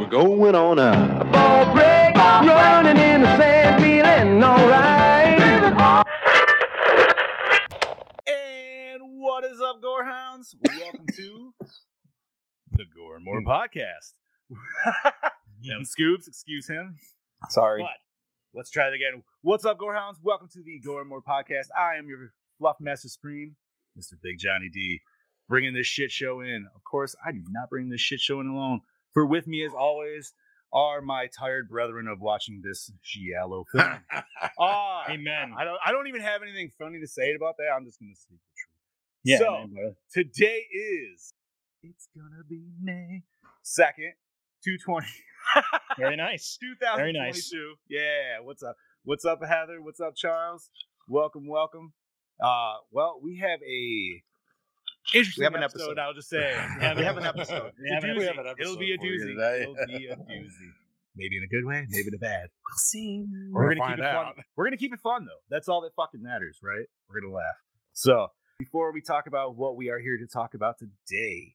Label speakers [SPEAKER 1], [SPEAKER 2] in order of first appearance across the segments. [SPEAKER 1] We're going on now.
[SPEAKER 2] Ball break, running in the sand, feeling alright.
[SPEAKER 3] And what is up, Gorehounds? Welcome to the Gore and More podcast. and Scoops, excuse him.
[SPEAKER 4] Sorry.
[SPEAKER 3] What? Let's try it again. What's up, Gorehounds? Welcome to the Gore and More podcast. I am your Fluff Master Supreme, Mr. Big Johnny D, bringing this shit show in. Of course, I do not bring this shit show in alone. For with me, as always, are my tired brethren of watching this giallo film. Ah,
[SPEAKER 4] Amen.
[SPEAKER 3] I don't. I don't even have anything funny to say about that. I'm just gonna speak the truth.
[SPEAKER 4] Yeah.
[SPEAKER 3] So-
[SPEAKER 4] man, bro.
[SPEAKER 3] Today is it's gonna be May second, two twenty,
[SPEAKER 4] Very nice.
[SPEAKER 3] two thousand twenty-two.
[SPEAKER 4] Very nice.
[SPEAKER 3] Yeah. What's up? What's up, Heather? What's up, Charles? Welcome, welcome. Uh, well, we have a interesting
[SPEAKER 4] have an
[SPEAKER 3] episode,
[SPEAKER 4] episode.
[SPEAKER 3] I'll just say yeah, we have an episode.
[SPEAKER 4] We have
[SPEAKER 3] It's a
[SPEAKER 4] an-
[SPEAKER 3] doozy.
[SPEAKER 4] we have an episode
[SPEAKER 3] It'll be a
[SPEAKER 4] for you
[SPEAKER 3] doozy.
[SPEAKER 4] today.
[SPEAKER 3] It'll be a doozy. Maybe in a good way, maybe in a bad. We'll see.
[SPEAKER 4] We're
[SPEAKER 3] We're, gonna
[SPEAKER 4] gonna
[SPEAKER 3] keep it
[SPEAKER 4] find
[SPEAKER 3] fun. We're gonna keep it fun though. That's all that fucking matters, right? We're gonna laugh. So before we talk about what we are here to talk about today,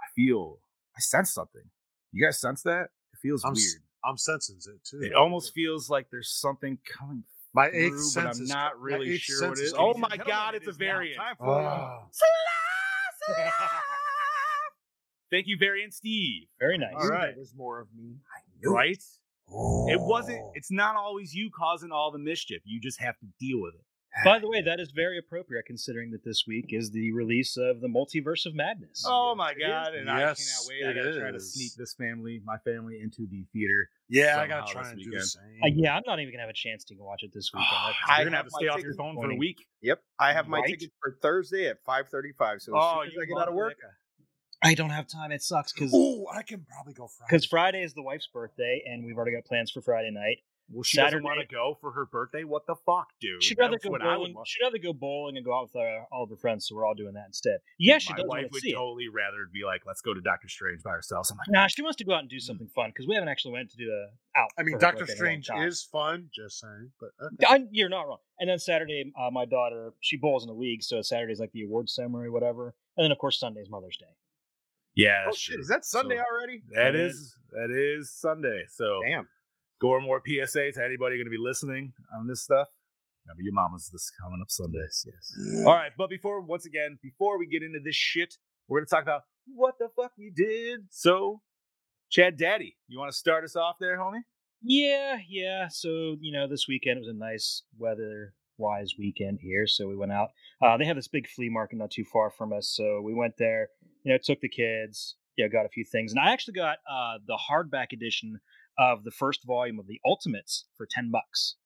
[SPEAKER 3] I feel I sense something. You guys sense that? It feels
[SPEAKER 5] I'm s-
[SPEAKER 3] weird.
[SPEAKER 5] I'm sensing it too.
[SPEAKER 3] It almost feels like there's something coming
[SPEAKER 5] my
[SPEAKER 3] through,
[SPEAKER 5] eighth
[SPEAKER 3] but
[SPEAKER 5] sense
[SPEAKER 3] I'm
[SPEAKER 5] is-
[SPEAKER 3] not
[SPEAKER 5] my
[SPEAKER 3] really
[SPEAKER 5] eighth
[SPEAKER 3] sure
[SPEAKER 5] sense
[SPEAKER 3] what it
[SPEAKER 5] is
[SPEAKER 3] is. Oh
[SPEAKER 5] kicking
[SPEAKER 3] my
[SPEAKER 5] in.
[SPEAKER 3] god, it's a variant.
[SPEAKER 5] Ah.
[SPEAKER 6] Ah.
[SPEAKER 3] Thank you, variant Steve.
[SPEAKER 4] Very nice.
[SPEAKER 3] All right.
[SPEAKER 2] There's more of me.
[SPEAKER 3] Right? It wasn't.
[SPEAKER 5] Oh.
[SPEAKER 3] It's not always you causing all the mischief. You just have to deal with it.
[SPEAKER 4] By the way, that is very appropriate considering that this week is the release of the Multiverse of Madness.
[SPEAKER 3] Oh my god! And
[SPEAKER 5] Yes,
[SPEAKER 3] I cannot wait.
[SPEAKER 5] it
[SPEAKER 3] I gotta try to
[SPEAKER 5] is.
[SPEAKER 3] sneak this family, my family, into the theater.
[SPEAKER 5] yeah, I
[SPEAKER 3] somehow
[SPEAKER 5] gotta try
[SPEAKER 3] this
[SPEAKER 5] and do the
[SPEAKER 3] weekend.
[SPEAKER 5] same.
[SPEAKER 4] Uh, yeah, I'm not even gonna have a chance to watch it this weekend. That's-
[SPEAKER 3] You're
[SPEAKER 6] I
[SPEAKER 3] gonna
[SPEAKER 6] have
[SPEAKER 3] have to
[SPEAKER 6] my
[SPEAKER 3] stay off
[SPEAKER 6] ticket
[SPEAKER 3] your
[SPEAKER 6] this
[SPEAKER 3] phone for a
[SPEAKER 6] morning.
[SPEAKER 3] week.
[SPEAKER 6] Yep, I have my
[SPEAKER 3] Right? Oh,
[SPEAKER 6] ticket for Thursday at five thirty-five. So as soon as I get out of work,
[SPEAKER 4] I don't have time. It sucks because
[SPEAKER 5] Ooh, I can probably go Friday.
[SPEAKER 4] because Friday is the wife's birthday, and we've already got plans for Friday night.
[SPEAKER 3] Well, she
[SPEAKER 4] Saturday-
[SPEAKER 3] doesn't want to go for her birthday. What the fuck, dude?
[SPEAKER 4] She'd rather
[SPEAKER 3] That's
[SPEAKER 4] go
[SPEAKER 3] what I
[SPEAKER 4] bowling.
[SPEAKER 3] would love.
[SPEAKER 4] She'd rather go bowling and go out with our, all of her friends. So we're all doing that instead. Yeah, she
[SPEAKER 3] my
[SPEAKER 4] does
[SPEAKER 3] wife
[SPEAKER 4] want to
[SPEAKER 3] would
[SPEAKER 4] see it.
[SPEAKER 3] totally rather be like, "Let's go to Doctor Strange by ourselves." I'm like,
[SPEAKER 4] Nah, she wants to go out and do something fun because we haven't actually went to do a out.
[SPEAKER 5] I mean,
[SPEAKER 4] for her
[SPEAKER 5] Doctor
[SPEAKER 4] birthday in a long
[SPEAKER 5] Strange
[SPEAKER 4] time.
[SPEAKER 5] is fun. Just saying, but uh,
[SPEAKER 4] I, you're not wrong. And then Saturday, uh, my daughter she bowls in the league, so Saturday's like the awards ceremony, whatever. And then of course Sunday's Mother's Day.
[SPEAKER 3] "Yeah,
[SPEAKER 6] oh shit, is that Sunday already?
[SPEAKER 3] That is that is Sunday. So
[SPEAKER 6] Damn.
[SPEAKER 3] Gore more PSA to anybody going to be listening on this stuff. Remember, your mama's this coming up Sunday. Yes. All right, but before once again, before we get into this shit, we're going to talk about what the fuck we did. So, Chad, Daddy, you want to start us off there, homie?
[SPEAKER 4] Yeah, yeah. So you know, this weekend was a nice weather-wise weekend here, so we went out. Uh, they have this big flea market not too far from us, so we went there. You know, took the kids. You know, got a few things, and I actually got uh, the hardback edition of the first volume of the Ultimates for ten bucks.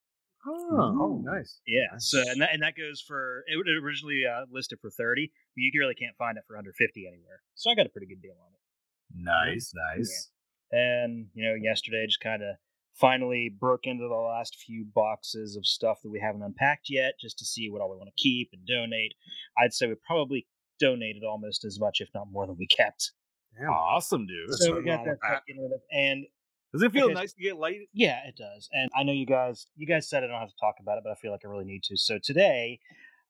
[SPEAKER 6] Oh, nice.
[SPEAKER 4] Yeah. So and that, and that goes for it was originally uh, listed for thirty, but you really can't find it for under fifty anywhere. So I got a pretty good deal on it.
[SPEAKER 3] Nice, nice.
[SPEAKER 4] And you know, yesterday just kind of finally broke into the last few boxes of stuff that we haven't unpacked yet, just to see what all we want to keep and donate. I'd say we probably donated almost as much, if not more, than we kept.
[SPEAKER 3] Awesome, dude.
[SPEAKER 5] That's
[SPEAKER 4] So we
[SPEAKER 5] nothing
[SPEAKER 4] got
[SPEAKER 5] wrong
[SPEAKER 4] that
[SPEAKER 5] with that.
[SPEAKER 4] stuff in rid of, and
[SPEAKER 3] Does it feel
[SPEAKER 4] Okay.
[SPEAKER 3] nice to get late?
[SPEAKER 4] Mm, Yeah, it does. And I know you guys you guys said I don't have to talk about it, but I feel like I really need to. So today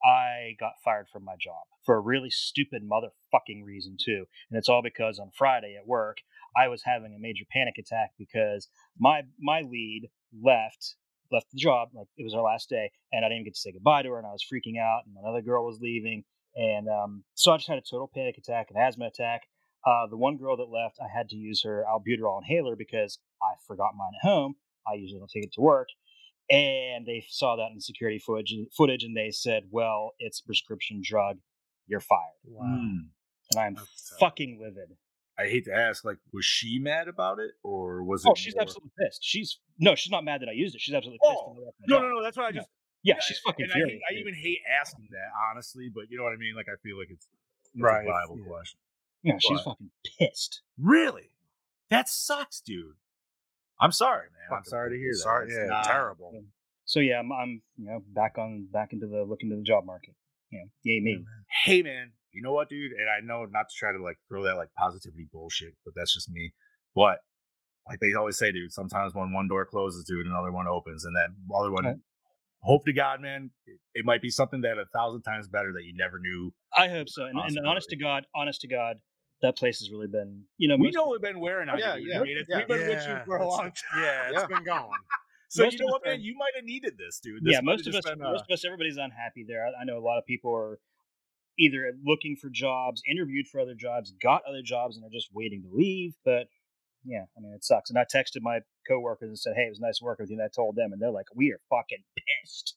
[SPEAKER 4] I got fired from my job for a really stupid motherfucking reason too. And it's all because on Friday at work, I was having a major panic attack because my my lead left left the job, like it was her last day, and I didn't get to say goodbye to her and I was freaking out and another girl was leaving. And um, so I just had a total panic attack, an asthma attack. Uh, the one girl that left, I had to use her albuterol inhaler because I forgot mine at home. I usually don't take it to work. And they saw that in security footage, footage and they said, well, it's a prescription drug. You're fired.
[SPEAKER 3] Mm.
[SPEAKER 4] And I'm
[SPEAKER 5] That's tough.
[SPEAKER 4] fucking livid.
[SPEAKER 3] I hate to ask, like, was she mad about it, or was it?
[SPEAKER 4] Oh, she's
[SPEAKER 3] more-
[SPEAKER 4] absolutely pissed. She's no, she's not mad that I used it. She's absolutely pissed.
[SPEAKER 3] Oh,
[SPEAKER 4] that I left my
[SPEAKER 3] No,
[SPEAKER 4] job.
[SPEAKER 3] no, no. That's why I just
[SPEAKER 4] Yeah, she's fucking
[SPEAKER 3] and I,
[SPEAKER 4] furious.
[SPEAKER 3] hate- I even hate asking that, honestly. But you know what I mean. Like, I feel like it's, it's
[SPEAKER 5] Right,
[SPEAKER 3] a viable
[SPEAKER 5] yeah.
[SPEAKER 3] question.
[SPEAKER 4] yeah, she's
[SPEAKER 3] but-
[SPEAKER 4] fucking pissed.
[SPEAKER 3] Really? That sucks, dude.
[SPEAKER 1] I'm sorry, man. I'm
[SPEAKER 5] Fucking
[SPEAKER 1] sorry to hear that.
[SPEAKER 5] Sorry,
[SPEAKER 1] It's
[SPEAKER 5] yeah,
[SPEAKER 1] not-
[SPEAKER 5] terrible.
[SPEAKER 4] So yeah, I'm, I'm you know back on back into the looking to the job market. You know, yay me.
[SPEAKER 1] hey man, you know what, dude? And I know not to try to like throw that like positivity bullshit, but that's just me. But like they always say, dude, sometimes when one door closes, dude, another one opens, and that other one.
[SPEAKER 4] Right.
[SPEAKER 1] Hope to God, man, it, it might be something that a thousand times better that you never knew.
[SPEAKER 4] I hope so. And, and honest to
[SPEAKER 1] Possibility.
[SPEAKER 4] God, honest to God, that place has really been you know
[SPEAKER 1] We
[SPEAKER 4] most-
[SPEAKER 1] know we've been wearing out.
[SPEAKER 3] Yeah,
[SPEAKER 1] you, dude.
[SPEAKER 3] yeah,
[SPEAKER 1] I mean, it's-
[SPEAKER 3] yeah.
[SPEAKER 1] We've been with you for a long time.
[SPEAKER 5] it's- Yeah, it's
[SPEAKER 3] Yeah.
[SPEAKER 5] been going.
[SPEAKER 1] So
[SPEAKER 4] Most
[SPEAKER 1] you
[SPEAKER 4] of
[SPEAKER 1] know
[SPEAKER 4] us
[SPEAKER 1] what, man?
[SPEAKER 4] are-
[SPEAKER 1] You might have needed this, dude. This
[SPEAKER 4] yeah,
[SPEAKER 1] might've
[SPEAKER 4] most of us,
[SPEAKER 1] just been, uh,
[SPEAKER 4] most of us, everybody's unhappy there. I, I know a lot of people are either looking for jobs, interviewed for other jobs, got other jobs, and are just waiting to leave. But yeah, I mean, it sucks. And I texted my coworkers and said, "Hey, it was nice working with you." And I told them, and they're like, "We are fucking pissed."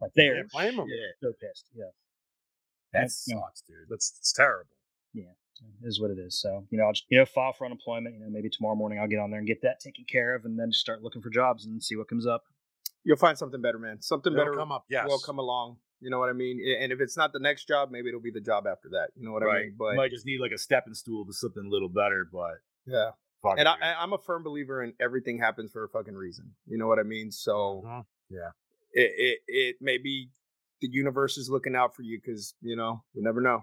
[SPEAKER 4] Like they're
[SPEAKER 7] blame them.
[SPEAKER 1] Mm. yeah,
[SPEAKER 4] so pissed. Yeah,
[SPEAKER 1] that
[SPEAKER 4] Yeah.
[SPEAKER 1] sucks, dude.
[SPEAKER 5] That's it's terrible.
[SPEAKER 4] it is what it is. So you know, I'll just, you know, file for unemployment. You know, maybe tomorrow morning I'll get on there and get that taken care of, and then just start looking for jobs and see what comes up.
[SPEAKER 3] You'll find something better, man. Something
[SPEAKER 5] It'll
[SPEAKER 3] better
[SPEAKER 5] come up. Yes.
[SPEAKER 3] will come along. You know what I mean? A- And if it's not the next job, maybe it'll be the job after that. You know what I
[SPEAKER 1] Right.
[SPEAKER 3] mean? But
[SPEAKER 1] you might just need like a stepping stool to something a little better, but
[SPEAKER 3] yeah.
[SPEAKER 1] fuck it,
[SPEAKER 3] And I,
[SPEAKER 1] dude.
[SPEAKER 3] I- I'm a firm believer in everything happens for a fucking reason. You know what I mean? So
[SPEAKER 1] Uh-huh,
[SPEAKER 5] Mhm. Yeah.
[SPEAKER 3] it, it it maybe the universe is looking out for you because you know you never know.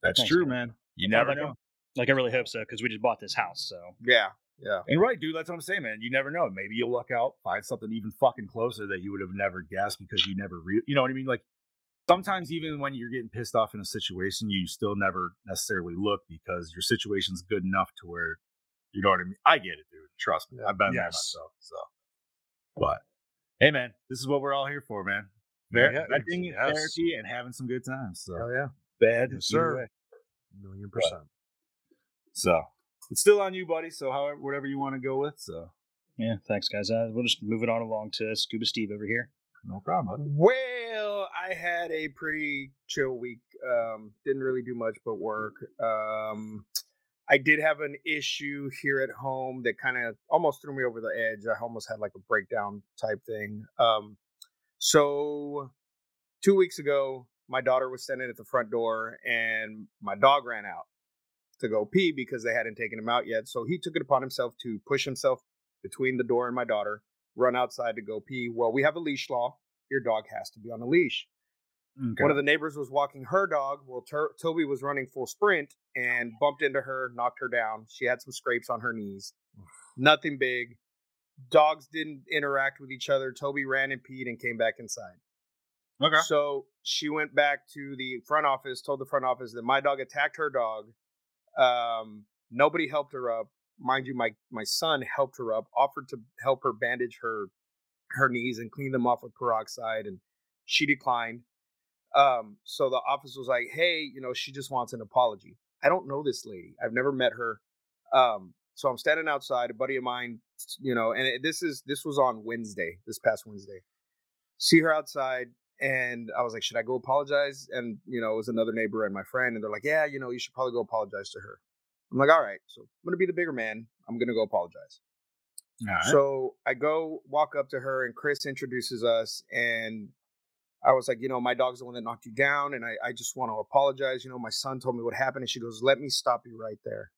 [SPEAKER 1] That's
[SPEAKER 4] Thanks,
[SPEAKER 1] true,
[SPEAKER 4] man.
[SPEAKER 1] man. You
[SPEAKER 4] Well,
[SPEAKER 1] never
[SPEAKER 4] like,
[SPEAKER 1] know.
[SPEAKER 4] Like I really hope so because we just bought this house. So
[SPEAKER 3] Yeah, yeah.
[SPEAKER 1] And right, dude, that's what I'm saying, man. You never know. Maybe you'll luck out, find something even fucking closer that you would have never guessed because you never re- you know what I mean? Like sometimes even when you're getting pissed off in a situation, you still never necessarily look because your situation's good enough to where you know what I mean. I get it, dude. Trust me. I've been there
[SPEAKER 5] Yes.
[SPEAKER 1] myself. So but hey man, this is what we're all here for, man. Ver-
[SPEAKER 5] Yeah,
[SPEAKER 1] venting,
[SPEAKER 5] yes.
[SPEAKER 1] therapy, and having some good times. So
[SPEAKER 5] Oh yeah.
[SPEAKER 1] bad,
[SPEAKER 5] Yes,
[SPEAKER 1] either
[SPEAKER 5] sir.
[SPEAKER 1] way.
[SPEAKER 5] Million percent.
[SPEAKER 1] So it's still on you, buddy. So however, whatever you want to go with. So
[SPEAKER 4] yeah, thanks guys. Uh, we'll just move it on along to Scuba Steve over here.
[SPEAKER 1] no problem. bud.
[SPEAKER 3] Well, I had a pretty chill week. Um, didn't really do much but work. Um, I did have an issue here at home that kind of almost threw me over the edge. I almost had like a breakdown type thing. Um, so two weeks ago, my daughter was standing at the front door, and my dog ran out to go pee because they hadn't taken him out yet. So he took it upon himself to push himself between the door and my daughter, run outside to go pee. Well, we have a leash law your dog has to be on a leash. One of the neighbors was walking her dog. Well, Tur- Toby was running full sprint and bumped into her, knocked her down. She had some scrapes on her knees. Nothing big. Dogs didn't interact with each other. Toby ran and peed and came back inside.
[SPEAKER 1] Okay.
[SPEAKER 3] So she went back to the front office, told the front office that my dog attacked her dog. Um, nobody helped her up. Mind you, my my son helped her up, offered to help her bandage her her knees and clean them off with peroxide, and she declined. Um, so the office was like, "Hey, you know, she just wants an apology." I don't know this lady. I've never met her. Um, so I'm standing outside. A buddy of mine, you know, and it, this is this was on Wednesday, this past Wednesday. See her outside, and I was like, "Should I go apologize?" And you know, it was another neighbor and my friend, and they're like, "Yeah, you know, you should probably go apologize to her." I'm like, "All right." So I'm gonna be the bigger man. I'm gonna go apologize.
[SPEAKER 1] All right.
[SPEAKER 3] So I go walk up to her, and Chris introduces us. And I was like, you know, my dog's the one that knocked you down, and I, I just want to apologize. You know, my son told me what happened, and she goes, "Let me stop you right there.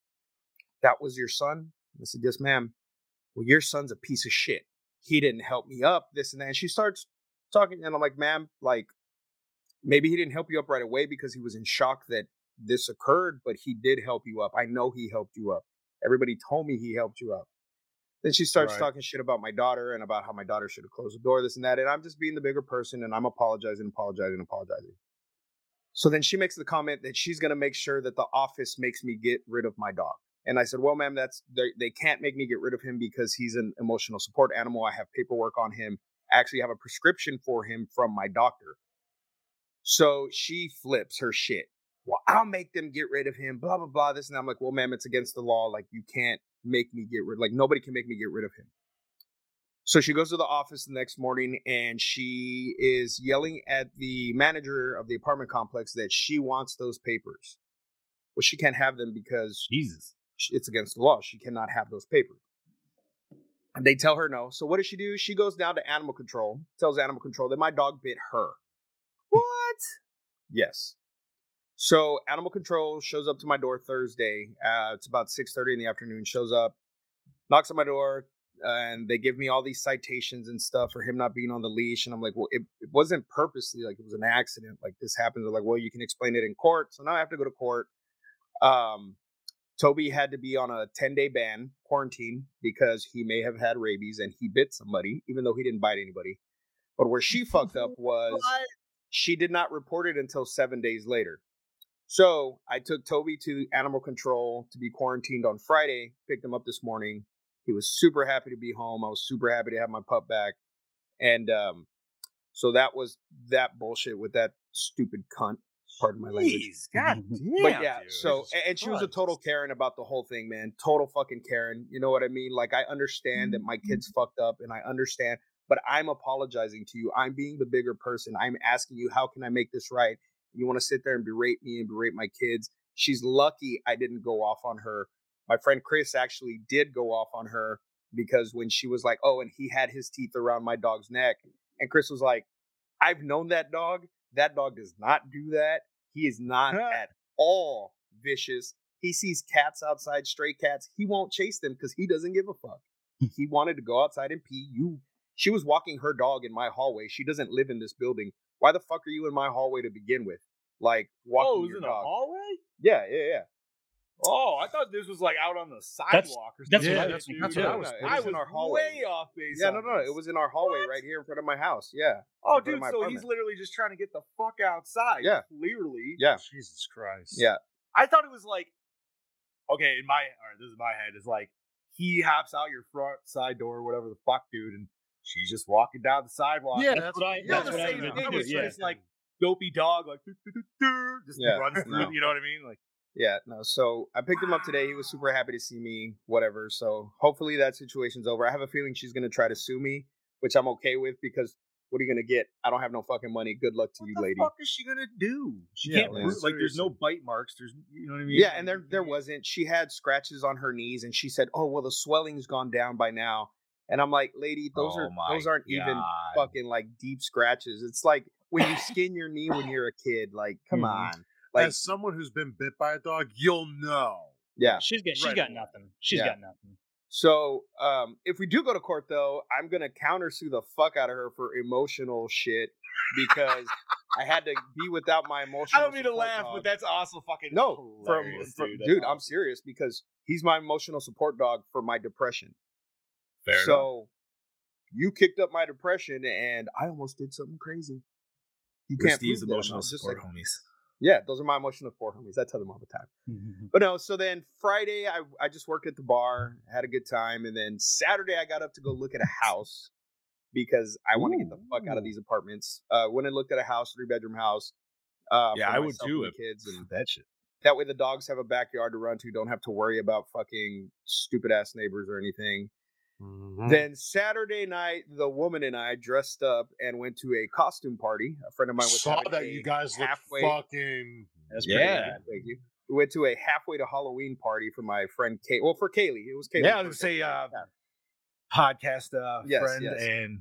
[SPEAKER 3] That was your son." I said, "Yes, ma'am." Well, your son's a piece of shit. He didn't help me up. This and that. And she starts talking, and I'm like, "Ma'am, like, maybe he didn't help you up right away because he was in shock that this occurred, but he did help you up. I know he helped you up. Everybody told me he helped you up." Then she starts
[SPEAKER 1] Right.
[SPEAKER 3] talking shit about my daughter and about how my daughter should have closed the door, this and that. And I'm just being the bigger person and I'm apologizing, apologizing, apologizing. So then she makes the comment that she's going to make sure that the office makes me get rid of my dog. And I said, "Well, ma'am, that's they, they can't make me get rid of him because he's an emotional support animal. I have paperwork on him. I actually have a prescription for him from my doctor." So she flips her shit. Well, I'll make them get rid of him. Blah blah blah. This and that. I'm like, "Well, ma'am, it's against the law. Like you can't make me get rid. Like nobody can make me get rid of him." So she goes to the office the next morning and she is yelling at the manager of the apartment complex that she wants those papers. Well, she can't have them because
[SPEAKER 1] Jesus.
[SPEAKER 3] sh- it's against the law. She cannot have those papers. And they tell her no. So what does she do? She goes down to animal control, tells animal control that my dog bit her. What? yes. So animal control shows up to my door Thursday. Uh, it's about six thirty in the afternoon. Shows up, knocks on my door. and they give me all these citations and stuff for him not being on the leash and i'm like well it, it wasn't purposely like it was an accident like this happened they're like well you can explain it in court so now i have to go to court um toby had to be on a 10 day ban quarantine because he may have had rabies and he bit somebody even though he didn't bite anybody but where she fucked up was she did not report it until seven days later so i took toby to animal control to be quarantined on friday picked him up this morning he was super happy to be home. I was super happy to have my pup back. And um, so that was that bullshit with that stupid cunt. Pardon my language.
[SPEAKER 1] Jeez, God
[SPEAKER 4] Mm-hmm.
[SPEAKER 1] damn.
[SPEAKER 3] but yeah,
[SPEAKER 1] dude.
[SPEAKER 3] so and, and she was a
[SPEAKER 1] Christ.
[SPEAKER 3] total Karen about the whole thing, man. Total fucking Karen. You know what I mean? Like I understand that my kids fucked up and I understand, but I'm apologizing to you. I'm being the bigger person. I'm asking you, how can I make this right? You want to sit there and berate me and berate my kids. She's lucky I didn't go off on her. My friend Chris actually did go off on her because when she was like, "Oh, and he had his teeth around my dog's neck." And Chris was like, "I've known that dog. That dog does not do that. He is not at all vicious. He sees cats outside, stray cats. He won't chase them because he doesn't give a fuck. he wanted to go outside and pee. You, she was walking her dog in my hallway. She doesn't live in this building. Why the fuck are you in my hallway to begin with? Like walking
[SPEAKER 1] Oh, it was
[SPEAKER 3] your
[SPEAKER 1] in a
[SPEAKER 3] dog?
[SPEAKER 1] hallway?
[SPEAKER 3] yeah, yeah, yeah.
[SPEAKER 1] Oh, I thought this was like out on the
[SPEAKER 4] That's-
[SPEAKER 1] sidewalk or
[SPEAKER 4] that's
[SPEAKER 1] something.
[SPEAKER 4] what I-
[SPEAKER 1] like
[SPEAKER 5] that's-
[SPEAKER 1] that,
[SPEAKER 5] that's
[SPEAKER 1] dude.
[SPEAKER 5] what I was-
[SPEAKER 1] No,
[SPEAKER 3] it was
[SPEAKER 1] I
[SPEAKER 3] in
[SPEAKER 1] was
[SPEAKER 3] our hallway.
[SPEAKER 1] way off base.
[SPEAKER 3] Yeah,
[SPEAKER 1] on
[SPEAKER 3] no, no,
[SPEAKER 1] this.
[SPEAKER 3] it was in our hallway
[SPEAKER 1] What?
[SPEAKER 3] right here in front of my house. Yeah,
[SPEAKER 1] Oh,
[SPEAKER 3] in front of
[SPEAKER 1] dude,
[SPEAKER 3] my
[SPEAKER 1] so he's
[SPEAKER 3] apartment.
[SPEAKER 1] literally just trying to get the fuck outside.
[SPEAKER 3] Yeah.
[SPEAKER 1] Clearly.
[SPEAKER 3] yeah,
[SPEAKER 4] Jesus Christ.
[SPEAKER 3] yeah.
[SPEAKER 1] I thought it was like, okay, in my, all right, this is my head, is like, he hops out your front side door, whatever the fuck, dude, and she's just walking down the sidewalk.
[SPEAKER 5] Yeah,
[SPEAKER 1] And
[SPEAKER 5] that's
[SPEAKER 4] what I-
[SPEAKER 1] you know,
[SPEAKER 5] that's
[SPEAKER 1] the
[SPEAKER 5] what I
[SPEAKER 1] same
[SPEAKER 5] would
[SPEAKER 1] thing
[SPEAKER 5] do,
[SPEAKER 1] was
[SPEAKER 5] yeah.
[SPEAKER 1] just like dopey dog, like, "Doo, doo, doo, doo," just
[SPEAKER 3] Yeah,
[SPEAKER 1] runs through,
[SPEAKER 3] no.
[SPEAKER 1] you know what I mean? Like,
[SPEAKER 3] Yeah, no. So I picked him up today. He was super happy to see me, whatever. So hopefully that situation's over. I have a feeling she's going to try to sue me, which I'm okay with because what are you going to get? I don't have no fucking money. Good luck to
[SPEAKER 1] what
[SPEAKER 3] you,
[SPEAKER 1] the
[SPEAKER 3] lady.
[SPEAKER 1] fuck is she gonna do? She
[SPEAKER 3] Yeah,
[SPEAKER 1] can't,
[SPEAKER 3] yeah.
[SPEAKER 1] prove- like, there's no bite marks, there's, you know what I mean?
[SPEAKER 3] Yeah, and there there wasn't. She had scratches on her knees and she said, "Oh, well the swelling's gone down by now." And I'm like, "Lady, those
[SPEAKER 1] Oh
[SPEAKER 3] are
[SPEAKER 1] my
[SPEAKER 3] those aren't even
[SPEAKER 1] God.
[SPEAKER 3] fucking like deep scratches. It's like when you skin your knee when you're a kid. Like, come
[SPEAKER 4] Mhm.
[SPEAKER 1] Mm-hmm.
[SPEAKER 3] on." Like,
[SPEAKER 5] As someone who's been bit by a dog, you'll know.
[SPEAKER 3] yeah.
[SPEAKER 4] She's got she's
[SPEAKER 5] Right
[SPEAKER 4] got
[SPEAKER 5] away.
[SPEAKER 4] nothing. She's
[SPEAKER 3] Yeah.
[SPEAKER 4] got nothing.
[SPEAKER 3] So um, if we do go to court, though, I'm gonna countersue the fuck out of her for emotional shit because I had to be without my emotional.
[SPEAKER 1] I don't mean to
[SPEAKER 3] support
[SPEAKER 1] laugh,
[SPEAKER 3] dog.
[SPEAKER 1] but that's awesome fucking
[SPEAKER 3] no, from,
[SPEAKER 1] hilarious,
[SPEAKER 3] from-
[SPEAKER 1] dude.
[SPEAKER 3] dude,
[SPEAKER 1] That's
[SPEAKER 3] I'm
[SPEAKER 1] awesome.
[SPEAKER 3] serious because he's my emotional support dog for my depression.
[SPEAKER 1] Fair
[SPEAKER 3] so you kicked up my depression, and I almost did something crazy. You can't prove that I'm not- just like-
[SPEAKER 1] homies.
[SPEAKER 3] yeah, those are my emotional support homies. I tell them all the time.
[SPEAKER 4] Mm-hmm,
[SPEAKER 1] Mm.
[SPEAKER 3] But no, so then Friday I, I just worked at the bar, had a good time, and then Saturday I got up to go look at a house because I want to get the fuck out of these apartments. Uh when I looked at a house, three bedroom house. Uh
[SPEAKER 1] Yeah,
[SPEAKER 3] for
[SPEAKER 1] I would
[SPEAKER 3] myself
[SPEAKER 1] too
[SPEAKER 3] and
[SPEAKER 1] if-
[SPEAKER 3] the kids and
[SPEAKER 1] That shit.
[SPEAKER 3] that way the dogs have a backyard to run to, don't have to worry about fucking stupid ass neighbors or anything.
[SPEAKER 1] Mm-hmm.
[SPEAKER 3] Then Saturday night, the woman and I dressed up and went to a costume party. A friend of mine was
[SPEAKER 5] saw
[SPEAKER 3] having
[SPEAKER 5] that
[SPEAKER 3] a
[SPEAKER 5] you guys look
[SPEAKER 3] halfway-
[SPEAKER 5] fucking.
[SPEAKER 4] That's
[SPEAKER 1] pretty Yeah. good.
[SPEAKER 3] Thank you. We went to a halfway to Halloween party for my friend Kay. Well, for Kaylee, it was Kaylee.
[SPEAKER 1] Yeah, I was gonna say, uh, Podcast uh,
[SPEAKER 3] Yes,
[SPEAKER 1] friend
[SPEAKER 3] yes.
[SPEAKER 1] and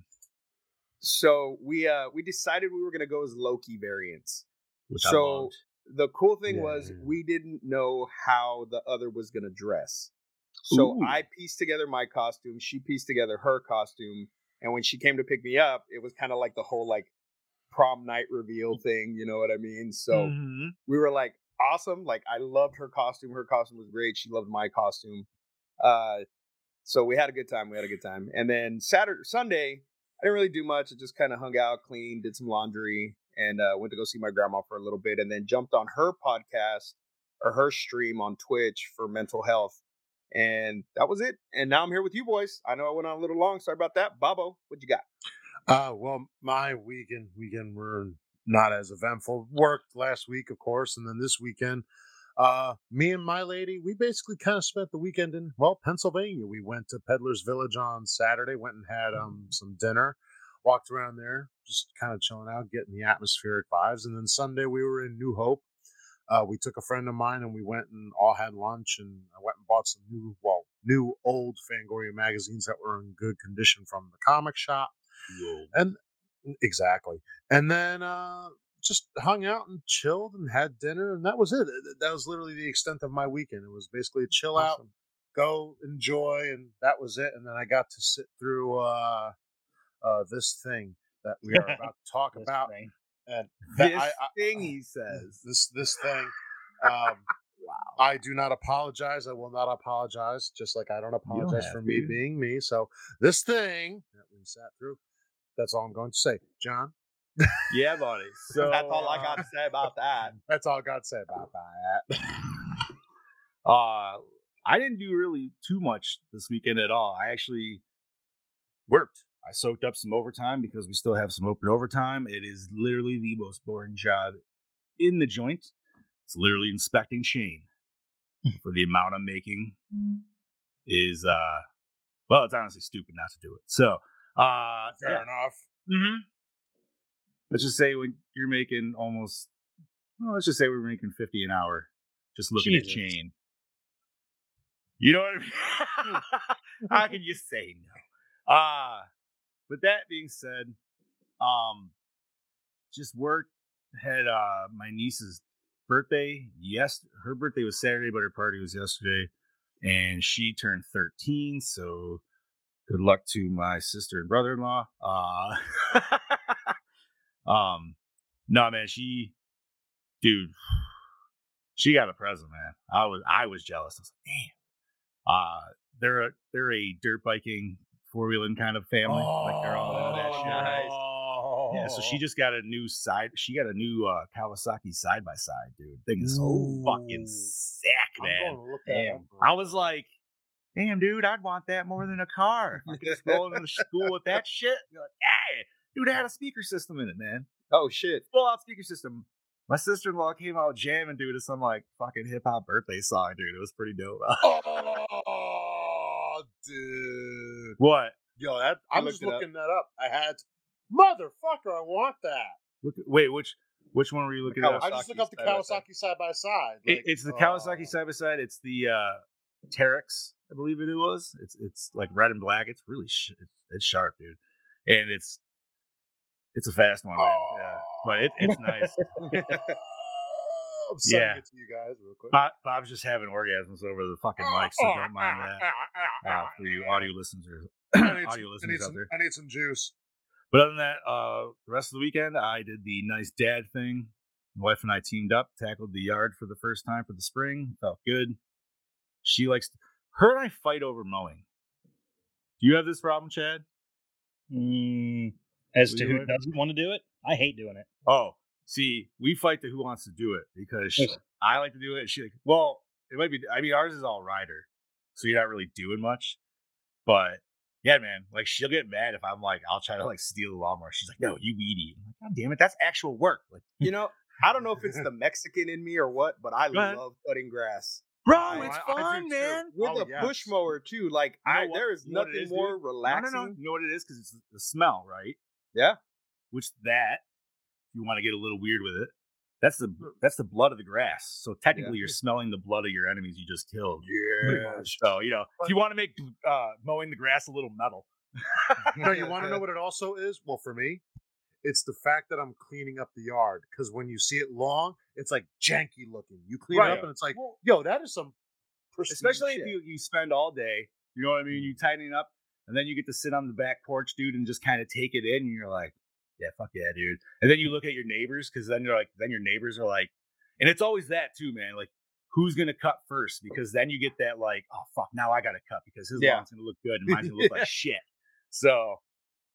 [SPEAKER 3] so we uh we decided we were gonna go as Loki variants.
[SPEAKER 1] Which I
[SPEAKER 3] so
[SPEAKER 1] loved.
[SPEAKER 3] the cool thing was
[SPEAKER 5] Yeah.
[SPEAKER 3] we didn't know how the other was gonna dress. So
[SPEAKER 1] Ooh.
[SPEAKER 3] I pieced together my costume. She pieced together her costume. And when she came to pick me up, it was kind of like the whole like prom night reveal
[SPEAKER 5] Mm.
[SPEAKER 3] thing. You know what I mean? So.
[SPEAKER 1] Mhm.
[SPEAKER 3] we were like awesome. Like I loved her costume. Her costume was great. She loved my costume. Uh, so we had a good time. We had a good time. And then Saturday, Sunday, I didn't really do much. I just kind of hung out, cleaned, did some laundry, and uh, went to go see my grandma for a little bit. And then jumped on her podcast or her stream on Twitch for mental health. And that was it. And now I'm here with you boys. I know I went on a little long. Sorry about that. Bobo, what you got?
[SPEAKER 5] Uh, well, my weekend weekend were not as eventful. Worked last week, of course, and then this weekend, uh, me and my lady, we basically kind of spent the weekend in well Pennsylvania. We went to Peddler's Village on Saturday, went and had um some dinner, walked around there, just kind of chilling out, getting the atmospheric vibes, and then Sunday we were in New Hope. Uh, we took a friend of mine and we went and all had lunch and I went and bought some new, well, new old Fangoria magazines that were in good condition from the comic shop and exactly and then uh just hung out and chilled and had dinner and that was it Th- that was literally the extent of my weekend it was basically a chill out go enjoy, and that was it. And then I got to sit through uh, uh, this thing that we are about to talk
[SPEAKER 8] This
[SPEAKER 5] about.
[SPEAKER 8] thing.
[SPEAKER 5] And that
[SPEAKER 3] This
[SPEAKER 5] I,
[SPEAKER 3] thing he
[SPEAKER 5] I,
[SPEAKER 3] says.
[SPEAKER 5] this this thing. Um, I do not apologize. I will not apologize, just like I don't apologize
[SPEAKER 4] have
[SPEAKER 5] for me
[SPEAKER 4] to.
[SPEAKER 5] being me. So this thing that we sat through, that's all I'm going to say. John,
[SPEAKER 3] Yeah, buddy. So that's all I got to say about that.
[SPEAKER 5] that's all God said about that.
[SPEAKER 4] Uh, I didn't do really too much this weekend at all. I actually worked. I soaked up some overtime because we still have some open overtime. It is literally the most boring job in the joint. It's literally inspecting chain for the amount I'm making is uh well, it's honestly stupid not to do it. So uh
[SPEAKER 5] Fair
[SPEAKER 4] yeah.
[SPEAKER 5] enough.
[SPEAKER 4] Mm-hmm. Let's just say when you're making almost, well, let's just say we're making 50 an hour just looking
[SPEAKER 8] Jesus.
[SPEAKER 4] at chain. You know what I mean? How can you say no? Uh, with that being said, um, just work. Had uh, my niece's birthday. Yes, her birthday was Saturday, but her party was yesterday. And she turned 13, so good luck to my sister and brother-in-law uh um no man she dude she got a present man i was i was jealous i was like damn uh they're a they're a dirt biking four-wheeling kind of family like they're all into that shit.
[SPEAKER 5] Oh,
[SPEAKER 4] Yeah, so she just got a new side. She got a new uh, Kawasaki side by side, dude. Thing is so fucking
[SPEAKER 5] Ooh.
[SPEAKER 4] sick,
[SPEAKER 5] I'm
[SPEAKER 4] man.
[SPEAKER 5] going to look that
[SPEAKER 4] Damn.
[SPEAKER 5] up real
[SPEAKER 4] I was like, damn, dude, I'd want that more than a car. If I could just roll into school with that shit. You're like, hey, dude, it had a speaker system in it, man.
[SPEAKER 3] Oh shit.
[SPEAKER 4] Full out speaker system. My sister in law came out jamming, dude, to some like fucking hip hop birthday song, dude. It was pretty dope.
[SPEAKER 5] Oh, dude.
[SPEAKER 4] what?
[SPEAKER 5] Yo, that, I'm
[SPEAKER 3] looked
[SPEAKER 5] just
[SPEAKER 3] it up.
[SPEAKER 5] looking that up. I had, motherfucker, I want that.
[SPEAKER 4] Look, wait, which which one were you looking at?
[SPEAKER 5] I just look up the Kawasaki
[SPEAKER 3] Kawasaki side-by-side.
[SPEAKER 5] oh. side by side.
[SPEAKER 4] It, it's the Kawasaki side by side. It's the uh Terex, I believe it was. It's it's like red and black. It's really sh- it's sharp, dude, and it's it's a fast one, man. Yeah. But it, it's nice.
[SPEAKER 5] Oh, I'm sending
[SPEAKER 4] Yeah.
[SPEAKER 5] it to you guys real quick.
[SPEAKER 4] Bob, Bob's just having orgasms over the fucking mic, so don't mind that uh, for you audio listeners.
[SPEAKER 5] I need,
[SPEAKER 4] audio
[SPEAKER 5] some, I,
[SPEAKER 4] listeners
[SPEAKER 5] need
[SPEAKER 4] out
[SPEAKER 5] some,
[SPEAKER 4] there.
[SPEAKER 5] I need some juice.
[SPEAKER 4] But other than that, uh, the rest of the weekend, I did the nice dad thing. My wife and I teamed up, tackled the yard for the first time for the spring. Felt good. She likes her and I fight over mowing. Do you have this problem, Chad?
[SPEAKER 8] Mm, as
[SPEAKER 4] We
[SPEAKER 8] to who
[SPEAKER 4] would-
[SPEAKER 8] doesn't want to do it, I hate doing it.
[SPEAKER 4] Oh, see, we fight to who wants to do it because she- I like to do it. And she like, well, it might be. I mean, ours is all rider, so you're not really doing much. But yeah, man, like she'll get mad if I'm like, I'll try to like steal the lawnmower. She's like, no, you weedy. I'm like, God damn it, that's actual work. Like,
[SPEAKER 3] You know, I don't know if it's the Mexican in me or what, but I
[SPEAKER 4] Go ahead.
[SPEAKER 3] love cutting grass.
[SPEAKER 4] bro,
[SPEAKER 3] it's
[SPEAKER 5] fun, man.
[SPEAKER 3] With
[SPEAKER 5] Oh,
[SPEAKER 3] a
[SPEAKER 5] yes.
[SPEAKER 3] push mower too. Like
[SPEAKER 4] You know
[SPEAKER 3] I,
[SPEAKER 4] what-
[SPEAKER 3] there is
[SPEAKER 4] you know what it
[SPEAKER 3] nothing
[SPEAKER 4] is, dude?
[SPEAKER 3] more relaxing.
[SPEAKER 4] No, no, no. You know what it is? Because it's the smell, right?
[SPEAKER 3] Yeah.
[SPEAKER 4] Which that, if you want to get a little weird with it, that's the
[SPEAKER 3] Hmm.
[SPEAKER 4] that's the blood of the grass. So technically, you're smelling the blood of your enemies you just killed.
[SPEAKER 5] Yeah.
[SPEAKER 4] So you know, if you want to make uh, mowing the grass a little metal,
[SPEAKER 5] no, you want to know what it also is? Well, for me, it's the fact that I'm cleaning up the yard because when you see it long, it's like janky looking. You clean it
[SPEAKER 4] Right.
[SPEAKER 5] up and it's like, yo, that is some. pristine
[SPEAKER 4] especially
[SPEAKER 5] shit.
[SPEAKER 4] if you, you spend all day, you know what I mean. You tighten it up, and then you get to sit on the back porch, dude, and just kind of take it in. And you're like, yeah, fuck yeah, dude. And then you look at your neighbors because then you're like, then your neighbors are like, and it's always that too, man. Like, who's gonna cut first? Because then you get that like, oh fuck, now I gotta cut because his
[SPEAKER 3] Yeah.
[SPEAKER 4] lawn's gonna look good and mine's gonna look like shit. So,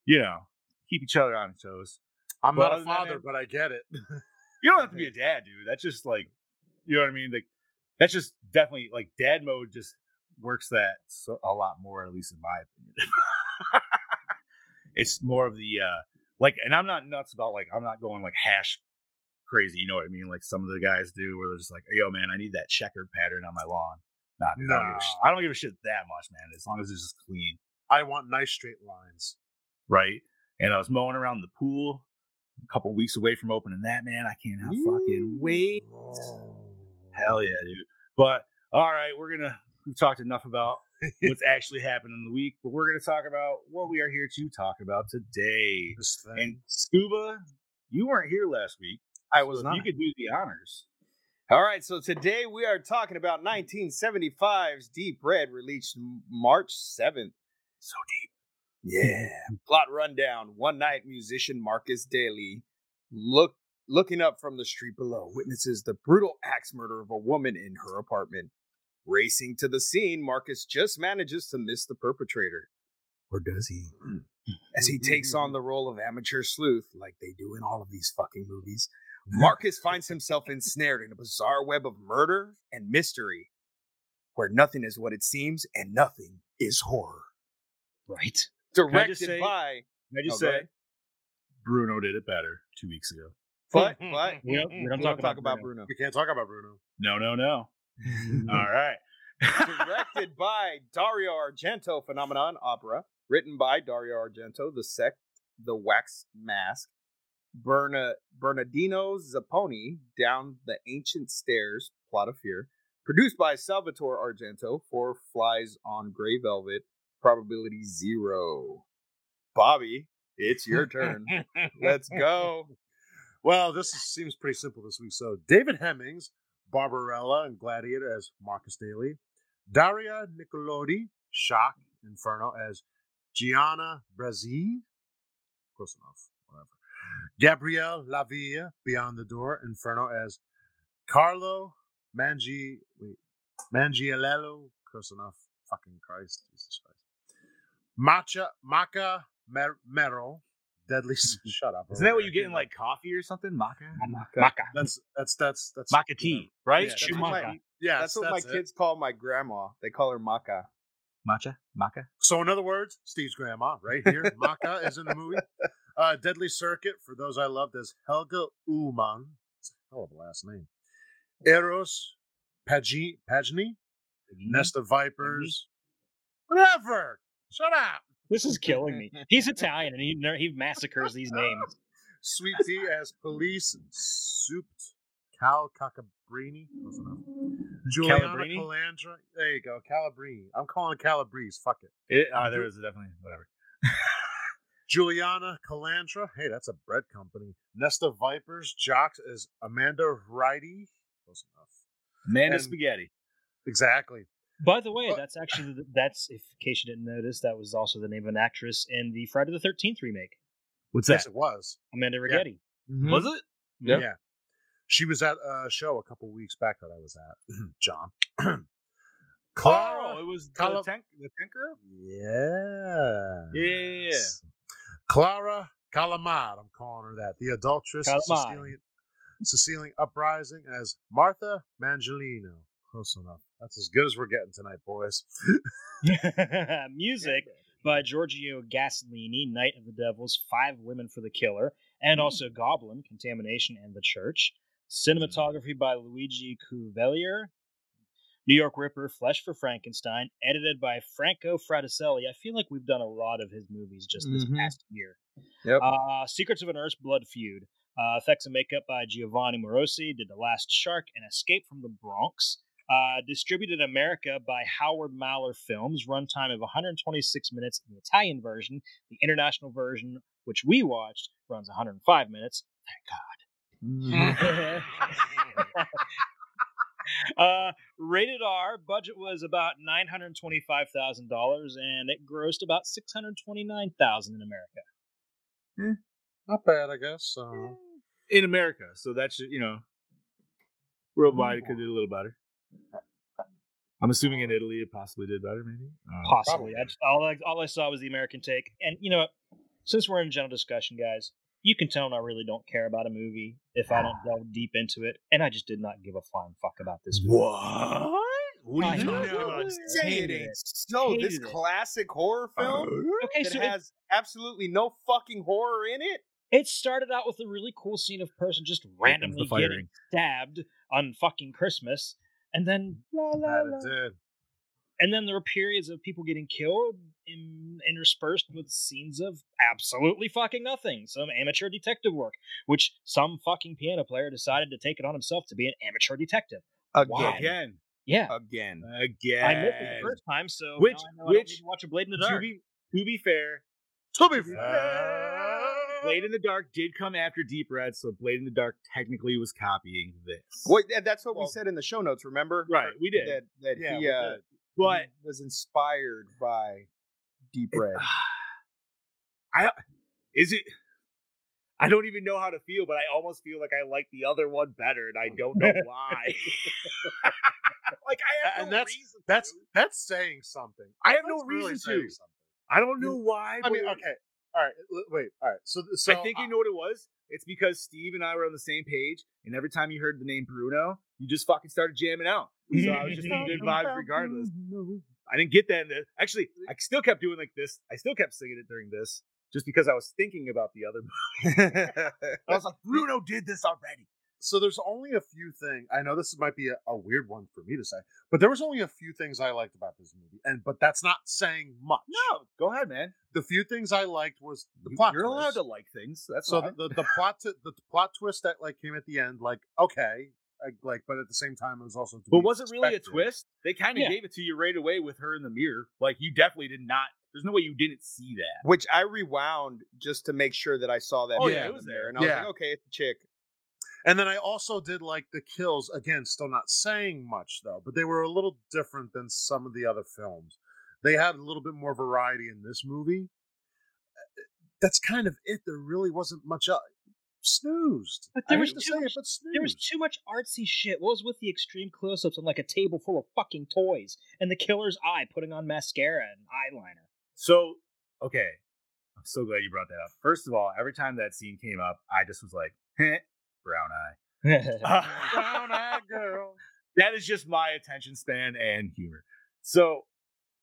[SPEAKER 4] you know, keep each other on your toes.
[SPEAKER 5] I'm
[SPEAKER 4] Well,
[SPEAKER 5] not
[SPEAKER 4] other
[SPEAKER 5] a
[SPEAKER 4] than that,
[SPEAKER 5] father,
[SPEAKER 4] man-
[SPEAKER 5] but I get it.
[SPEAKER 4] You don't have to be a dad, dude. That's just like, you know what I mean? Like, that's just definitely like dad mode just works that so, a lot more, at least in my opinion. it's more of the, uh, like, and I'm not nuts about like, I'm not going like hash crazy. You know what I mean? Like some of the guys do where they're just like, yo, man, I need that checkered pattern on my lawn. Nah, dude, I, don't give a sh- I don't give a shit that much, man. As long as it's just clean
[SPEAKER 5] I want nice straight lines.
[SPEAKER 4] right? And I was mowing around the pool, a couple weeks away from opening that. Man, I cannot fucking wait.
[SPEAKER 5] Oh,
[SPEAKER 4] Hell yeah, dude! But all right, we're gonna we've talked enough about what's actually happened in the week, but we're gonna talk about what we are here to talk about today.
[SPEAKER 5] This thing.
[SPEAKER 4] And Scuba, you weren't here last week.
[SPEAKER 3] I was
[SPEAKER 4] so if
[SPEAKER 3] not.
[SPEAKER 4] You could do the honors.
[SPEAKER 3] All right, so today we are talking about 1975's Deep Red, released M- March 7th. So deep. Yeah. Plot rundown. One night musician Marcus Daly, look, looking up from the street below, witnesses the brutal axe murder of a woman in her apartment. Racing to the scene, Marcus just manages to miss the perpetrator. Or does he? As he
[SPEAKER 1] Mm-hmm,
[SPEAKER 3] takes on the role of amateur sleuth, like they do in all of these fucking movies. Marcus finds himself ensnared in a bizarre web of murder and mystery where nothing is what it seems and nothing is horror.
[SPEAKER 4] Right.
[SPEAKER 1] I
[SPEAKER 3] Directed
[SPEAKER 1] just say-
[SPEAKER 3] by,
[SPEAKER 1] I just
[SPEAKER 3] Oh, go
[SPEAKER 1] said
[SPEAKER 3] ahead.
[SPEAKER 1] Bruno did it better two weeks ago.
[SPEAKER 3] but, but,
[SPEAKER 4] We don't, we don't
[SPEAKER 3] we
[SPEAKER 4] talk,
[SPEAKER 3] don't
[SPEAKER 4] about, Bruno.
[SPEAKER 3] Bruno.
[SPEAKER 5] We can't talk about Bruno.
[SPEAKER 1] No, no, no. All right.
[SPEAKER 3] Directed by Dario Argento Phenomenon Opera, written by Dario Argento, The Sect, The Wax Mask, Berna, Bernardino Zapponi, Down the Ancient Stairs, Plot of Fear, produced by Salvatore Argento for Flies on Grey Velvet, Probability Zero. Bobby, it's your turn. Let's go.
[SPEAKER 5] Well, this is, seems pretty simple this week. So David Hemmings, Barbarella, and Gladiator as Marcus Daly, Daria Nicolodi, Shock, Inferno as Gianna Brazzi, close enough, whatever. Gabrielle Lavia, Beyond the Door, Inferno as Carlo Mangi, wait, Mangielello, close enough. Fucking Christ, Jesus Christ. Macha Maca Mer- Mero, Deadly. Shut up.
[SPEAKER 1] Isn't that what
[SPEAKER 5] already.
[SPEAKER 1] you get in like coffee or something? Maca?
[SPEAKER 4] Maka.
[SPEAKER 5] That's that's that's that's
[SPEAKER 1] Maca tea, right?
[SPEAKER 5] Yeah,
[SPEAKER 1] Shoe
[SPEAKER 5] that's
[SPEAKER 3] what
[SPEAKER 1] maca.
[SPEAKER 3] I-
[SPEAKER 5] Yeah,
[SPEAKER 3] that's what my kids call my grandma. They call her Maka.
[SPEAKER 1] Matcha? Maca?
[SPEAKER 5] So in other words, Steve's grandma right here. Maka is in the movie. Uh, Deadly Circuit for those I loved as Helga Uman. It's a hell of a last name. Eros Pagi Pagni, Nest of Vipers. Whatever. Shut up.
[SPEAKER 4] This is killing me. He's Italian and he ner- he massacres these names.
[SPEAKER 5] Sweet Tea as Police Souped Cal Cacabrini. Close enough. Juliana
[SPEAKER 1] Calabrini?
[SPEAKER 5] Calandra. There you go. Calabrini. I'm calling it Calabrese. Fuck it.
[SPEAKER 1] It, uh, there was definitely whatever.
[SPEAKER 5] Juliana Calandra. Hey, that's a bread company. Nesta Vipers. Jocks is Amanda Righty. Close enough.
[SPEAKER 1] Man
[SPEAKER 5] And-
[SPEAKER 1] spaghetti.
[SPEAKER 5] Exactly.
[SPEAKER 4] By the way,
[SPEAKER 5] Uh,
[SPEAKER 4] that's actually the- that's if in case you didn't notice, that was also the name of an actress in the Friday the Thirteenth remake,
[SPEAKER 1] What's
[SPEAKER 5] Yes,
[SPEAKER 1] that?
[SPEAKER 5] it was. Mm-hmm.
[SPEAKER 4] Amanda Rigetti.
[SPEAKER 1] Was it?
[SPEAKER 5] Yeah.
[SPEAKER 1] Yeah.
[SPEAKER 5] She was at a show a couple weeks back that I was at. John. Clara.
[SPEAKER 1] Oh, it was
[SPEAKER 5] Cala-
[SPEAKER 1] the tank, the tanker.
[SPEAKER 5] Yeah.
[SPEAKER 1] Yeah.
[SPEAKER 5] Clara Calamad. I'm calling her that. The adulteress.
[SPEAKER 4] Calamad.
[SPEAKER 5] Sicilian, Sicilian uprising as Martha Mangelino. Close enough. That's as good as we're getting tonight, boys.
[SPEAKER 4] Music by Giorgio Gaslini, Night of the Devils, Five Women for the Killer, and also Goblin, Contamination, and the Church. Cinematography by Luigi Cuvelier. New York Ripper, Flesh for Frankenstein, edited by Franco Fraticelli. I feel like we've done a lot of his movies just this
[SPEAKER 3] Mhm.
[SPEAKER 4] past year.
[SPEAKER 3] Yep.
[SPEAKER 4] Uh, Secrets of an Earth's Blood Feud. Uh, effects and makeup by Giovanni Morosi. Did The Last Shark and Escape from the Bronx. Uh, distributed in America by Howard Mauler Films. Runtime of 126 minutes in the Italian version. The international version, which we watched, runs 105 minutes.
[SPEAKER 1] Mm-hmm.
[SPEAKER 4] Thank God. uh, rated R. Budget was about $925,000, and it grossed about 629000 in America.
[SPEAKER 5] Not bad, I guess. So.
[SPEAKER 1] In America, so that's you know, worldwide it could do a little better.
[SPEAKER 3] Uh,
[SPEAKER 1] I'm assuming in Italy it possibly did better, maybe. Uh,
[SPEAKER 4] Possibly. I just, all, I, all I saw was the American take. And you know what? Since we're in general discussion, guys, you can tell I really don't care about a movie if I don't
[SPEAKER 3] Ah.
[SPEAKER 4] delve deep into it. And I just did not give a flying fuck about this movie.
[SPEAKER 1] What? What
[SPEAKER 4] I
[SPEAKER 1] are you
[SPEAKER 4] know.
[SPEAKER 1] talking about?
[SPEAKER 3] Say it
[SPEAKER 4] Hated
[SPEAKER 3] ain't
[SPEAKER 4] it.
[SPEAKER 3] so. This
[SPEAKER 4] Hated it.
[SPEAKER 3] classic horror
[SPEAKER 1] Uh,
[SPEAKER 3] film
[SPEAKER 4] Okay,
[SPEAKER 3] that
[SPEAKER 4] so it,
[SPEAKER 3] has absolutely no fucking horror in it.
[SPEAKER 4] it started out with a really cool scene of person just randomly getting stabbed on fucking Christmas. And then, la, la,
[SPEAKER 5] That
[SPEAKER 4] la.
[SPEAKER 5] it did.
[SPEAKER 4] and then there were periods of people getting killed in, interspersed with scenes of absolutely fucking nothing some amateur detective work which some fucking piano player decided to take it on himself to be an amateur detective Why?
[SPEAKER 1] Again,
[SPEAKER 4] yeah
[SPEAKER 3] Again.
[SPEAKER 1] again.
[SPEAKER 4] i missed it the first time so
[SPEAKER 1] Which-
[SPEAKER 4] now I know I don't
[SPEAKER 1] which-
[SPEAKER 4] need to watch a blade in the
[SPEAKER 1] to
[SPEAKER 4] dark
[SPEAKER 1] be to be fair,
[SPEAKER 5] To be fair.
[SPEAKER 1] Blade in the Dark did come after Deep Red, so Blade in the Dark technically was copying this.
[SPEAKER 3] Well, that- that's what
[SPEAKER 1] Well-
[SPEAKER 3] we said in the show notes. Remember?
[SPEAKER 1] Right, we did.
[SPEAKER 3] That that
[SPEAKER 1] Yeah,
[SPEAKER 3] he
[SPEAKER 1] we
[SPEAKER 3] uh,
[SPEAKER 1] did. But
[SPEAKER 3] he was inspired by Deep Red.
[SPEAKER 1] I is it. I don't even know how to feel, but I almost feel like I like the other one better, and I don't know why. like I have
[SPEAKER 5] And
[SPEAKER 1] no
[SPEAKER 5] that's-
[SPEAKER 1] reason.
[SPEAKER 5] That's that's saying something.
[SPEAKER 1] I have no
[SPEAKER 5] That's really
[SPEAKER 1] reason
[SPEAKER 5] saying
[SPEAKER 1] to.
[SPEAKER 5] something.
[SPEAKER 1] I don't know why.
[SPEAKER 5] I mean,
[SPEAKER 1] but-
[SPEAKER 5] okay, all right. l- Wait, all right. So, so uh,
[SPEAKER 1] I think you know what it was. It's because Steve and I were on the same page, and every time you heard the name Bruno, you just fucking started jamming out. So I was just in good vibes regardless. I didn't get that in this. Actually, I still kept doing like this. I still kept singing it during this, just because I was thinking about the other. I was like, Bruno did this already.
[SPEAKER 5] so there's only a few things i know this might be a, a weird one for me to say but there was only a few things i liked about this movie and but that's not saying much
[SPEAKER 1] No, go ahead, man.
[SPEAKER 5] the few things i liked was the
[SPEAKER 1] You-
[SPEAKER 5] plot
[SPEAKER 1] You're allowed
[SPEAKER 5] twist.
[SPEAKER 1] to like things. That's
[SPEAKER 5] so
[SPEAKER 1] so.
[SPEAKER 5] the, the, the plot t- the plot twist that like came at the end like okay I, like but at the same time it was also to
[SPEAKER 1] but
[SPEAKER 5] be
[SPEAKER 1] was it really a
[SPEAKER 5] expected.
[SPEAKER 1] twist? They kind of
[SPEAKER 4] Yeah.
[SPEAKER 1] gave it to you right away with her in the mirror. Like you definitely did not. There's no way you didn't see that.
[SPEAKER 3] Which I rewound just to make sure that I saw that.
[SPEAKER 1] Oh,
[SPEAKER 3] man
[SPEAKER 1] yeah,
[SPEAKER 3] in
[SPEAKER 1] it was
[SPEAKER 3] the
[SPEAKER 1] there.
[SPEAKER 3] mirror, and I was
[SPEAKER 5] Yeah.
[SPEAKER 3] like, okay, it's a chick.
[SPEAKER 5] and then i also did like the kills again still not saying much though but they were a little different than some of the other films they had a little bit more variety in this movie that's kind of it there really wasn't much uh, snoozed
[SPEAKER 4] But there
[SPEAKER 5] I
[SPEAKER 4] was
[SPEAKER 5] hate to
[SPEAKER 4] too
[SPEAKER 5] say it,
[SPEAKER 4] much-
[SPEAKER 5] but snoozed.
[SPEAKER 4] There was too much artsy shit. What was with the extreme close-ups on like a table full of fucking toys and the killer's eye putting on mascara and eyeliner?
[SPEAKER 1] So, okay. I'm so glad you brought that up. First of all, every time that scene came up, I just was like, "Heh, brown eye. brown eye girl. That is just my attention span and humor. So,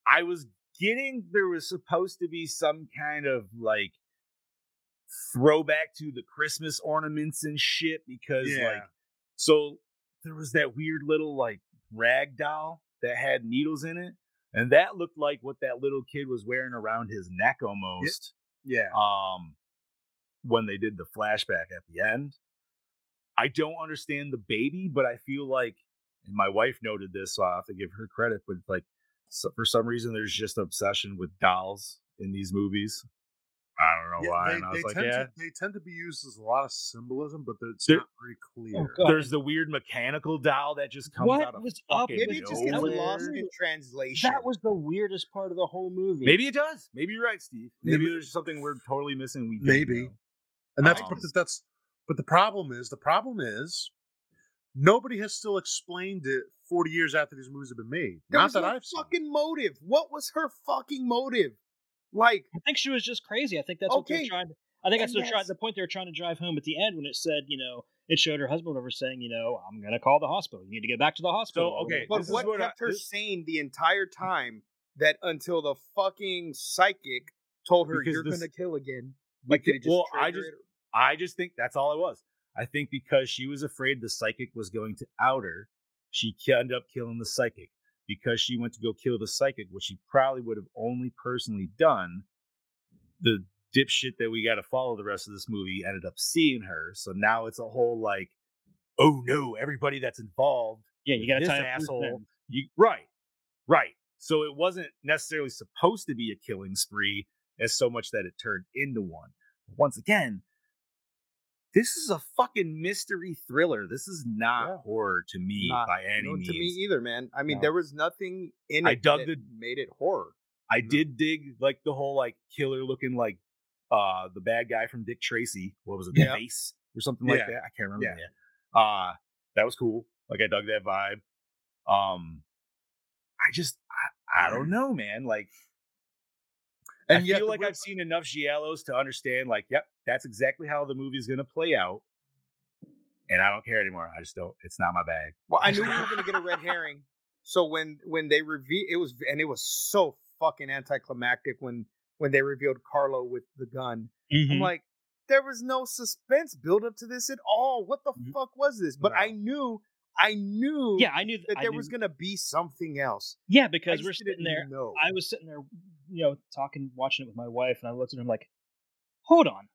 [SPEAKER 1] I was getting there was supposed to be some kind of like throwback to the Christmas ornaments and shit because
[SPEAKER 5] Yeah.
[SPEAKER 1] like so there was that weird little like rag doll that had needles in it. And that looked like what that little kid was wearing around his neck almost.
[SPEAKER 5] yeah
[SPEAKER 1] Um when they did the flashback at the end. I don't understand the baby, but I feel like and my wife noted this, so I have to give her credit, but like so for some reason there's just an obsession with dolls in these movies. I don't know
[SPEAKER 5] Yeah,
[SPEAKER 1] why.
[SPEAKER 5] they,
[SPEAKER 1] and I
[SPEAKER 5] they
[SPEAKER 1] was like,
[SPEAKER 5] tend
[SPEAKER 1] yeah.
[SPEAKER 5] to, they tend to be used as a lot of symbolism, but it's
[SPEAKER 1] They're-
[SPEAKER 5] not very clear.
[SPEAKER 4] God.
[SPEAKER 1] There's the weird mechanical doll that just comes
[SPEAKER 4] What
[SPEAKER 1] out of
[SPEAKER 4] was up
[SPEAKER 1] fucking
[SPEAKER 4] with
[SPEAKER 3] Maybe it just gets
[SPEAKER 4] Nowhere.
[SPEAKER 1] nowhere.
[SPEAKER 3] lost in translation.
[SPEAKER 4] That was the weirdest part of the whole movie.
[SPEAKER 1] Maybe it does. Maybe you're right, Steve. Maybe,
[SPEAKER 5] Maybe-
[SPEAKER 1] there's something we're totally missing. We didn't
[SPEAKER 5] Maybe.
[SPEAKER 1] know.
[SPEAKER 5] and that's
[SPEAKER 1] Um,
[SPEAKER 5] but that's but the problem is the problem is nobody has still explained it 40 years after these movies have been made.
[SPEAKER 3] There
[SPEAKER 5] not
[SPEAKER 3] was
[SPEAKER 5] that
[SPEAKER 3] no
[SPEAKER 5] I've seen.
[SPEAKER 3] fucking motive. What was her fucking motive? Like,
[SPEAKER 4] I think she was just crazy. I think that's what
[SPEAKER 3] Okay.
[SPEAKER 4] they're trying. To, I think that's
[SPEAKER 3] And
[SPEAKER 4] what they're trying,
[SPEAKER 3] that's-
[SPEAKER 4] the point they were trying to drive home at the end when it said, you know, it showed her husband over saying, you know, I'm gonna call the hospital. You need to get back to the hospital. or
[SPEAKER 1] okay,
[SPEAKER 4] whatever.
[SPEAKER 3] But
[SPEAKER 1] This is
[SPEAKER 3] what
[SPEAKER 1] what I-
[SPEAKER 3] kept her
[SPEAKER 1] this-
[SPEAKER 3] sane the entire time that until the fucking psychic told her
[SPEAKER 1] Because
[SPEAKER 3] you're
[SPEAKER 1] this-
[SPEAKER 3] gonna kill again.
[SPEAKER 1] Like,
[SPEAKER 3] did it
[SPEAKER 1] well, I
[SPEAKER 3] trigger
[SPEAKER 1] just,
[SPEAKER 3] it or-
[SPEAKER 1] I just think that's all it was. I think because she was afraid the psychic was going to out her, she ki- ended up killing the psychic. Because she went to go kill the psychic, which she probably would have only personally done, the dipshit that we got to follow the rest of this movie ended up seeing her. So now it's a whole like, oh no, everybody that's involved
[SPEAKER 4] yeah, you gotta
[SPEAKER 1] this
[SPEAKER 4] tie up loose
[SPEAKER 1] asshole.
[SPEAKER 4] ends.
[SPEAKER 1] You, right, right. So it wasn't necessarily supposed to be a killing spree as so much that it turned into one. Once again, this is a fucking mystery thriller. This is not
[SPEAKER 3] Yeah.
[SPEAKER 1] horror to me
[SPEAKER 3] Not-
[SPEAKER 1] by any
[SPEAKER 3] No,
[SPEAKER 1] means.
[SPEAKER 3] to me either, man. I mean,
[SPEAKER 4] No.
[SPEAKER 3] there was nothing in it
[SPEAKER 1] I dug
[SPEAKER 3] that
[SPEAKER 1] the-
[SPEAKER 3] made it horror.
[SPEAKER 1] I
[SPEAKER 5] Mm-hmm.
[SPEAKER 1] did dig like the whole like killer looking like uh the bad guy from Dick Tracy. What was it?
[SPEAKER 3] Yeah.
[SPEAKER 1] The face or something
[SPEAKER 5] Yeah.
[SPEAKER 1] like that. I can't remember.
[SPEAKER 5] Yeah.
[SPEAKER 1] Yeah. Uh that was cool. Like I dug that vibe. Um I just I, I don't know, man. Like
[SPEAKER 5] Mm. and
[SPEAKER 1] I
[SPEAKER 5] yet
[SPEAKER 1] feel
[SPEAKER 5] the
[SPEAKER 1] like
[SPEAKER 5] weird-
[SPEAKER 1] I've seen enough giallos to understand, like, yep, that's exactly how the movie's gonna play out. And I don't care anymore. I just don't. It's not my bag.
[SPEAKER 3] Well, I knew we were gonna get a red herring. So when when they reveal it was and it was so fucking anticlimactic when when they revealed Carlo with the gun.
[SPEAKER 4] Mm-hmm.
[SPEAKER 3] I'm like, there was no suspense build up to this at all. What the
[SPEAKER 1] Mhm.
[SPEAKER 3] fuck was this? But
[SPEAKER 1] No.
[SPEAKER 3] I knew, I knew,
[SPEAKER 4] Mm-hmm. Yeah, I knew
[SPEAKER 3] that
[SPEAKER 4] I
[SPEAKER 3] there
[SPEAKER 4] knew-
[SPEAKER 3] was gonna be something else.
[SPEAKER 4] Yeah,
[SPEAKER 3] I
[SPEAKER 4] because
[SPEAKER 3] just
[SPEAKER 4] we're
[SPEAKER 3] didn't
[SPEAKER 4] sitting there.
[SPEAKER 3] Know.
[SPEAKER 4] I was sitting there, you know, talking, watching it with my wife, and I looked at her and I'm like, hold on.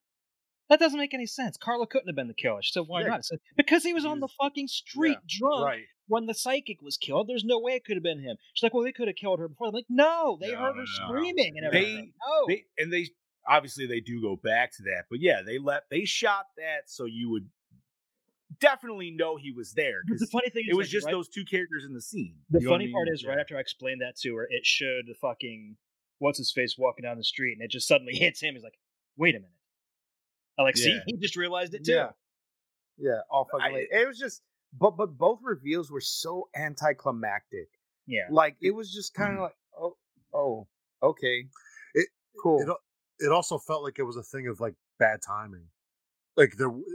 [SPEAKER 4] That doesn't make any sense. Carla couldn't have been the killer. She said, why
[SPEAKER 1] Yeah.
[SPEAKER 4] not? I said, because he was
[SPEAKER 1] He
[SPEAKER 4] on the
[SPEAKER 1] was-
[SPEAKER 4] fucking street drunk
[SPEAKER 1] Right.
[SPEAKER 4] when the psychic was killed. There's no way it could have been him. She's like, well, they could have killed her before. I'm like, no, they
[SPEAKER 1] No,
[SPEAKER 4] heard
[SPEAKER 1] no, no.
[SPEAKER 4] her screaming and
[SPEAKER 1] They-
[SPEAKER 4] everything. no.
[SPEAKER 1] They and they obviously they do go back to that, but yeah, they let they shot that so you would definitely know he was there
[SPEAKER 4] But the
[SPEAKER 1] because
[SPEAKER 4] funny thing is,
[SPEAKER 1] it was
[SPEAKER 4] like,
[SPEAKER 1] just
[SPEAKER 4] right-
[SPEAKER 1] those two characters in the scene.
[SPEAKER 4] The
[SPEAKER 1] You know what I
[SPEAKER 4] funny
[SPEAKER 1] mean?
[SPEAKER 4] part is,
[SPEAKER 1] Yeah.
[SPEAKER 4] right after I explained that to her, it showed the fucking what's his face walking down the street, and it just suddenly hits him. He's like, "Wait a minute!" I like, see,
[SPEAKER 1] Yeah.
[SPEAKER 4] he just realized it too.
[SPEAKER 3] Yeah. Yeah, all fucking
[SPEAKER 1] I-
[SPEAKER 3] late. It was just, but but both reveals were so anticlimactic.
[SPEAKER 4] Yeah. Mm-hmm.
[SPEAKER 3] Like it was just kind of like, oh, oh, okay,
[SPEAKER 5] It-
[SPEAKER 3] cool.
[SPEAKER 5] it al- it also felt like it was a thing of like bad timing. Like there, w-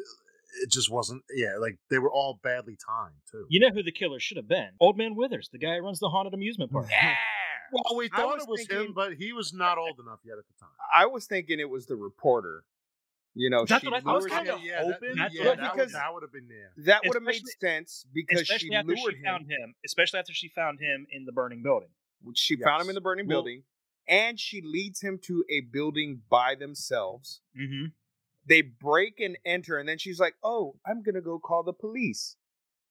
[SPEAKER 5] it just wasn't. Yeah, like they were all badly timed too.
[SPEAKER 4] You know who the killer should have been? Old Man Withers, the guy who runs the haunted amusement park.
[SPEAKER 5] well, we
[SPEAKER 3] I
[SPEAKER 5] thought
[SPEAKER 3] was
[SPEAKER 5] it was him,
[SPEAKER 3] thinking-
[SPEAKER 5] but he was not old enough yet at the time.
[SPEAKER 3] I was thinking it was the reporter. You know,
[SPEAKER 4] That's
[SPEAKER 3] she
[SPEAKER 4] what I thought. I was
[SPEAKER 3] lured
[SPEAKER 4] kinda
[SPEAKER 3] him.
[SPEAKER 5] yeah, that-
[SPEAKER 4] hoping-
[SPEAKER 5] yeah,
[SPEAKER 4] That's
[SPEAKER 5] that,
[SPEAKER 3] what-
[SPEAKER 5] would-
[SPEAKER 3] because-
[SPEAKER 5] that would have been there.
[SPEAKER 3] That would have made
[SPEAKER 4] Especially-
[SPEAKER 3] sense because
[SPEAKER 4] Especially
[SPEAKER 3] she
[SPEAKER 4] after
[SPEAKER 3] lured
[SPEAKER 4] she
[SPEAKER 3] him.
[SPEAKER 4] found him. Especially after she found him in the burning building.
[SPEAKER 3] she found him
[SPEAKER 5] Yes.
[SPEAKER 3] in the burning
[SPEAKER 5] Well-
[SPEAKER 3] building, and she leads him to a building by themselves.
[SPEAKER 4] Mm-hmm.
[SPEAKER 3] They break and enter, and then she's like, "Oh, I'm gonna go call the police."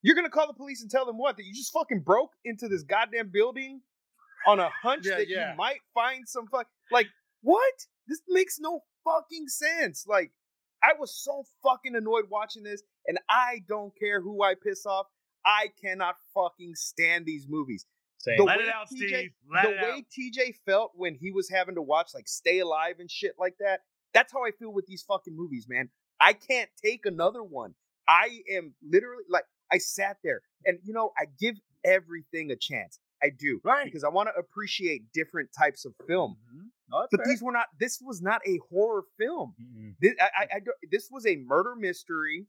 [SPEAKER 3] You're gonna call the police and tell them what? That you just fucking broke into this goddamn building on a hunch
[SPEAKER 5] Yeah,
[SPEAKER 3] that
[SPEAKER 5] yeah.
[SPEAKER 3] you might find some fuck. Like what? This makes no fucking sense. Like I was so fucking annoyed watching this, and I don't care who I piss off. I cannot fucking stand these movies
[SPEAKER 4] Same.
[SPEAKER 3] The
[SPEAKER 1] Let
[SPEAKER 3] way
[SPEAKER 1] it out,
[SPEAKER 3] TJ
[SPEAKER 1] Steve. Let
[SPEAKER 3] the
[SPEAKER 1] it out.
[SPEAKER 3] way TJ felt when he was having to watch like Stay Alive and shit like that. That's how I feel with these fucking movies, man. I can't take another one. I am literally like I sat there and you know I give everything a chance. I do
[SPEAKER 1] Right.
[SPEAKER 3] because I want to appreciate different types of film.
[SPEAKER 1] Mhm. No, that's fair.
[SPEAKER 3] But these were not. This was not a horror film.
[SPEAKER 4] Mhm.
[SPEAKER 3] This, I, I, I don't- this was a murder mystery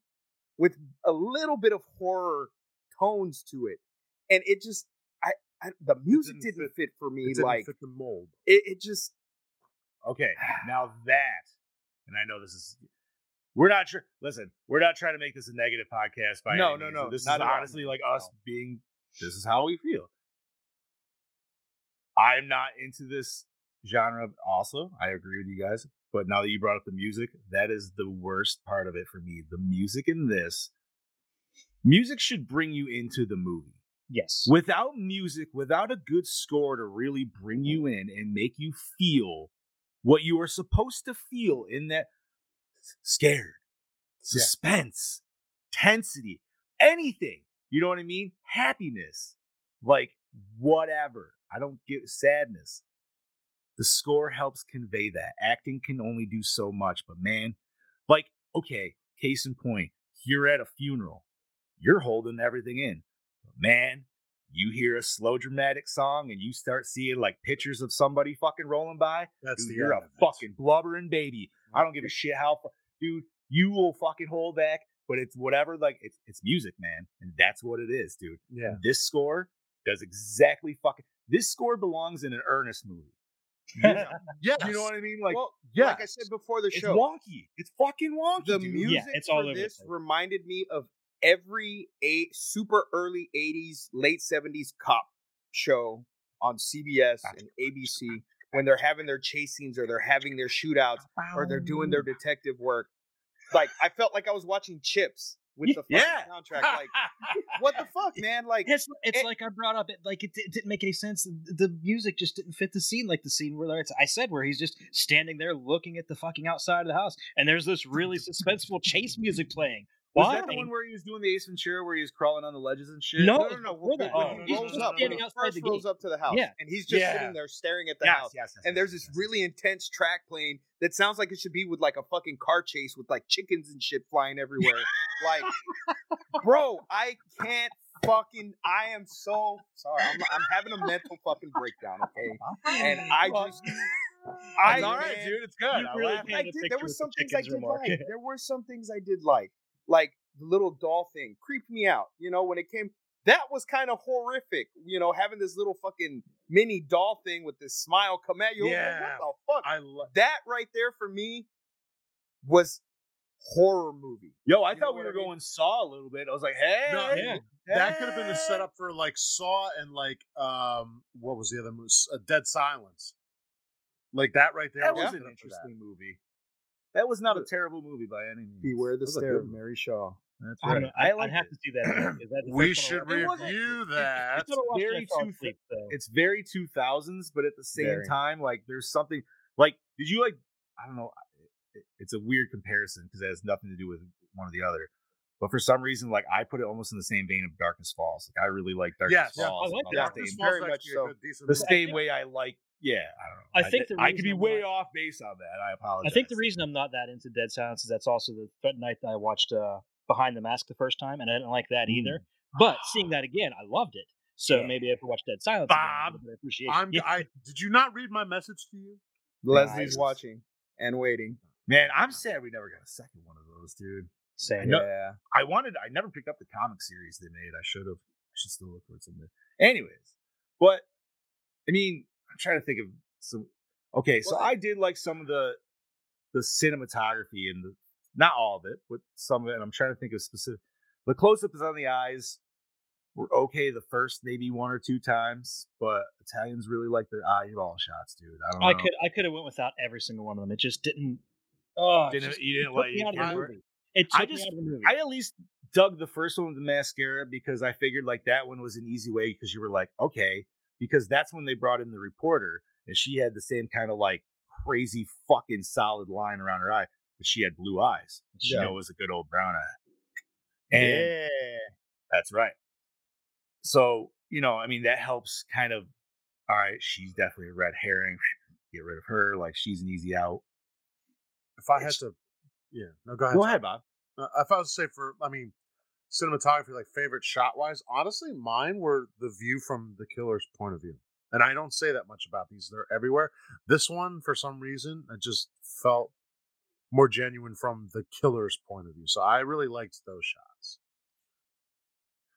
[SPEAKER 3] with a little bit of horror tones to it, and it just I, I the music
[SPEAKER 5] didn't
[SPEAKER 3] didn't, fit, for me.
[SPEAKER 5] It didn't
[SPEAKER 3] like
[SPEAKER 5] fit the mold.
[SPEAKER 3] it, it just
[SPEAKER 1] Okay, now that, and I know this is, we're not sure. Listen, we're not trying to make this a negative podcast by
[SPEAKER 3] No,
[SPEAKER 1] any
[SPEAKER 3] no,
[SPEAKER 1] means.
[SPEAKER 3] no,
[SPEAKER 1] This is
[SPEAKER 3] not at all.
[SPEAKER 1] honestly like us being. This is how we feel. I'm not into this genre. Also, I agree with you guys. But now that you brought up the music, that is the worst part of it for me. The music in this, music should bring you into the movie.
[SPEAKER 4] Yes.
[SPEAKER 1] Without music, without a good score to really bring you in and make you feel what you are supposed to feel in that scared, suspense, tensity, anything. You know what I mean? Happiness, like whatever. I don't get sadness. The score helps convey that. Acting can only do so much, but man, like, okay, case in point, you're at a funeral, you're holding everything in. But man, you hear a slow dramatic song and you start seeing like pictures of somebody fucking rolling by.
[SPEAKER 5] That's
[SPEAKER 1] Dude,
[SPEAKER 5] the
[SPEAKER 1] you're
[SPEAKER 5] end
[SPEAKER 1] a
[SPEAKER 5] of it.
[SPEAKER 1] fucking blubbering baby. I don't give a shit how, fu- dude. You will fucking hold back, but it's whatever. Like it's it's music, man, and that's what it is, dude.
[SPEAKER 5] Yeah.
[SPEAKER 1] This score does exactly fucking. This score belongs in an earnest movie. You know,
[SPEAKER 5] Yes.
[SPEAKER 1] you know what I mean? Like
[SPEAKER 3] well, like I
[SPEAKER 1] yes.
[SPEAKER 3] said before the
[SPEAKER 1] it's
[SPEAKER 3] show,
[SPEAKER 1] wonky. It's fucking wonky.
[SPEAKER 3] the
[SPEAKER 1] dude.
[SPEAKER 3] music
[SPEAKER 4] it's all
[SPEAKER 3] for
[SPEAKER 4] over the
[SPEAKER 3] this
[SPEAKER 4] place.
[SPEAKER 3] reminded me of every eight, super early 80s late 70s cop show on cbs and abc when they're having their chase scenes or they're having their shootouts or they're doing their detective work like i felt like i was watching chips with the fucking
[SPEAKER 1] Yeah.
[SPEAKER 3] soundtrack like what the fuck man like
[SPEAKER 4] It's, it's
[SPEAKER 3] it-
[SPEAKER 4] like I brought up. It like it, di- it didn't make any sense. The the music just didn't fit the scene. Like the scene where it's, I said where he's just standing there looking at the fucking outside of the house, and there's this really suspenseful chase music playing.
[SPEAKER 1] Was
[SPEAKER 4] Why?
[SPEAKER 1] that the one where he was doing the Ace Ventura, where he was crawling on the ledges and shit?
[SPEAKER 4] No,
[SPEAKER 3] no, no, no.
[SPEAKER 4] before
[SPEAKER 3] When,
[SPEAKER 4] that.
[SPEAKER 3] when
[SPEAKER 5] Oh,
[SPEAKER 3] he
[SPEAKER 5] he's
[SPEAKER 3] rolls
[SPEAKER 5] just
[SPEAKER 3] up,
[SPEAKER 5] standing
[SPEAKER 3] when he
[SPEAKER 4] outside
[SPEAKER 3] first
[SPEAKER 4] the
[SPEAKER 3] rolls
[SPEAKER 4] gate.
[SPEAKER 3] up to the house,
[SPEAKER 4] Yeah.
[SPEAKER 3] and he's just
[SPEAKER 1] Yeah.
[SPEAKER 3] sitting there staring at the
[SPEAKER 1] Yes,
[SPEAKER 3] house.
[SPEAKER 1] yes, yes,
[SPEAKER 3] and there's
[SPEAKER 1] yes,
[SPEAKER 3] this
[SPEAKER 1] yes,
[SPEAKER 3] really intense track playing that sounds like it should be with like a fucking car chase with like chickens and shit flying everywhere. like, bro, I can't fucking. I am so sorry. I'm, I'm having a mental fucking breakdown. Okay, and I just. I,
[SPEAKER 1] It's all right,
[SPEAKER 3] man,
[SPEAKER 1] dude. It's good.
[SPEAKER 4] You
[SPEAKER 1] I
[SPEAKER 4] really
[SPEAKER 1] laugh.
[SPEAKER 4] painted
[SPEAKER 3] I
[SPEAKER 4] a
[SPEAKER 3] did.
[SPEAKER 4] picture
[SPEAKER 3] There were
[SPEAKER 4] with
[SPEAKER 3] some
[SPEAKER 4] the
[SPEAKER 3] things I
[SPEAKER 4] chicken's
[SPEAKER 3] did
[SPEAKER 4] remark.
[SPEAKER 3] like. There were some things I did like, like the little doll thing creeped me out. You know, when it came, that was kind of horrific. You know, having this little fucking mini doll thing with this smile come at you. I was like,
[SPEAKER 5] Yeah.
[SPEAKER 3] what the fuck?
[SPEAKER 5] I love.
[SPEAKER 3] that right there for me was horror movie.
[SPEAKER 1] Yo, I
[SPEAKER 3] know
[SPEAKER 1] thought we
[SPEAKER 3] what
[SPEAKER 1] were
[SPEAKER 3] I mean?
[SPEAKER 1] going Saw a little bit. I was like, hey,
[SPEAKER 5] No,
[SPEAKER 4] yeah.
[SPEAKER 5] That could have been the
[SPEAKER 1] Eh.
[SPEAKER 5] setup for like Saw and like um what was the other movie? S- Uh, Dead Silence. Like that right there.
[SPEAKER 1] That
[SPEAKER 5] was
[SPEAKER 1] was
[SPEAKER 5] the
[SPEAKER 1] an
[SPEAKER 5] setup for that.
[SPEAKER 1] interesting movie. That was not a terrible movie by any means.
[SPEAKER 3] Beware the
[SPEAKER 1] That was a
[SPEAKER 3] stare
[SPEAKER 1] good
[SPEAKER 3] of
[SPEAKER 1] one.
[SPEAKER 3] Mary Shaw.
[SPEAKER 1] That's
[SPEAKER 4] I don't know.
[SPEAKER 1] right.
[SPEAKER 4] I,
[SPEAKER 1] liked
[SPEAKER 4] would have
[SPEAKER 1] it.
[SPEAKER 4] to do that. because that's the
[SPEAKER 5] We
[SPEAKER 4] first one
[SPEAKER 5] should
[SPEAKER 4] I watched. It wasn't-
[SPEAKER 5] review
[SPEAKER 4] it-
[SPEAKER 5] that.
[SPEAKER 4] It's, it's not a watch
[SPEAKER 1] Very
[SPEAKER 4] that I fell
[SPEAKER 1] too
[SPEAKER 4] asleep, though.
[SPEAKER 1] It's very 2000s, but at the same
[SPEAKER 3] Very.
[SPEAKER 1] time, like there's something like did you like I don't know. It, it's a weird comparison because it has nothing to do with one or the other. But for some reason, like I put it almost in the same vein of Darkness Falls. Like I really like Darkness
[SPEAKER 5] Yes, yeah,
[SPEAKER 1] Falls.
[SPEAKER 4] I like
[SPEAKER 1] about
[SPEAKER 4] Darkness
[SPEAKER 5] Darkness
[SPEAKER 1] the same-
[SPEAKER 5] Falls
[SPEAKER 3] very
[SPEAKER 5] is
[SPEAKER 3] much
[SPEAKER 5] actually a
[SPEAKER 3] so.
[SPEAKER 5] good, decent
[SPEAKER 1] the
[SPEAKER 5] movie.
[SPEAKER 1] same way I like. Yeah, I don't know.
[SPEAKER 4] I think the
[SPEAKER 1] I could be
[SPEAKER 4] reason
[SPEAKER 1] way
[SPEAKER 4] why-
[SPEAKER 1] off base on that. I
[SPEAKER 4] I
[SPEAKER 1] apologize.
[SPEAKER 4] think the reason I'm not that into Dead Silence is that's also the that night that I watched uh, Behind the Mask the first time, and I didn't like that either. But seeing that again, I loved it. So
[SPEAKER 1] Yeah.
[SPEAKER 4] maybe if I watch Dead Silence,
[SPEAKER 5] Bob,
[SPEAKER 4] again, I appreciate
[SPEAKER 5] I'm,
[SPEAKER 4] it.
[SPEAKER 5] I did you not read my message to you?
[SPEAKER 1] Nice.
[SPEAKER 3] Leslie's watching and waiting.
[SPEAKER 1] man, I'm sad we never got a second one of those, dude.
[SPEAKER 4] Same.
[SPEAKER 1] No.
[SPEAKER 3] Yeah.
[SPEAKER 1] I wanted. I never picked up the comic series they made. I should have. I should still look for it someday. Anyways, but I mean, I'm trying to think of some. Okay, so I did like some of the the cinematography and the not all of it, but some of it. And I'm trying to think of specific. The close ups on the eyes were okay the first maybe one or two times, but Italians really like their eyeball shots, dude. I don't.
[SPEAKER 4] I
[SPEAKER 1] know.
[SPEAKER 4] could I could have went without every single one of them. It just didn't. Oh, it
[SPEAKER 1] Didn't-
[SPEAKER 4] just-
[SPEAKER 1] you
[SPEAKER 4] it
[SPEAKER 1] didn't
[SPEAKER 4] took
[SPEAKER 1] let
[SPEAKER 4] me
[SPEAKER 1] you
[SPEAKER 4] out of the
[SPEAKER 1] get
[SPEAKER 5] it?
[SPEAKER 4] movie. It
[SPEAKER 1] I
[SPEAKER 4] took me
[SPEAKER 1] just-
[SPEAKER 4] out of the movie.
[SPEAKER 1] I at least dug the first one with the mascara because I figured like that one was an easy way because you were like, okay, because that's when they brought in the reporter and she had the same kind of like crazy fucking solid line around her eye, but she had blue eyes. She
[SPEAKER 3] Yeah.
[SPEAKER 1] know it was a good old brown eye. And that's right. So, you know, I mean, that helps kind of, all right, she's definitely a red herring. Get rid of her. Like she's an easy out.
[SPEAKER 5] If I had to, yeah, no, go ahead.
[SPEAKER 1] Go ahead, Bob.
[SPEAKER 5] Uh, if I was to say for, I mean, cinematography, like favorite shot wise, honestly, mine were the view from the killer's point of view. And I don't say that much about these; they're everywhere. This one, for some reason, I just felt more genuine from the killer's point of view. So I really liked those shots.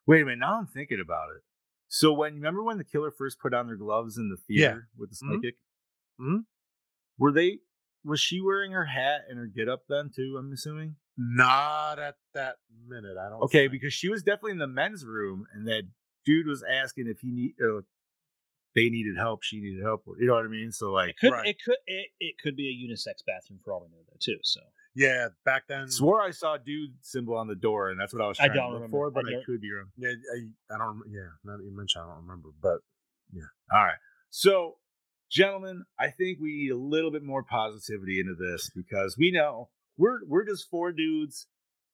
[SPEAKER 1] Wait a minute. Now I'm thinking about it. So when remember when the killer first put on their gloves in the
[SPEAKER 5] Yeah.
[SPEAKER 1] theater with the
[SPEAKER 4] Mm-hmm.
[SPEAKER 5] Mhm.
[SPEAKER 1] psychic?
[SPEAKER 5] Mhm.
[SPEAKER 1] Were they? Was she wearing her hat and her get up then too? I'm assuming.
[SPEAKER 5] Not at that minute. I don't.
[SPEAKER 1] Okay,
[SPEAKER 5] think.
[SPEAKER 1] because she was definitely in the men's room, and that dude was asking if he need, uh, they needed help, she needed help. You know what I mean? So like,
[SPEAKER 4] could,
[SPEAKER 5] Right.
[SPEAKER 4] It could it, it could be a unisex bathroom for all we know though too. So
[SPEAKER 5] yeah, back then,
[SPEAKER 1] swore I saw dude symbol on the door, and that's what I was
[SPEAKER 4] I
[SPEAKER 1] trying to
[SPEAKER 4] don't
[SPEAKER 1] look
[SPEAKER 4] remember.
[SPEAKER 1] for, but
[SPEAKER 4] I
[SPEAKER 1] I,
[SPEAKER 4] don't-
[SPEAKER 1] could be wrong.
[SPEAKER 5] yeah, I, I don't. Yeah, now that you mentioned, I don't remember. But
[SPEAKER 1] All right, so. Gentlemen, I think we need a little bit more positivity into this because we know we're we're just four dudes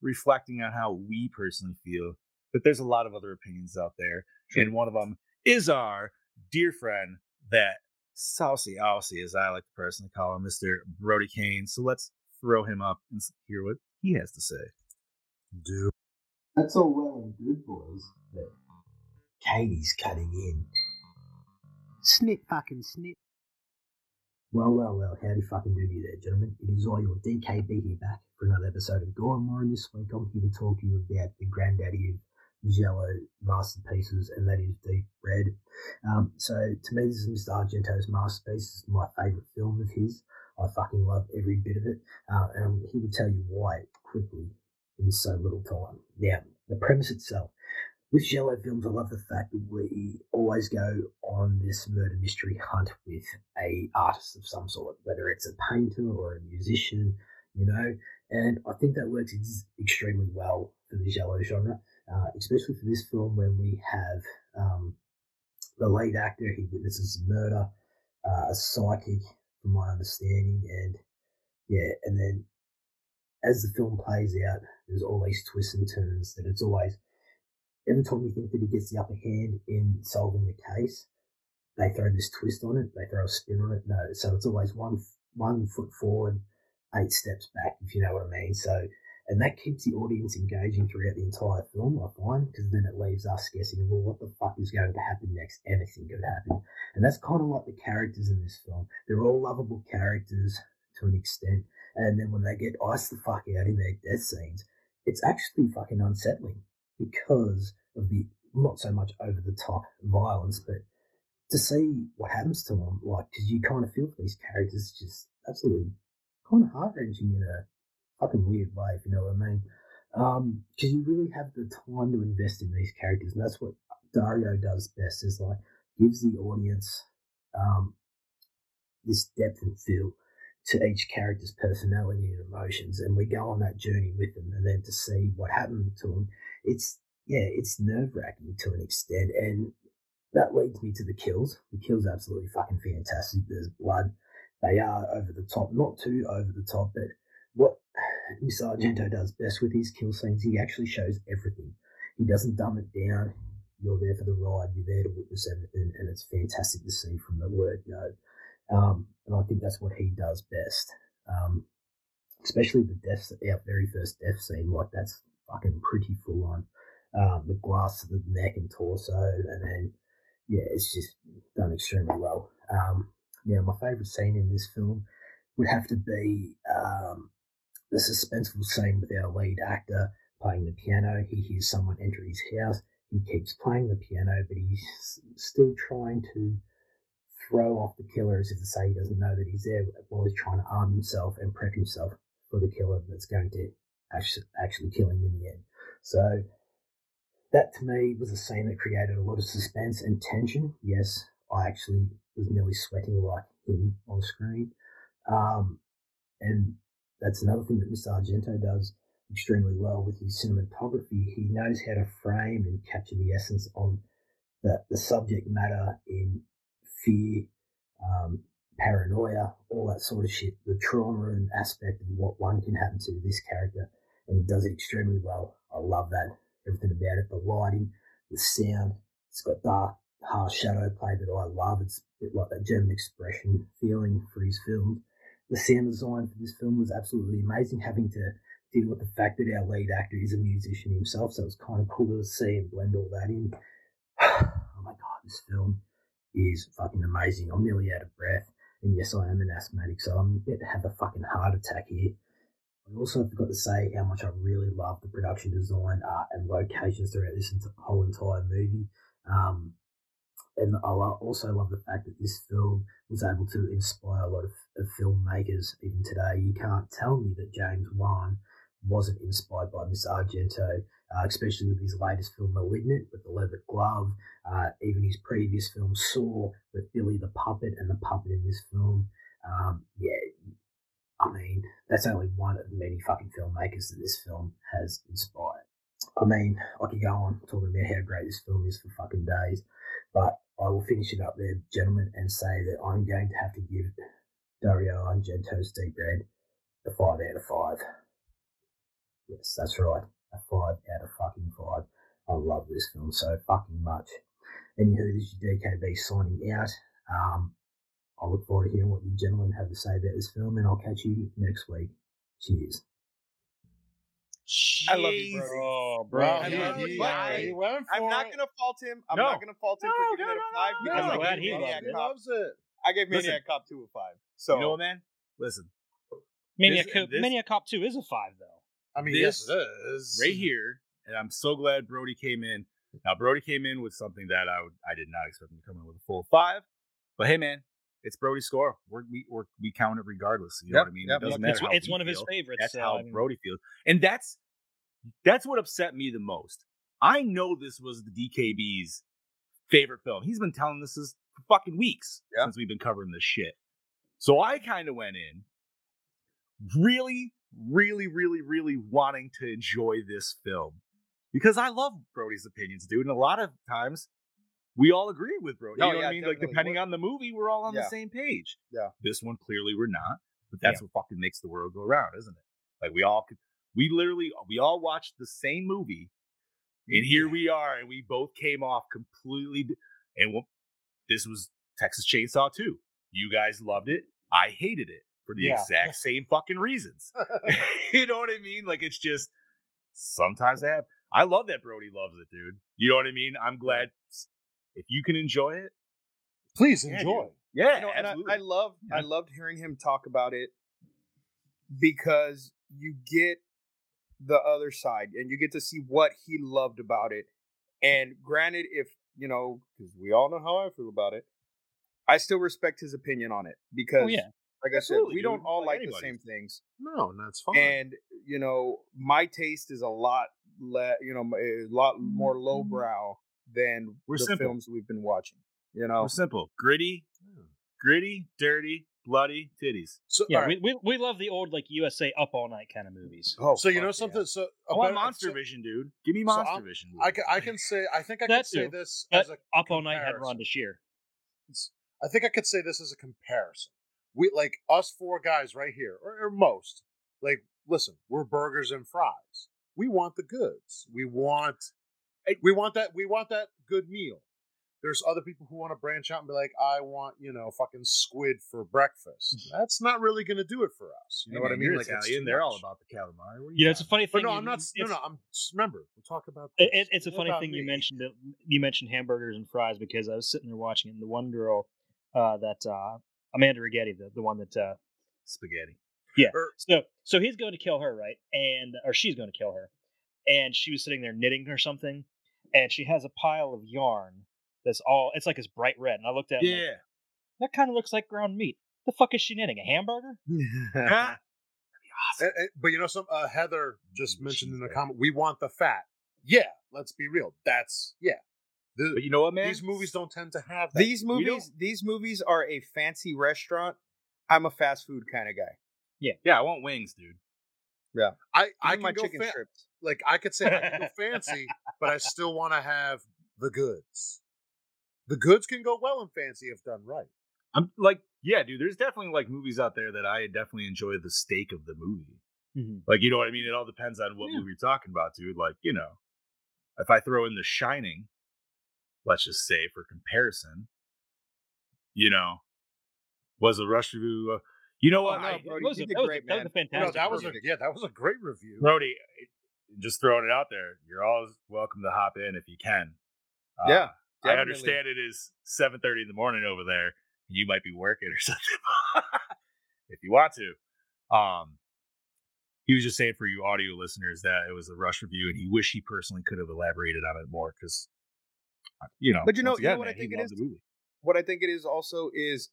[SPEAKER 1] reflecting on how we personally feel, but there's a lot of other opinions out there, and one of them is our dear friend that saucy aussie, as I like to personally call him, Mister Brody Kane. So let's throw him up and s- hear what he has to say.
[SPEAKER 5] dude,
[SPEAKER 9] That's all well and good, boys, but Katie's cutting in. Snip, fucking snip. Well, well, well, howdy fucking do you there, gentlemen. It is I, your DKB, here back for another episode of Gore and More, and this week I'm here to talk to you about the granddaddy of Jello masterpieces, and that is Deep Red. Um, so, to me, this is Mr. Argento's masterpiece. It's my favourite film of his. I fucking love every bit of it, uh, and I'm here to tell you why quickly in so little time. Now, the premise itself. With Jello Films, I love the fact that we always go on this murder mystery hunt with a artist of some sort, whether it's a painter or a musician, you know. And I think that works ex- extremely well for the Jello genre, uh, especially for this film when we have um, the lead actor, he witnesses a murder, uh, a psychic, from my understanding, and yeah, and then as the film plays out, there's always twists and turns that it's always every time you think that he gets the upper hand in solving the case, they throw this twist on it, they throw a spin on it. No, so it's always one one foot forward, eight steps back, if you know what I mean. So and that keeps the audience engaging throughout the entire film, I find, because then it leaves us guessing, well, what the fuck is going to happen next? Anything could happen. And that's kind of like the characters in this film. They're all lovable characters to an extent. And then when they get iced the fuck out in their death scenes, it's actually fucking unsettling because of the not so much over the top violence, but to see what happens to them, like, because you kind of feel for these characters, it's just absolutely kind of heart wrenching in a fucking weird way, if you know what I mean. Because you really have the time to invest in these characters, and that's what Dario does best is like gives the audience um, this depth and feel to each character's personality and emotions, and we go on that journey with them, and then to see what happened to them, it's yeah, it's nerve wracking to an extent, and that leads me to the kills. The kills are absolutely fucking fantastic. There's blood, They are over the top, not too over the top, but what Mr. Argento does best with his kill scenes, he actually shows everything. He doesn't dumb it down. You're there for the ride. You're there to witness everything, and it's fantastic to see from the word go. Um, and I think that's what he does best. Um, especially the deaths, our very first death scene, like that's fucking pretty full on. Um, the glass to the neck and torso, and then yeah, it's just done extremely well. Um, now, my favourite scene in this film would have to be um, the suspenseful scene with our lead actor playing the piano. He hears someone enter his house. He keeps playing the piano, but he's still trying to throw off the killer as if to say he doesn't know that he's there while he's trying to arm himself and prep himself for the killer that's going to actually, actually kill him in the end. So that to me was a scene that created a lot of suspense and tension. Yes, I actually was nearly sweating like him on screen. Um, and that's another thing that Mr. Argento does extremely well with his cinematography. He knows how to frame and capture the essence of the, the subject matter in fear, um, paranoia, all that sort of shit, the trauma and aspect of what one can happen to this character. And he does it extremely well. I love that. Everything about it, the lighting, the sound. It's got dark, harsh shadow play that I love. It's a bit like that German expression feeling for his films. The sound design for this film was absolutely amazing, having to deal with the fact that our lead actor is a musician himself, so it's kind of cool to see and blend all that in. oh my god, this film is fucking amazing. I'm nearly out of breath. And yes, I am an asthmatic, so I'm about to have a fucking heart attack here. I also forgot to say how much I really love the production design, art, and locations throughout this ent- whole entire movie. Um, and I lo- also love the fact that this film was able to inspire a lot of, of filmmakers even today. You can't tell me that James Wan wasn't inspired by Miss Argento, uh, especially with his latest film *Malignant* with the leather glove. Uh, even his previous film *Saw* with Billy the puppet and the puppet in this film. Um, yeah, I mean that's only one of many fucking filmmakers that this film has inspired. I mean, I could go on talking about how great this film is for fucking days, but I will finish it up there, gentlemen, and say that I'm going to have to give Dario Argento's Deep Red a five out of five. Yes, that's right. A five out of fucking five. I love this film so fucking much. Anywho, this is your DKB signing out. Um, I look forward to hearing what you gentlemen have to say about this film, and I'll catch you next week. Cheers.
[SPEAKER 1] Jesus.
[SPEAKER 3] I love you, bro.
[SPEAKER 4] Oh,
[SPEAKER 5] Bro,
[SPEAKER 3] I
[SPEAKER 5] he,
[SPEAKER 3] love
[SPEAKER 5] he-
[SPEAKER 3] it. But-
[SPEAKER 5] he went for
[SPEAKER 3] I'm not
[SPEAKER 5] it.
[SPEAKER 3] gonna fault him. I'm
[SPEAKER 1] No.
[SPEAKER 3] not gonna fault him
[SPEAKER 1] No,
[SPEAKER 3] for giving
[SPEAKER 1] no,
[SPEAKER 3] it a
[SPEAKER 1] no,
[SPEAKER 3] five
[SPEAKER 1] no,
[SPEAKER 3] because
[SPEAKER 4] no.
[SPEAKER 3] I
[SPEAKER 4] I'm glad
[SPEAKER 3] gave
[SPEAKER 4] he
[SPEAKER 3] Maniac
[SPEAKER 4] loved it.
[SPEAKER 3] Cop.
[SPEAKER 5] loves it.
[SPEAKER 3] I gave
[SPEAKER 1] Listen.
[SPEAKER 3] Maniac Cop two a five. So
[SPEAKER 1] you know what, man? Listen,
[SPEAKER 4] Maniac,
[SPEAKER 1] This-
[SPEAKER 4] Cop,
[SPEAKER 1] this-
[SPEAKER 4] Maniac Cop 2 is a 5, though.
[SPEAKER 5] I mean,
[SPEAKER 1] This-
[SPEAKER 5] yes, it is.
[SPEAKER 1] right here, and I'm so glad Brody came in. Now Brody came in with something that I would, I did not expect him to come in with a full five, but hey, man, it's Brody's score. We're, we we're, we count it regardless. You know
[SPEAKER 3] Yep,
[SPEAKER 1] what I mean?
[SPEAKER 3] yep,
[SPEAKER 1] it doesn't
[SPEAKER 3] yep.
[SPEAKER 1] matter.
[SPEAKER 4] It's,
[SPEAKER 1] how
[SPEAKER 4] it's
[SPEAKER 1] we
[SPEAKER 4] one of his
[SPEAKER 1] feel.
[SPEAKER 4] favorites.
[SPEAKER 1] That's
[SPEAKER 4] so,
[SPEAKER 1] how
[SPEAKER 4] I mean,
[SPEAKER 1] Brody feels, and that's that's what upset me the most. I know this was the DKB's favorite film. He's been telling us this for fucking weeks
[SPEAKER 3] Yeah.
[SPEAKER 1] since we've been covering this shit. So I kind of went in really, really, really, really wanting to enjoy this film because I love Brody's opinions, dude. And a lot of times we all agree with Brody.
[SPEAKER 3] No,
[SPEAKER 1] you know what
[SPEAKER 3] Oh, yeah,
[SPEAKER 1] I mean? Like
[SPEAKER 3] definitely.
[SPEAKER 1] depending
[SPEAKER 3] We're-
[SPEAKER 1] on the movie, we're all on
[SPEAKER 3] Yeah.
[SPEAKER 1] the same page.
[SPEAKER 3] Yeah.
[SPEAKER 1] This one clearly we're not, but that's what fucking makes the world go round, isn't it? Like we all could, we literally we all watched the same movie, and here we are, and we both came off completely. d- And well, this was Texas Chainsaw 2. You guys loved it. I hated it for the
[SPEAKER 4] Yeah.
[SPEAKER 1] exact same fucking reasons. you know what I mean? Like it's just sometimes I have. I love that Brody loves it, dude. You know what I mean? I'm glad if you can enjoy it.
[SPEAKER 5] Please
[SPEAKER 1] Yeah,
[SPEAKER 5] enjoy.
[SPEAKER 1] Yeah,
[SPEAKER 3] you know, and I,
[SPEAKER 1] absolutely.
[SPEAKER 3] I love I
[SPEAKER 1] Yeah.
[SPEAKER 3] loved hearing him talk about it because you get the other side and you get to see what he loved about it. And granted, if you know, because we all know how I feel about it, I still respect his opinion on it because,
[SPEAKER 4] oh, yeah.
[SPEAKER 3] like I
[SPEAKER 1] Absolutely,
[SPEAKER 3] said, we don't
[SPEAKER 1] dude.
[SPEAKER 3] all
[SPEAKER 1] Like
[SPEAKER 3] like, the
[SPEAKER 1] anybody.
[SPEAKER 3] same things.
[SPEAKER 5] No, and that's
[SPEAKER 1] Uh-huh.
[SPEAKER 5] fine.
[SPEAKER 3] And you know, my taste is a lot, le- you know, a lot more lowbrow than
[SPEAKER 1] Mm-hmm. We're
[SPEAKER 3] the
[SPEAKER 1] simple.
[SPEAKER 3] films we've been watching. You know,
[SPEAKER 1] We're simple, gritty, gritty, dirty, bloody titties.
[SPEAKER 5] so,
[SPEAKER 4] Yeah,
[SPEAKER 5] all right.
[SPEAKER 4] we, we, we love the old, like, USA Up All Night kind of movies.
[SPEAKER 3] oh,
[SPEAKER 5] so you know
[SPEAKER 3] fuck yeah.
[SPEAKER 5] something? So
[SPEAKER 1] I
[SPEAKER 5] a
[SPEAKER 1] want
[SPEAKER 5] better-
[SPEAKER 1] Monster
[SPEAKER 5] Oh, uh, so
[SPEAKER 1] Vision, dude. Give me
[SPEAKER 5] so I'm-
[SPEAKER 1] Monster Vision.
[SPEAKER 5] I can, I can say. I think I can
[SPEAKER 4] That
[SPEAKER 5] say
[SPEAKER 4] too.
[SPEAKER 5] this
[SPEAKER 4] But
[SPEAKER 5] as a
[SPEAKER 4] Up All Night had
[SPEAKER 5] comparison.
[SPEAKER 4] Ron Shear.
[SPEAKER 5] I think I could say this as a comparison. we like us four guys right here, or, or most. Like, listen, we're burgers and fries. We want the goods. We want, we want that. We want that good meal. There's other people who want to branch out and be like, I want, you know, fucking squid for breakfast. That's not really going to do it for us. You know what I mean?
[SPEAKER 1] You're
[SPEAKER 5] Like, it's
[SPEAKER 1] Italian.
[SPEAKER 5] too
[SPEAKER 1] They're all
[SPEAKER 5] much.
[SPEAKER 1] about the calamari. What are you
[SPEAKER 4] Yeah, it's a
[SPEAKER 1] talking
[SPEAKER 4] funny
[SPEAKER 5] But
[SPEAKER 4] thing.
[SPEAKER 5] no,
[SPEAKER 4] you-
[SPEAKER 5] I'm not. No,
[SPEAKER 4] it's-
[SPEAKER 5] no, I'm. Remember, we're talking about.
[SPEAKER 4] It, it-
[SPEAKER 5] this.
[SPEAKER 4] it's a
[SPEAKER 5] What
[SPEAKER 4] funny
[SPEAKER 5] about
[SPEAKER 4] thing you
[SPEAKER 5] me?
[SPEAKER 4] mentioned. That you mentioned hamburgers and fries because I was sitting there watching, it, and the one girl uh, that uh, Amanda Rigetti, the, the one that uh,
[SPEAKER 1] spaghetti.
[SPEAKER 5] Er
[SPEAKER 4] so so he's going to kill her, right? And or she's going to kill her, and she was sitting there knitting or something, and she has a pile of yarn that's all it's like it's bright red, and I looked at it, and I'm like,
[SPEAKER 1] Yeah.
[SPEAKER 4] that kind of looks like ground meat. The fuck is she knitting? A hamburger?
[SPEAKER 1] Ah,
[SPEAKER 5] Eh, eh, but you know, some uh, Heather just
[SPEAKER 1] Mm,
[SPEAKER 5] mentioned in the
[SPEAKER 1] cheeseburger.
[SPEAKER 5] comment, we want the fat. Yeah, let's be real. That's yeah. The-
[SPEAKER 1] but you know what, man?
[SPEAKER 5] these movies don't tend to have that.
[SPEAKER 3] These
[SPEAKER 1] We don't-
[SPEAKER 3] movies, these movies are a fancy restaurant. I'm a fast food kind of guy.
[SPEAKER 1] Yeah, I want wings, dude.
[SPEAKER 5] I I
[SPEAKER 3] Give me my
[SPEAKER 5] can go
[SPEAKER 3] chicken
[SPEAKER 5] fa-
[SPEAKER 3] strips.
[SPEAKER 5] like I could say I can go fancy, but I still want to have the goods. The goods can go well and fancy if done right.
[SPEAKER 1] I'm like, yeah, dude. There's definitely like movies out there that I definitely enjoy the steak of the movie.
[SPEAKER 4] Mhm.
[SPEAKER 1] Like, you know what I mean? It all depends on what movie you're talking about, dude. Like, you know, if I throw in The Shining, let's just say for comparison, you know, was a rush review. Uh, you know what?
[SPEAKER 3] Oh,
[SPEAKER 1] I-
[SPEAKER 3] no, Brody,
[SPEAKER 4] That was
[SPEAKER 3] you
[SPEAKER 4] a-
[SPEAKER 3] did
[SPEAKER 4] that was a-
[SPEAKER 3] great,
[SPEAKER 4] that was a
[SPEAKER 3] man.
[SPEAKER 5] No,
[SPEAKER 4] fantastic.
[SPEAKER 5] that was a
[SPEAKER 4] burger.
[SPEAKER 5] yeah, that was a great review.
[SPEAKER 1] Brody, eh, just throwing it out there. You're always welcome to hop in if you can. Uh,
[SPEAKER 3] Yeah,
[SPEAKER 1] I
[SPEAKER 3] definitely.
[SPEAKER 1] understand it is 7:30 in the morning over there. You might be working or something if you want to. Um, he was just saying for you audio listeners that it was a rush review, and he wish he personally could have elaborated on it more because, you know.
[SPEAKER 3] But you know-
[SPEAKER 1] once
[SPEAKER 3] you know
[SPEAKER 1] again,
[SPEAKER 3] what I
[SPEAKER 1] man, he
[SPEAKER 3] think it
[SPEAKER 1] loved
[SPEAKER 3] is?
[SPEAKER 1] the movie.
[SPEAKER 3] What I think it is also is,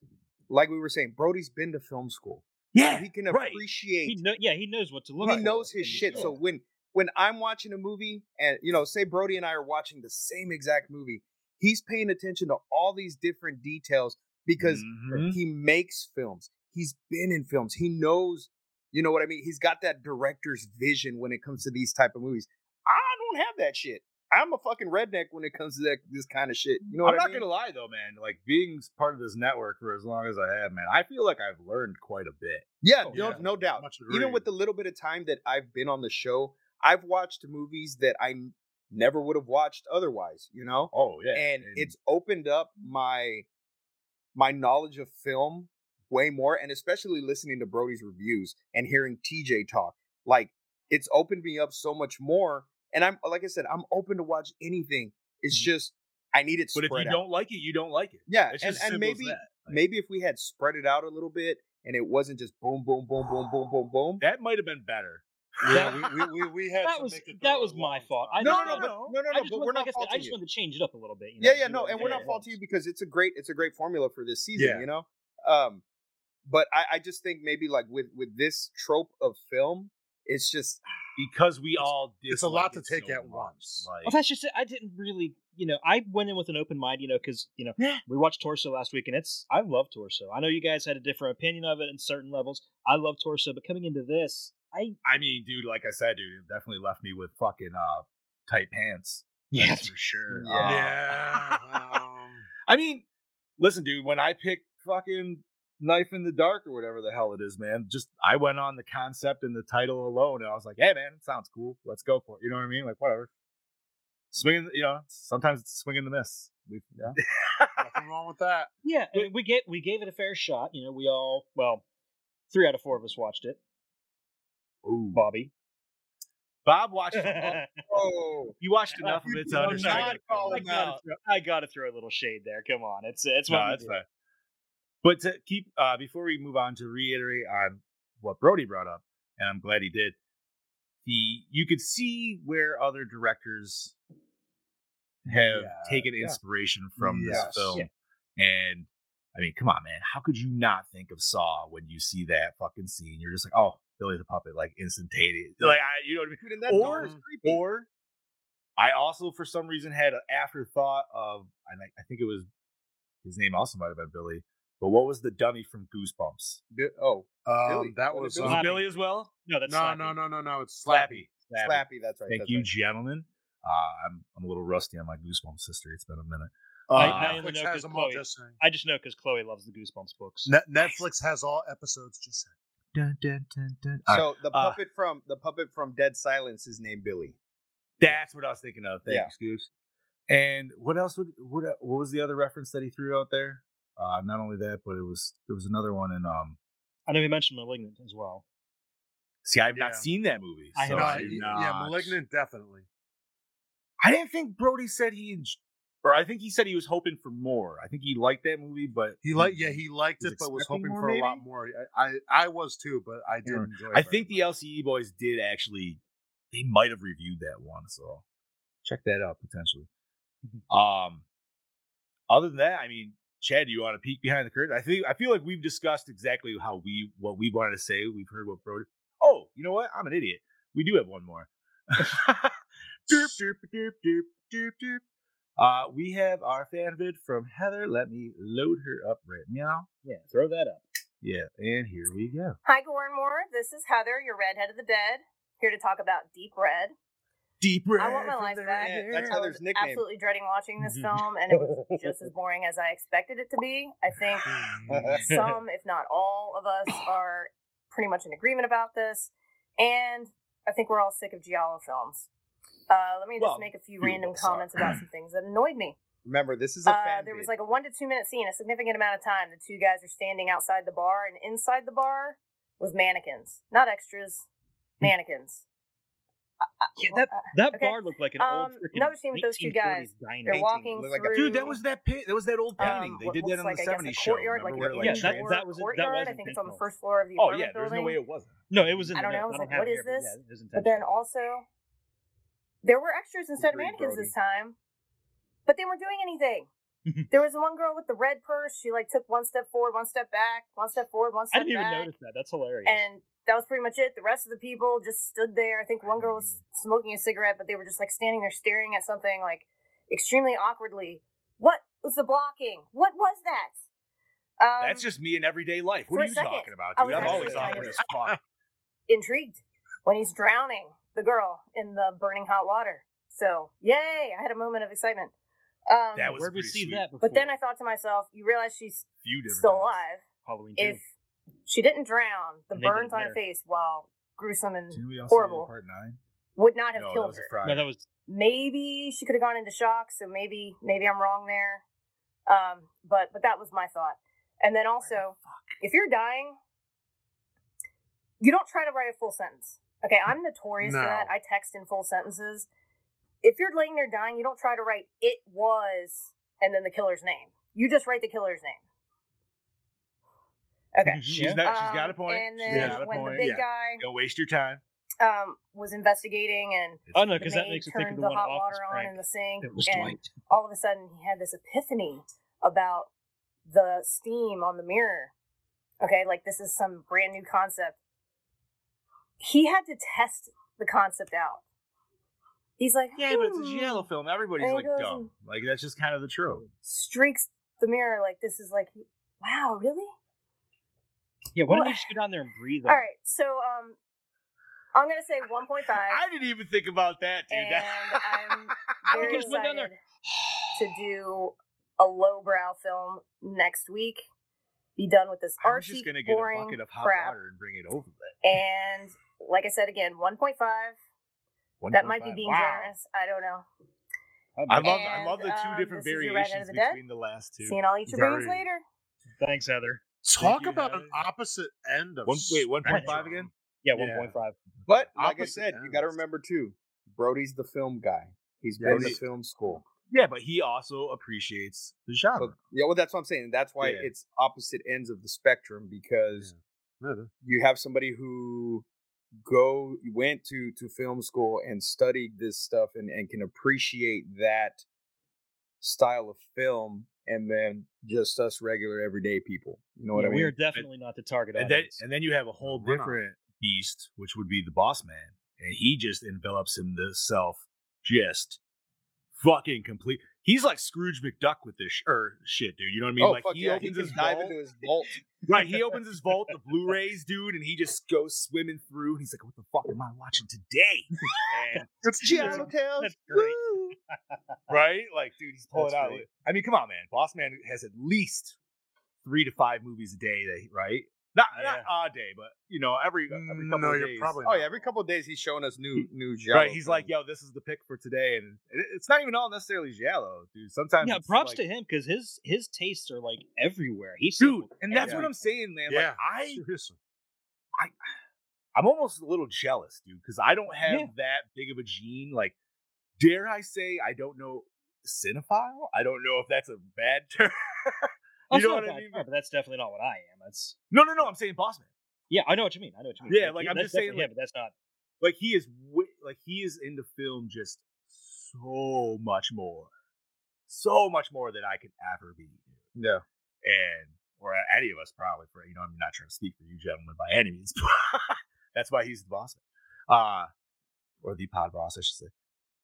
[SPEAKER 3] like we were saying, Brody's been to film school.
[SPEAKER 1] Yeah,
[SPEAKER 3] he can
[SPEAKER 1] right.
[SPEAKER 3] appreciate.
[SPEAKER 4] He know, yeah, he knows what to look.
[SPEAKER 3] he
[SPEAKER 4] for
[SPEAKER 3] knows his
[SPEAKER 4] and he-
[SPEAKER 3] shit. So when when I'm watching a movie, and you know, say Brody and I are watching the same exact movie, he's paying attention to all these different details because
[SPEAKER 1] Mhm.
[SPEAKER 3] he makes films. He's been in films. He knows, you know what I mean. He's got that director's vision when it comes to these type of movies. I don't have that shit. I'm a fucking redneck when it comes to that this kind of shit. You know what
[SPEAKER 1] I'm
[SPEAKER 3] I
[SPEAKER 1] not
[SPEAKER 3] mean?
[SPEAKER 1] gonna lie though, man. Like being part of this network for as long as I have, man, I feel like I've learned quite a bit.
[SPEAKER 3] Yeah,
[SPEAKER 5] Oh,
[SPEAKER 3] no,
[SPEAKER 5] yeah.
[SPEAKER 3] no doubt.
[SPEAKER 5] Much
[SPEAKER 3] Even
[SPEAKER 5] agreed.
[SPEAKER 3] with the little bit of time that I've been on the show, I've watched movies that I n- never would have watched otherwise, you know?
[SPEAKER 1] Oh yeah,
[SPEAKER 3] and it's opened up my my knowledge of film way more and especially listening to Brody's reviews and hearing TJ talk. Like it's opened me up so much more and I'm like I said, I'm open to watch anything. It's just I need it
[SPEAKER 1] Mm-hmm. But
[SPEAKER 3] spread
[SPEAKER 1] if you
[SPEAKER 3] out.
[SPEAKER 1] don't like it, you don't like it.
[SPEAKER 3] yeah,
[SPEAKER 1] It's
[SPEAKER 3] and,
[SPEAKER 1] just
[SPEAKER 3] and
[SPEAKER 1] simple as
[SPEAKER 3] maybe
[SPEAKER 1] that. Like,
[SPEAKER 3] maybe if we had spread it out a little bit and it wasn't just boom, boom, boom, boom, boom, boom, boom.
[SPEAKER 1] that might have been better.
[SPEAKER 5] Yeah, we, we, we, we had
[SPEAKER 4] That
[SPEAKER 5] to
[SPEAKER 4] was
[SPEAKER 5] make it
[SPEAKER 4] that
[SPEAKER 5] through a
[SPEAKER 4] was my
[SPEAKER 5] long
[SPEAKER 4] fault.
[SPEAKER 5] time.
[SPEAKER 4] I
[SPEAKER 3] no,
[SPEAKER 4] just-
[SPEAKER 3] no, no,
[SPEAKER 4] I
[SPEAKER 3] but,
[SPEAKER 4] don't know.
[SPEAKER 3] no, no,
[SPEAKER 4] I
[SPEAKER 3] no,
[SPEAKER 4] just
[SPEAKER 3] but
[SPEAKER 4] wanted-
[SPEAKER 3] we're not
[SPEAKER 4] like I, said, I
[SPEAKER 3] faulting
[SPEAKER 4] just
[SPEAKER 3] you.
[SPEAKER 4] wanted to change it up a little bit. you know,
[SPEAKER 3] Yeah,
[SPEAKER 4] see
[SPEAKER 3] yeah,
[SPEAKER 4] what
[SPEAKER 3] no,
[SPEAKER 4] I'm
[SPEAKER 3] and we're
[SPEAKER 4] saying?
[SPEAKER 3] not faulting you because it's a great, it's a great formula for this season,
[SPEAKER 5] Yeah.
[SPEAKER 3] you know. Um, but I, I just think maybe like with with this trope of film, it's just
[SPEAKER 4] Ah,
[SPEAKER 1] Because we all
[SPEAKER 5] It's a lot
[SPEAKER 1] dislike
[SPEAKER 5] to
[SPEAKER 1] it
[SPEAKER 5] take
[SPEAKER 1] so
[SPEAKER 5] at
[SPEAKER 1] much,
[SPEAKER 5] once.
[SPEAKER 1] Like,
[SPEAKER 4] Well, that's just it. I didn't really, you know, I went in with an open mind, you know, because you know we watched Torso last week, and it's I love Torso. I know you guys had a different opinion of it in certain levels. I love Torso, but coming into this, I
[SPEAKER 1] I mean, dude, like I said, dude, it definitely left me with fucking uh, tight pants. That's for sure.
[SPEAKER 3] Yeah.
[SPEAKER 1] Uh,
[SPEAKER 5] Yeah. um,
[SPEAKER 1] I mean, listen, dude, when I picked fucking Knife in the Dark or whatever the hell it is, man, just I went on the concept and the title alone, and I was like, hey, man, it sounds cool. Let's go for it. You know what I mean? Like, whatever. Swinging, you know, sometimes it's swinging the miss. We, yeah.
[SPEAKER 5] nothing wrong with that.
[SPEAKER 4] yeah, I mean, we get we gave it a fair shot. You know, we all well, three out of four of us watched it.
[SPEAKER 1] Ooh.
[SPEAKER 4] Bobby,
[SPEAKER 1] Bob watched it.
[SPEAKER 4] I
[SPEAKER 3] oh,
[SPEAKER 1] You watched enough of it to
[SPEAKER 3] I'm
[SPEAKER 1] understand.
[SPEAKER 3] not calling
[SPEAKER 4] gotta,
[SPEAKER 3] out.
[SPEAKER 4] throw, I gotta throw a little shade there. Come on, it's it's
[SPEAKER 1] No,
[SPEAKER 4] what we
[SPEAKER 1] that's
[SPEAKER 4] do.
[SPEAKER 1] fair. But to keep uh, before we move on to reiterate on what Brody brought up, and I'm glad he did. The you could see where other directors have
[SPEAKER 5] Yeah,
[SPEAKER 1] taken
[SPEAKER 5] yeah.
[SPEAKER 1] inspiration from
[SPEAKER 5] Yes.
[SPEAKER 1] this film, and I mean, come on, man, how could you not think of Saw when you see that fucking scene? You're just like, oh, Billy the Puppet, like instantaneous, like I, you know what I mean.
[SPEAKER 3] dude, and that
[SPEAKER 1] Or-
[SPEAKER 3] door is creepy.
[SPEAKER 1] Or I also, for some reason, had an afterthought of, and I, I think it was his name also might have been Billy, but what was the dummy from Goosebumps?
[SPEAKER 3] Bi- oh, Billy.
[SPEAKER 5] Um, that
[SPEAKER 3] Billy,
[SPEAKER 5] was
[SPEAKER 3] Billy.
[SPEAKER 5] um,
[SPEAKER 4] Billy
[SPEAKER 1] as well?
[SPEAKER 4] No, that's
[SPEAKER 5] no,
[SPEAKER 4] not
[SPEAKER 5] no, no, no, no. It's
[SPEAKER 1] Slappy.
[SPEAKER 5] Slappy.
[SPEAKER 1] Slappy.
[SPEAKER 3] Slappy. That's right.
[SPEAKER 1] Thank
[SPEAKER 3] that's
[SPEAKER 1] you,
[SPEAKER 3] right.
[SPEAKER 1] gentlemen. Uh, I'm I'm a little rusty on my Goosebumps history. It's been a minute.
[SPEAKER 2] Oh.
[SPEAKER 4] I- I only
[SPEAKER 5] Netflix
[SPEAKER 4] know
[SPEAKER 5] has
[SPEAKER 4] 'cause
[SPEAKER 5] them all.
[SPEAKER 4] Chloe-
[SPEAKER 5] Just saying.
[SPEAKER 4] I just know because Chloe loves the Goosebumps books.
[SPEAKER 5] Ne- Netflix has all episodes. Just saying.
[SPEAKER 1] Dun, dun, dun, dun. All right.
[SPEAKER 3] So the
[SPEAKER 1] Uh,
[SPEAKER 3] puppet from the puppet from Dead Silence is named Billy.
[SPEAKER 1] That's what I was thinking of. Thanks,
[SPEAKER 3] Yeah.
[SPEAKER 1] Goose. And what else would what uh, what was the other reference that he threw out there? Uh, not only that, but it was there was another one in um.
[SPEAKER 4] I know he mentioned *Malignant* as well.
[SPEAKER 1] See, I've
[SPEAKER 5] Yeah.
[SPEAKER 1] not seen that movie.
[SPEAKER 4] I
[SPEAKER 1] so
[SPEAKER 4] have
[SPEAKER 1] I
[SPEAKER 4] not.
[SPEAKER 1] do
[SPEAKER 5] yeah, yeah,
[SPEAKER 1] not-
[SPEAKER 5] malignant definitely.
[SPEAKER 1] I didn't think Brody said he, en- or I think he said he was hoping for more. I think he liked that movie, but
[SPEAKER 5] He like yeah he liked
[SPEAKER 1] was
[SPEAKER 5] it, but was
[SPEAKER 1] expecting
[SPEAKER 5] hoping
[SPEAKER 1] more,
[SPEAKER 5] for a lot
[SPEAKER 1] maybe?
[SPEAKER 5] more. I, I I was too, but I did
[SPEAKER 1] Yeah.
[SPEAKER 5] enjoy. it
[SPEAKER 1] I
[SPEAKER 5] very
[SPEAKER 1] think the
[SPEAKER 5] much.
[SPEAKER 1] LCE boys did actually. They might have reviewed that one, so check that out potentially.
[SPEAKER 4] Mm-hmm.
[SPEAKER 1] Um, other than that, I mean, Chad, do you want to peek behind the curtain? I think I feel like we've discussed exactly how we what we wanted to say. We've heard what Brody. Oh, you know what? I'm an idiot. We do have one more. Derp, derp, derp, derp, derp, derp. Uh, we have our fan vid from Heather. Let me load her up right now.
[SPEAKER 4] Yeah, throw that up.
[SPEAKER 1] Yeah, and here we go.
[SPEAKER 2] Hi, Goran Moore. This is Heather, your redhead of the bed, here to talk about Deep Red.
[SPEAKER 1] Deep breath.
[SPEAKER 2] I want my life back.
[SPEAKER 3] Yeah, that's
[SPEAKER 2] I
[SPEAKER 3] Heather's
[SPEAKER 2] was
[SPEAKER 3] nickname. Mm-hmm.
[SPEAKER 2] absolutely dreading watching this film, and it was just as boring as I expected it to be. I think
[SPEAKER 5] Mm-hmm.
[SPEAKER 2] some, if not all, of us are pretty much in agreement about this, and I think we're all sick of Giallo films. Uh, let me just
[SPEAKER 3] Well,
[SPEAKER 2] make a few
[SPEAKER 3] people
[SPEAKER 2] random
[SPEAKER 3] are.
[SPEAKER 2] comments about some things that annoyed me.
[SPEAKER 3] Remember, this is a
[SPEAKER 2] Uh,
[SPEAKER 3] fan.
[SPEAKER 2] there was
[SPEAKER 3] bid.
[SPEAKER 2] like a one to two minute scene, a significant amount of time. The two guys are standing outside the bar, and inside the bar was mannequins, not extras, mannequins. Uh, I- I-
[SPEAKER 4] Yeah, that that
[SPEAKER 2] Okay.
[SPEAKER 4] bar looked like an old.
[SPEAKER 2] Um,
[SPEAKER 4] freaking
[SPEAKER 2] another scene with those two
[SPEAKER 4] 1940s
[SPEAKER 2] they're
[SPEAKER 4] diner.
[SPEAKER 2] walking
[SPEAKER 3] looked like a-
[SPEAKER 2] through.
[SPEAKER 1] Dude, that was that paint. That was that old
[SPEAKER 2] um,
[SPEAKER 1] painting. they
[SPEAKER 2] what
[SPEAKER 1] did that
[SPEAKER 2] looks
[SPEAKER 1] on
[SPEAKER 2] like,
[SPEAKER 1] the
[SPEAKER 2] I guess, a
[SPEAKER 1] '70s show.
[SPEAKER 2] courtyard, like
[SPEAKER 1] remember,
[SPEAKER 2] an
[SPEAKER 1] where,
[SPEAKER 4] Yeah,
[SPEAKER 1] like,
[SPEAKER 2] indoor
[SPEAKER 4] that- that was- that
[SPEAKER 2] courtyard.
[SPEAKER 4] was
[SPEAKER 2] I think it's on the
[SPEAKER 4] intentional.
[SPEAKER 2] first floor of the
[SPEAKER 1] Oh
[SPEAKER 2] apartment
[SPEAKER 1] yeah, there's
[SPEAKER 2] building.
[SPEAKER 1] no way it wasn't.
[SPEAKER 4] No, it was in.
[SPEAKER 2] I
[SPEAKER 4] the
[SPEAKER 2] don't know, I
[SPEAKER 4] notes.
[SPEAKER 2] was
[SPEAKER 4] I don't
[SPEAKER 2] like,
[SPEAKER 4] have
[SPEAKER 2] what
[SPEAKER 4] it
[SPEAKER 2] is
[SPEAKER 4] here, but
[SPEAKER 2] this?
[SPEAKER 4] Yeah, it was
[SPEAKER 2] But
[SPEAKER 4] intentional.
[SPEAKER 2] then also, there were extras instead of
[SPEAKER 3] Agreed,
[SPEAKER 2] mannequins
[SPEAKER 3] Brody.
[SPEAKER 2] this time, but they weren't doing anything. there was one girl with the red purse. She like took one step forward, one step back, one step forward, one
[SPEAKER 4] I
[SPEAKER 2] step
[SPEAKER 4] didn't even
[SPEAKER 2] back,
[SPEAKER 4] notice that. That's hilarious.
[SPEAKER 2] and that was pretty much it. The rest of the people just stood there. I think one girl was
[SPEAKER 1] Mm.
[SPEAKER 2] smoking a cigarette, but they were just like standing there staring at something like extremely awkwardly. What was the blocking? What was that? Um,
[SPEAKER 1] That's just me in everyday life. What
[SPEAKER 2] for
[SPEAKER 1] are
[SPEAKER 2] a
[SPEAKER 1] you
[SPEAKER 2] second,
[SPEAKER 1] talking about,
[SPEAKER 2] I
[SPEAKER 1] dude?
[SPEAKER 2] was
[SPEAKER 1] I'm always
[SPEAKER 2] actually
[SPEAKER 1] awkward
[SPEAKER 2] kind
[SPEAKER 1] as fuck.
[SPEAKER 2] intrigued when he's drowning the girl in the burning hot water. So, yay! I had a moment of excitement. Um,
[SPEAKER 1] That was
[SPEAKER 4] Where'd we
[SPEAKER 1] pretty
[SPEAKER 4] see
[SPEAKER 1] sweet.
[SPEAKER 4] that? Before?
[SPEAKER 2] but then I thought to myself, you realize she's
[SPEAKER 1] Few different
[SPEAKER 2] still
[SPEAKER 1] times.
[SPEAKER 2] alive.
[SPEAKER 4] Halloween two.
[SPEAKER 2] If she didn't drown, the
[SPEAKER 4] And they
[SPEAKER 2] burns
[SPEAKER 4] didn't
[SPEAKER 2] on her
[SPEAKER 4] hit her.
[SPEAKER 2] face, while gruesome and
[SPEAKER 1] Didn't we all see that in
[SPEAKER 2] horrible,
[SPEAKER 1] Part nine.
[SPEAKER 2] would not have
[SPEAKER 1] No, that
[SPEAKER 2] killed
[SPEAKER 1] was
[SPEAKER 2] her.
[SPEAKER 1] a Friday.
[SPEAKER 4] no, that was
[SPEAKER 2] maybe she could have gone into shock so maybe maybe i'm wrong there um but but that was my thought and then also if you're dying you don't try to write a full sentence okay i'm notorious for that
[SPEAKER 5] No.
[SPEAKER 2] i text in full sentences if you're laying there dying you don't try to write it was and then the killer's name you just write the killer's name okay
[SPEAKER 1] She's
[SPEAKER 4] Yeah.
[SPEAKER 1] not. She's got a
[SPEAKER 2] Um,
[SPEAKER 1] point.
[SPEAKER 2] and
[SPEAKER 1] she's
[SPEAKER 2] then
[SPEAKER 1] got a
[SPEAKER 2] when
[SPEAKER 1] point.
[SPEAKER 2] the big
[SPEAKER 1] yeah. Don't waste your time.
[SPEAKER 2] guy um was investigating and
[SPEAKER 4] Oh no,
[SPEAKER 2] the
[SPEAKER 4] because that
[SPEAKER 2] maid
[SPEAKER 4] makes you think of
[SPEAKER 2] turned
[SPEAKER 4] the,
[SPEAKER 2] the,
[SPEAKER 4] one
[SPEAKER 2] hot
[SPEAKER 4] off
[SPEAKER 2] water on
[SPEAKER 4] prank.
[SPEAKER 2] in the sink,
[SPEAKER 4] It was
[SPEAKER 2] and
[SPEAKER 4] Dwight.
[SPEAKER 2] all of a sudden he had this epiphany about the steam on the mirror. Okay, like this is some brand new concept. He had to test the concept out. He's like,
[SPEAKER 1] Yeah, but it's
[SPEAKER 2] "Hmm,"
[SPEAKER 1] a yellow film. Everybody's
[SPEAKER 2] And it
[SPEAKER 1] like
[SPEAKER 2] goes
[SPEAKER 1] dumb.
[SPEAKER 2] and-
[SPEAKER 1] Like that's just kind of the trope.
[SPEAKER 2] Streaks the mirror like this is like, wow, really?
[SPEAKER 4] Yeah, why don't
[SPEAKER 2] Well-
[SPEAKER 4] you just go down there and breathe?
[SPEAKER 2] All right, so um, I'm gonna say 1.5,
[SPEAKER 1] I didn't even think about that, dude.
[SPEAKER 2] and I'm very
[SPEAKER 4] Because we're down there-
[SPEAKER 2] excited to do a lowbrow film next week. Be done with this
[SPEAKER 1] I was
[SPEAKER 2] artsy,
[SPEAKER 1] just gonna get a
[SPEAKER 2] boring
[SPEAKER 1] bucket of hot
[SPEAKER 2] crap.
[SPEAKER 1] water and bring it over there.
[SPEAKER 2] And like I said again, 1.5. That might be
[SPEAKER 1] 1.5.
[SPEAKER 2] being
[SPEAKER 1] Wow.
[SPEAKER 2] generous. I don't know.
[SPEAKER 1] I love I
[SPEAKER 2] And,
[SPEAKER 1] love the two
[SPEAKER 2] um,
[SPEAKER 1] different
[SPEAKER 2] this is your Red Head
[SPEAKER 1] variations
[SPEAKER 2] of the Dead.
[SPEAKER 1] between the last two.
[SPEAKER 2] Seeing all eat your brains
[SPEAKER 5] Very-
[SPEAKER 2] later.
[SPEAKER 4] Thanks, Heather.
[SPEAKER 5] Talk
[SPEAKER 1] you,
[SPEAKER 5] about an
[SPEAKER 1] Heather.
[SPEAKER 5] opposite end of
[SPEAKER 1] One, wait, one point five
[SPEAKER 5] spectrum.
[SPEAKER 1] again?
[SPEAKER 4] Yeah,
[SPEAKER 5] Yeah.
[SPEAKER 4] one point five.
[SPEAKER 3] But like I
[SPEAKER 5] Opposite
[SPEAKER 3] said, you got to
[SPEAKER 5] ends.
[SPEAKER 3] remember too, Brody's the film guy. He's
[SPEAKER 5] Yeah,
[SPEAKER 3] been
[SPEAKER 5] he's-
[SPEAKER 3] to film school.
[SPEAKER 1] Yeah, but he also appreciates the genre.
[SPEAKER 3] But- yeah, well, that's what I'm saying. That's why
[SPEAKER 1] Yeah.
[SPEAKER 3] it's opposite ends of the spectrum because
[SPEAKER 5] Yeah.
[SPEAKER 3] you have somebody who go went to to film school and studied this stuff and and can appreciate that style of film, and then just us regular everyday people. You know what
[SPEAKER 4] Yeah,
[SPEAKER 3] I mean?
[SPEAKER 4] we are definitely not the target
[SPEAKER 1] and then
[SPEAKER 4] audience.
[SPEAKER 1] and then you have a whole
[SPEAKER 5] Why not?
[SPEAKER 1] different beast, which would be the boss man, and he just envelops himself just fucking complete. He's like Scrooge McDuck with this sh- or shit, dude. You know what I mean?
[SPEAKER 3] oh
[SPEAKER 1] like
[SPEAKER 3] fuck
[SPEAKER 1] he
[SPEAKER 3] yeah! He
[SPEAKER 1] opens
[SPEAKER 3] can
[SPEAKER 1] his
[SPEAKER 3] dive
[SPEAKER 1] vault-
[SPEAKER 3] into his vault.
[SPEAKER 1] right. He opens his vault, the Blu-rays, dude, and he just goes swimming through. And he's like, "What the fuck am I watching today?" And
[SPEAKER 5] It's
[SPEAKER 1] Giallo
[SPEAKER 5] Tales.
[SPEAKER 4] That's great.
[SPEAKER 1] right? Like, dude, he's pulling
[SPEAKER 4] That's
[SPEAKER 1] out.
[SPEAKER 4] right.
[SPEAKER 1] I mean, come on, man. Boss Man has at least three to five movies a day. That he- right? Not
[SPEAKER 4] Yeah. Mm,
[SPEAKER 1] not a day, but you know, every every couple
[SPEAKER 5] No,
[SPEAKER 1] of
[SPEAKER 5] you're
[SPEAKER 1] days.
[SPEAKER 5] probably
[SPEAKER 3] Oh yeah, every couple of days he's showing us new new genre.
[SPEAKER 1] right. He's like, yo, this is the pick for today, and it- it's not even all necessarily Giallo, dude. Sometimes
[SPEAKER 4] Yeah,
[SPEAKER 1] it's
[SPEAKER 4] props
[SPEAKER 1] like-
[SPEAKER 4] to him because his his tastes are like everywhere. He's
[SPEAKER 1] dude, and that's what
[SPEAKER 4] Yeah.
[SPEAKER 1] I'm saying, man.
[SPEAKER 5] Yeah.
[SPEAKER 1] Like, I I'm almost a little jealous, dude, because I don't have
[SPEAKER 4] Yeah.
[SPEAKER 1] that big of a gene. Like, dare I say, I don't know cinephile. I don't know if that's a bad term. you
[SPEAKER 4] Oh, it's
[SPEAKER 1] know
[SPEAKER 4] not
[SPEAKER 1] what I
[SPEAKER 4] bad,
[SPEAKER 1] mean?
[SPEAKER 4] But that's definitely not what I am. That's
[SPEAKER 1] no, no, no. I'm saying Bossman.
[SPEAKER 4] yeah, I know what you mean. I know what you mean.
[SPEAKER 1] Yeah, like, I'm
[SPEAKER 4] that's
[SPEAKER 1] just saying,
[SPEAKER 4] definitely
[SPEAKER 1] like-
[SPEAKER 4] him, but that's not.
[SPEAKER 1] Like he is, wi- like he is into film just so much more, so much more than I could ever be.
[SPEAKER 3] Yeah.
[SPEAKER 1] and or any of us probably. For you know, I'm not trying to speak for you gentlemen by any means. that's why he's the boss, man. uh, or the pod boss, I should say.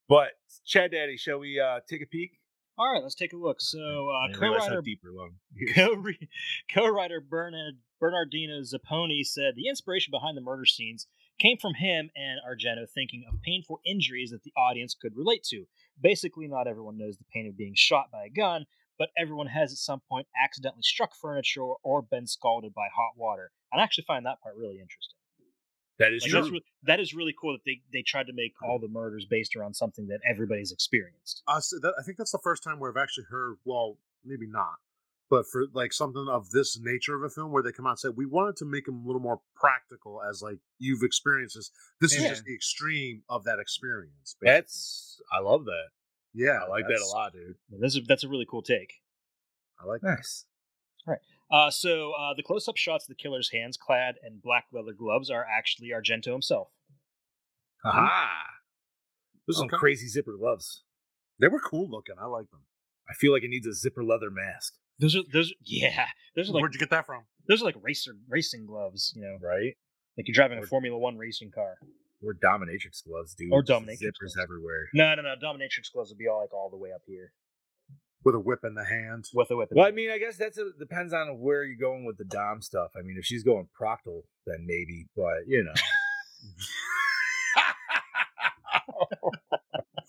[SPEAKER 1] But Chad Daddy, shall we uh, take a peek?
[SPEAKER 4] All right, let's take a look. So uh,
[SPEAKER 1] I didn't realize how
[SPEAKER 4] co-writer
[SPEAKER 1] deep your lung.
[SPEAKER 4] co-re- co-writer Bernard Bernardino Zapponi said the inspiration behind the murder scenes came from him and Argento thinking of painful injuries that the audience could relate to. Basically, not everyone knows the pain of being shot by a gun, but everyone has at some point accidentally struck furniture or been scalded by hot water. And I actually find that part really interesting.
[SPEAKER 1] That is
[SPEAKER 4] Like,
[SPEAKER 1] true.
[SPEAKER 4] that's re- that is really cool that they, they tried to make all the murders based around something that everybody's experienced.
[SPEAKER 5] Uh, so that, I think that's the first time where I've actually heard, well, maybe not, but for like something of this nature of a film where they come out and say, we wanted to make them a little more practical as like you've experienced this. This is
[SPEAKER 1] Yeah.
[SPEAKER 5] just the extreme of that experience. basically.
[SPEAKER 1] That's I love that.
[SPEAKER 5] yeah,
[SPEAKER 1] I like that
[SPEAKER 5] that's-
[SPEAKER 1] a lot, dude.
[SPEAKER 4] Yeah, That's a, that's a really cool take.
[SPEAKER 5] I like that.
[SPEAKER 1] Nice.
[SPEAKER 4] Uh, so uh, the close-up shots of the killer's hands, clad in black leather gloves, are actually Argento himself.
[SPEAKER 1] Ah, those are some
[SPEAKER 5] Okay.
[SPEAKER 1] crazy zipper gloves.
[SPEAKER 5] They were cool looking. I like them.
[SPEAKER 1] I feel like it needs a zipper leather mask,
[SPEAKER 4] Those are those, yeah. Those are like
[SPEAKER 5] Where'd you get that from?
[SPEAKER 4] those are like racer racing gloves. You know,
[SPEAKER 1] right?
[SPEAKER 4] like you're driving a Formula One racing car.
[SPEAKER 1] Or dominatrix gloves, dude.
[SPEAKER 4] Or
[SPEAKER 1] Just
[SPEAKER 4] dominatrix
[SPEAKER 1] zippers
[SPEAKER 4] gloves.
[SPEAKER 1] everywhere.
[SPEAKER 4] No, no, no. Dominatrix gloves would be all like all the way up here
[SPEAKER 5] With a whip in the hand.
[SPEAKER 4] with a weapon.
[SPEAKER 1] Well, I mean, I guess that's a, depends on where you're going with the dom stuff. I mean, if she's going proctal, then maybe, but you know.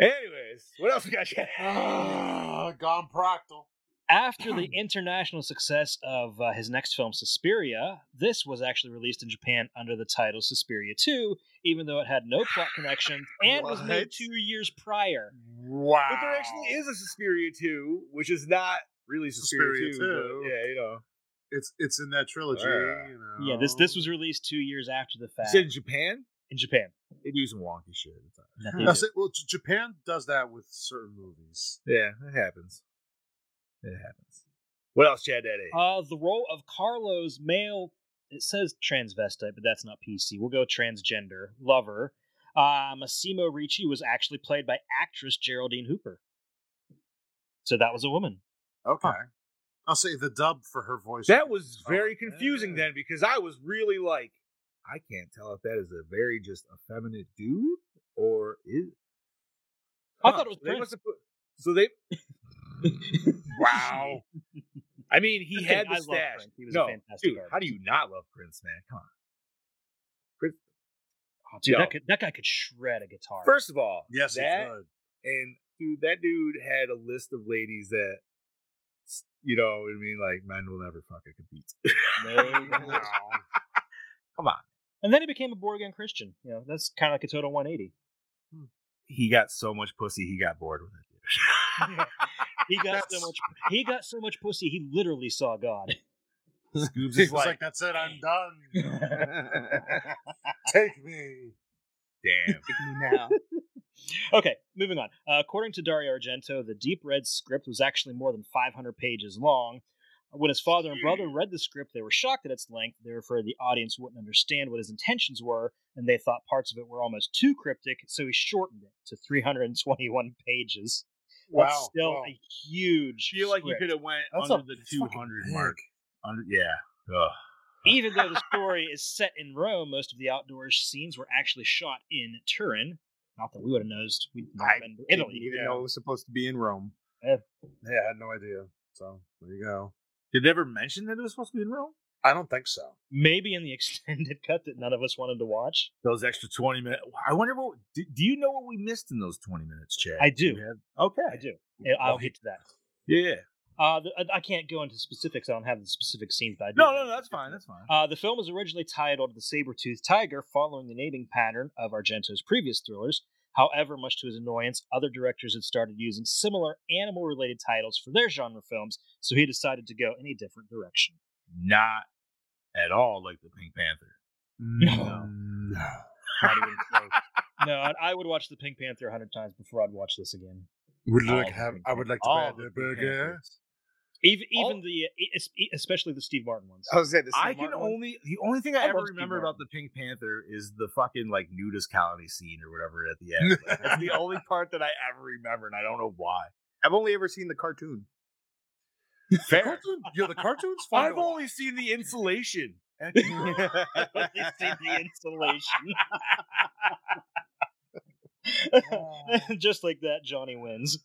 [SPEAKER 1] Anyways, what else we got? Chad?
[SPEAKER 5] Ah, gone proctal.
[SPEAKER 4] After the international success of uh, his next film, Suspiria, this was actually released in Japan under the title Suspiria 2, even though it had no plot connections and was made
[SPEAKER 5] What?
[SPEAKER 4] two years prior.
[SPEAKER 5] Wow.
[SPEAKER 1] But there actually is a Suspiria 2, which is not really Suspiria,
[SPEAKER 5] Suspiria
[SPEAKER 1] 2.
[SPEAKER 5] 2.
[SPEAKER 1] but yeah, you know.
[SPEAKER 5] It's it's in that trilogy.
[SPEAKER 1] Yeah.
[SPEAKER 5] you know.
[SPEAKER 4] Yeah, this this was released two years after the fact
[SPEAKER 1] It's in Japan.
[SPEAKER 4] in Japan.
[SPEAKER 1] They do some wonky shit. at the time.
[SPEAKER 4] That they
[SPEAKER 5] I
[SPEAKER 4] do.
[SPEAKER 5] said- well, J- Japan does that with certain movies.
[SPEAKER 1] Yeah, it happens. It happens. What else, Chad Daddy?
[SPEAKER 4] Uh, the role of Carlos, male, it says transvestite, but that's not PC. We'll go transgender lover. Uh, Massimo Ricci was actually played by actress Geraldine Hooper. So that was a woman.
[SPEAKER 5] Okay. I'll say the dub for her voice.
[SPEAKER 1] That was very
[SPEAKER 5] Oh,
[SPEAKER 1] confusing
[SPEAKER 5] yeah.
[SPEAKER 1] then because I was really like, I can't tell if that is a very just effeminate dude or is.
[SPEAKER 4] I thought it was
[SPEAKER 1] they
[SPEAKER 4] Prince.
[SPEAKER 1] must have put- so they. wow. I mean, he
[SPEAKER 4] Good
[SPEAKER 1] had
[SPEAKER 4] thing
[SPEAKER 1] the
[SPEAKER 4] I love
[SPEAKER 1] stash.
[SPEAKER 4] Prince. He was a
[SPEAKER 1] no,
[SPEAKER 4] fantastic
[SPEAKER 1] dude, how
[SPEAKER 4] artist.
[SPEAKER 1] do you not love Prince, man? Come on.
[SPEAKER 4] Oh, dude,
[SPEAKER 1] Yo.
[SPEAKER 4] that, could, that guy could shred a guitar.
[SPEAKER 1] First of all,
[SPEAKER 5] Yes,
[SPEAKER 1] that
[SPEAKER 5] it could.
[SPEAKER 1] and dude, that dude had a list of ladies that, you know, what I mean, like men will never fucking compete.
[SPEAKER 4] No.
[SPEAKER 1] Come on.
[SPEAKER 4] and then he became a born again Christian. You know, that's kind of like a total 180.
[SPEAKER 1] He got so much pussy, he got bored with it.
[SPEAKER 4] He got so much. He got so much pussy. He literally saw God.
[SPEAKER 1] Scoobs
[SPEAKER 5] It's
[SPEAKER 1] is
[SPEAKER 5] like,
[SPEAKER 1] like,
[SPEAKER 5] that's it. I'm done. Take me.
[SPEAKER 1] damn.
[SPEAKER 3] now.
[SPEAKER 4] Okay, moving on. Uh, according to Dario Argento, the Deep Red script was actually more than 500 pages long. When his father and brother read the script, they were shocked at its length. They were afraid the audience wouldn't understand what his intentions were, and they thought parts of it were almost too cryptic, so he shortened it to 321 pages.
[SPEAKER 5] Wow.
[SPEAKER 4] That's still
[SPEAKER 5] wow.
[SPEAKER 4] a huge.
[SPEAKER 1] feel like you
[SPEAKER 4] script.
[SPEAKER 1] could have went
[SPEAKER 5] That's
[SPEAKER 1] under
[SPEAKER 5] a
[SPEAKER 1] the
[SPEAKER 5] fucking
[SPEAKER 1] 200
[SPEAKER 5] big.
[SPEAKER 1] mark. Under, yeah. Ugh.
[SPEAKER 4] Even though the story is set in Rome, most of the outdoor scenes were actually shot in Turin. Not that we would have noticed. We'd not
[SPEAKER 3] I
[SPEAKER 4] been to
[SPEAKER 3] Italy,
[SPEAKER 4] Italy.
[SPEAKER 3] even though it was supposed to be in Rome.
[SPEAKER 5] Yeah, I had no idea. So there you go.
[SPEAKER 1] Did they ever mention that it was supposed to be in Rome?
[SPEAKER 5] I don't think so.
[SPEAKER 4] Maybe in the extended cut that none of us wanted to watch.
[SPEAKER 1] Those extra 20 minutes. I wonder what. Do, do you know what we missed in those 20 minutes, Chad?
[SPEAKER 4] I do.
[SPEAKER 1] You have- okay.
[SPEAKER 4] I do. I'll get to that.
[SPEAKER 1] Yeah.
[SPEAKER 4] Uh, the, I- I can't go into specifics. I don't have the specific scenes, but I do
[SPEAKER 1] No, no, no. That's fine. That's fine.
[SPEAKER 4] Uh, the film was originally titled The Saber-Toothed Tiger, following the naming pattern of Argento's previous thrillers. However, much to his annoyance, other directors had started using similar animal related titles for their genre films, so he decided to go in a different direction.
[SPEAKER 1] Not at all like the Pink Panther.
[SPEAKER 4] No.
[SPEAKER 5] No.
[SPEAKER 4] Not even close. no, I- I would watch The Pink Panther a hundred times before I'd watch this again.
[SPEAKER 5] Would
[SPEAKER 1] All
[SPEAKER 5] like
[SPEAKER 1] the
[SPEAKER 5] have
[SPEAKER 1] Pink
[SPEAKER 5] I would like
[SPEAKER 1] Panthers.
[SPEAKER 5] to
[SPEAKER 1] All
[SPEAKER 5] have
[SPEAKER 1] the
[SPEAKER 5] a
[SPEAKER 1] Pink
[SPEAKER 5] burger.
[SPEAKER 1] Panthers.
[SPEAKER 4] Even,
[SPEAKER 1] All-
[SPEAKER 4] even the, uh, es- especially the Steve Martin ones.
[SPEAKER 5] Oh,
[SPEAKER 3] I was saying this.
[SPEAKER 1] I can only the only thing I,
[SPEAKER 4] I
[SPEAKER 1] ever
[SPEAKER 4] love Steve
[SPEAKER 1] remember
[SPEAKER 4] Martin.
[SPEAKER 1] about the Pink Panther is the fucking like nudist colony scene or whatever at the end. Like, that's the only part that I ever remember, and I don't know why.
[SPEAKER 3] I've only ever seen the cartoon.
[SPEAKER 1] Fair.
[SPEAKER 5] Cartoon, yo, the cartoon's fun.
[SPEAKER 1] I've
[SPEAKER 5] to watch.
[SPEAKER 1] only seen the insulation.
[SPEAKER 4] At least in the installation. Just like that, Johnny wins.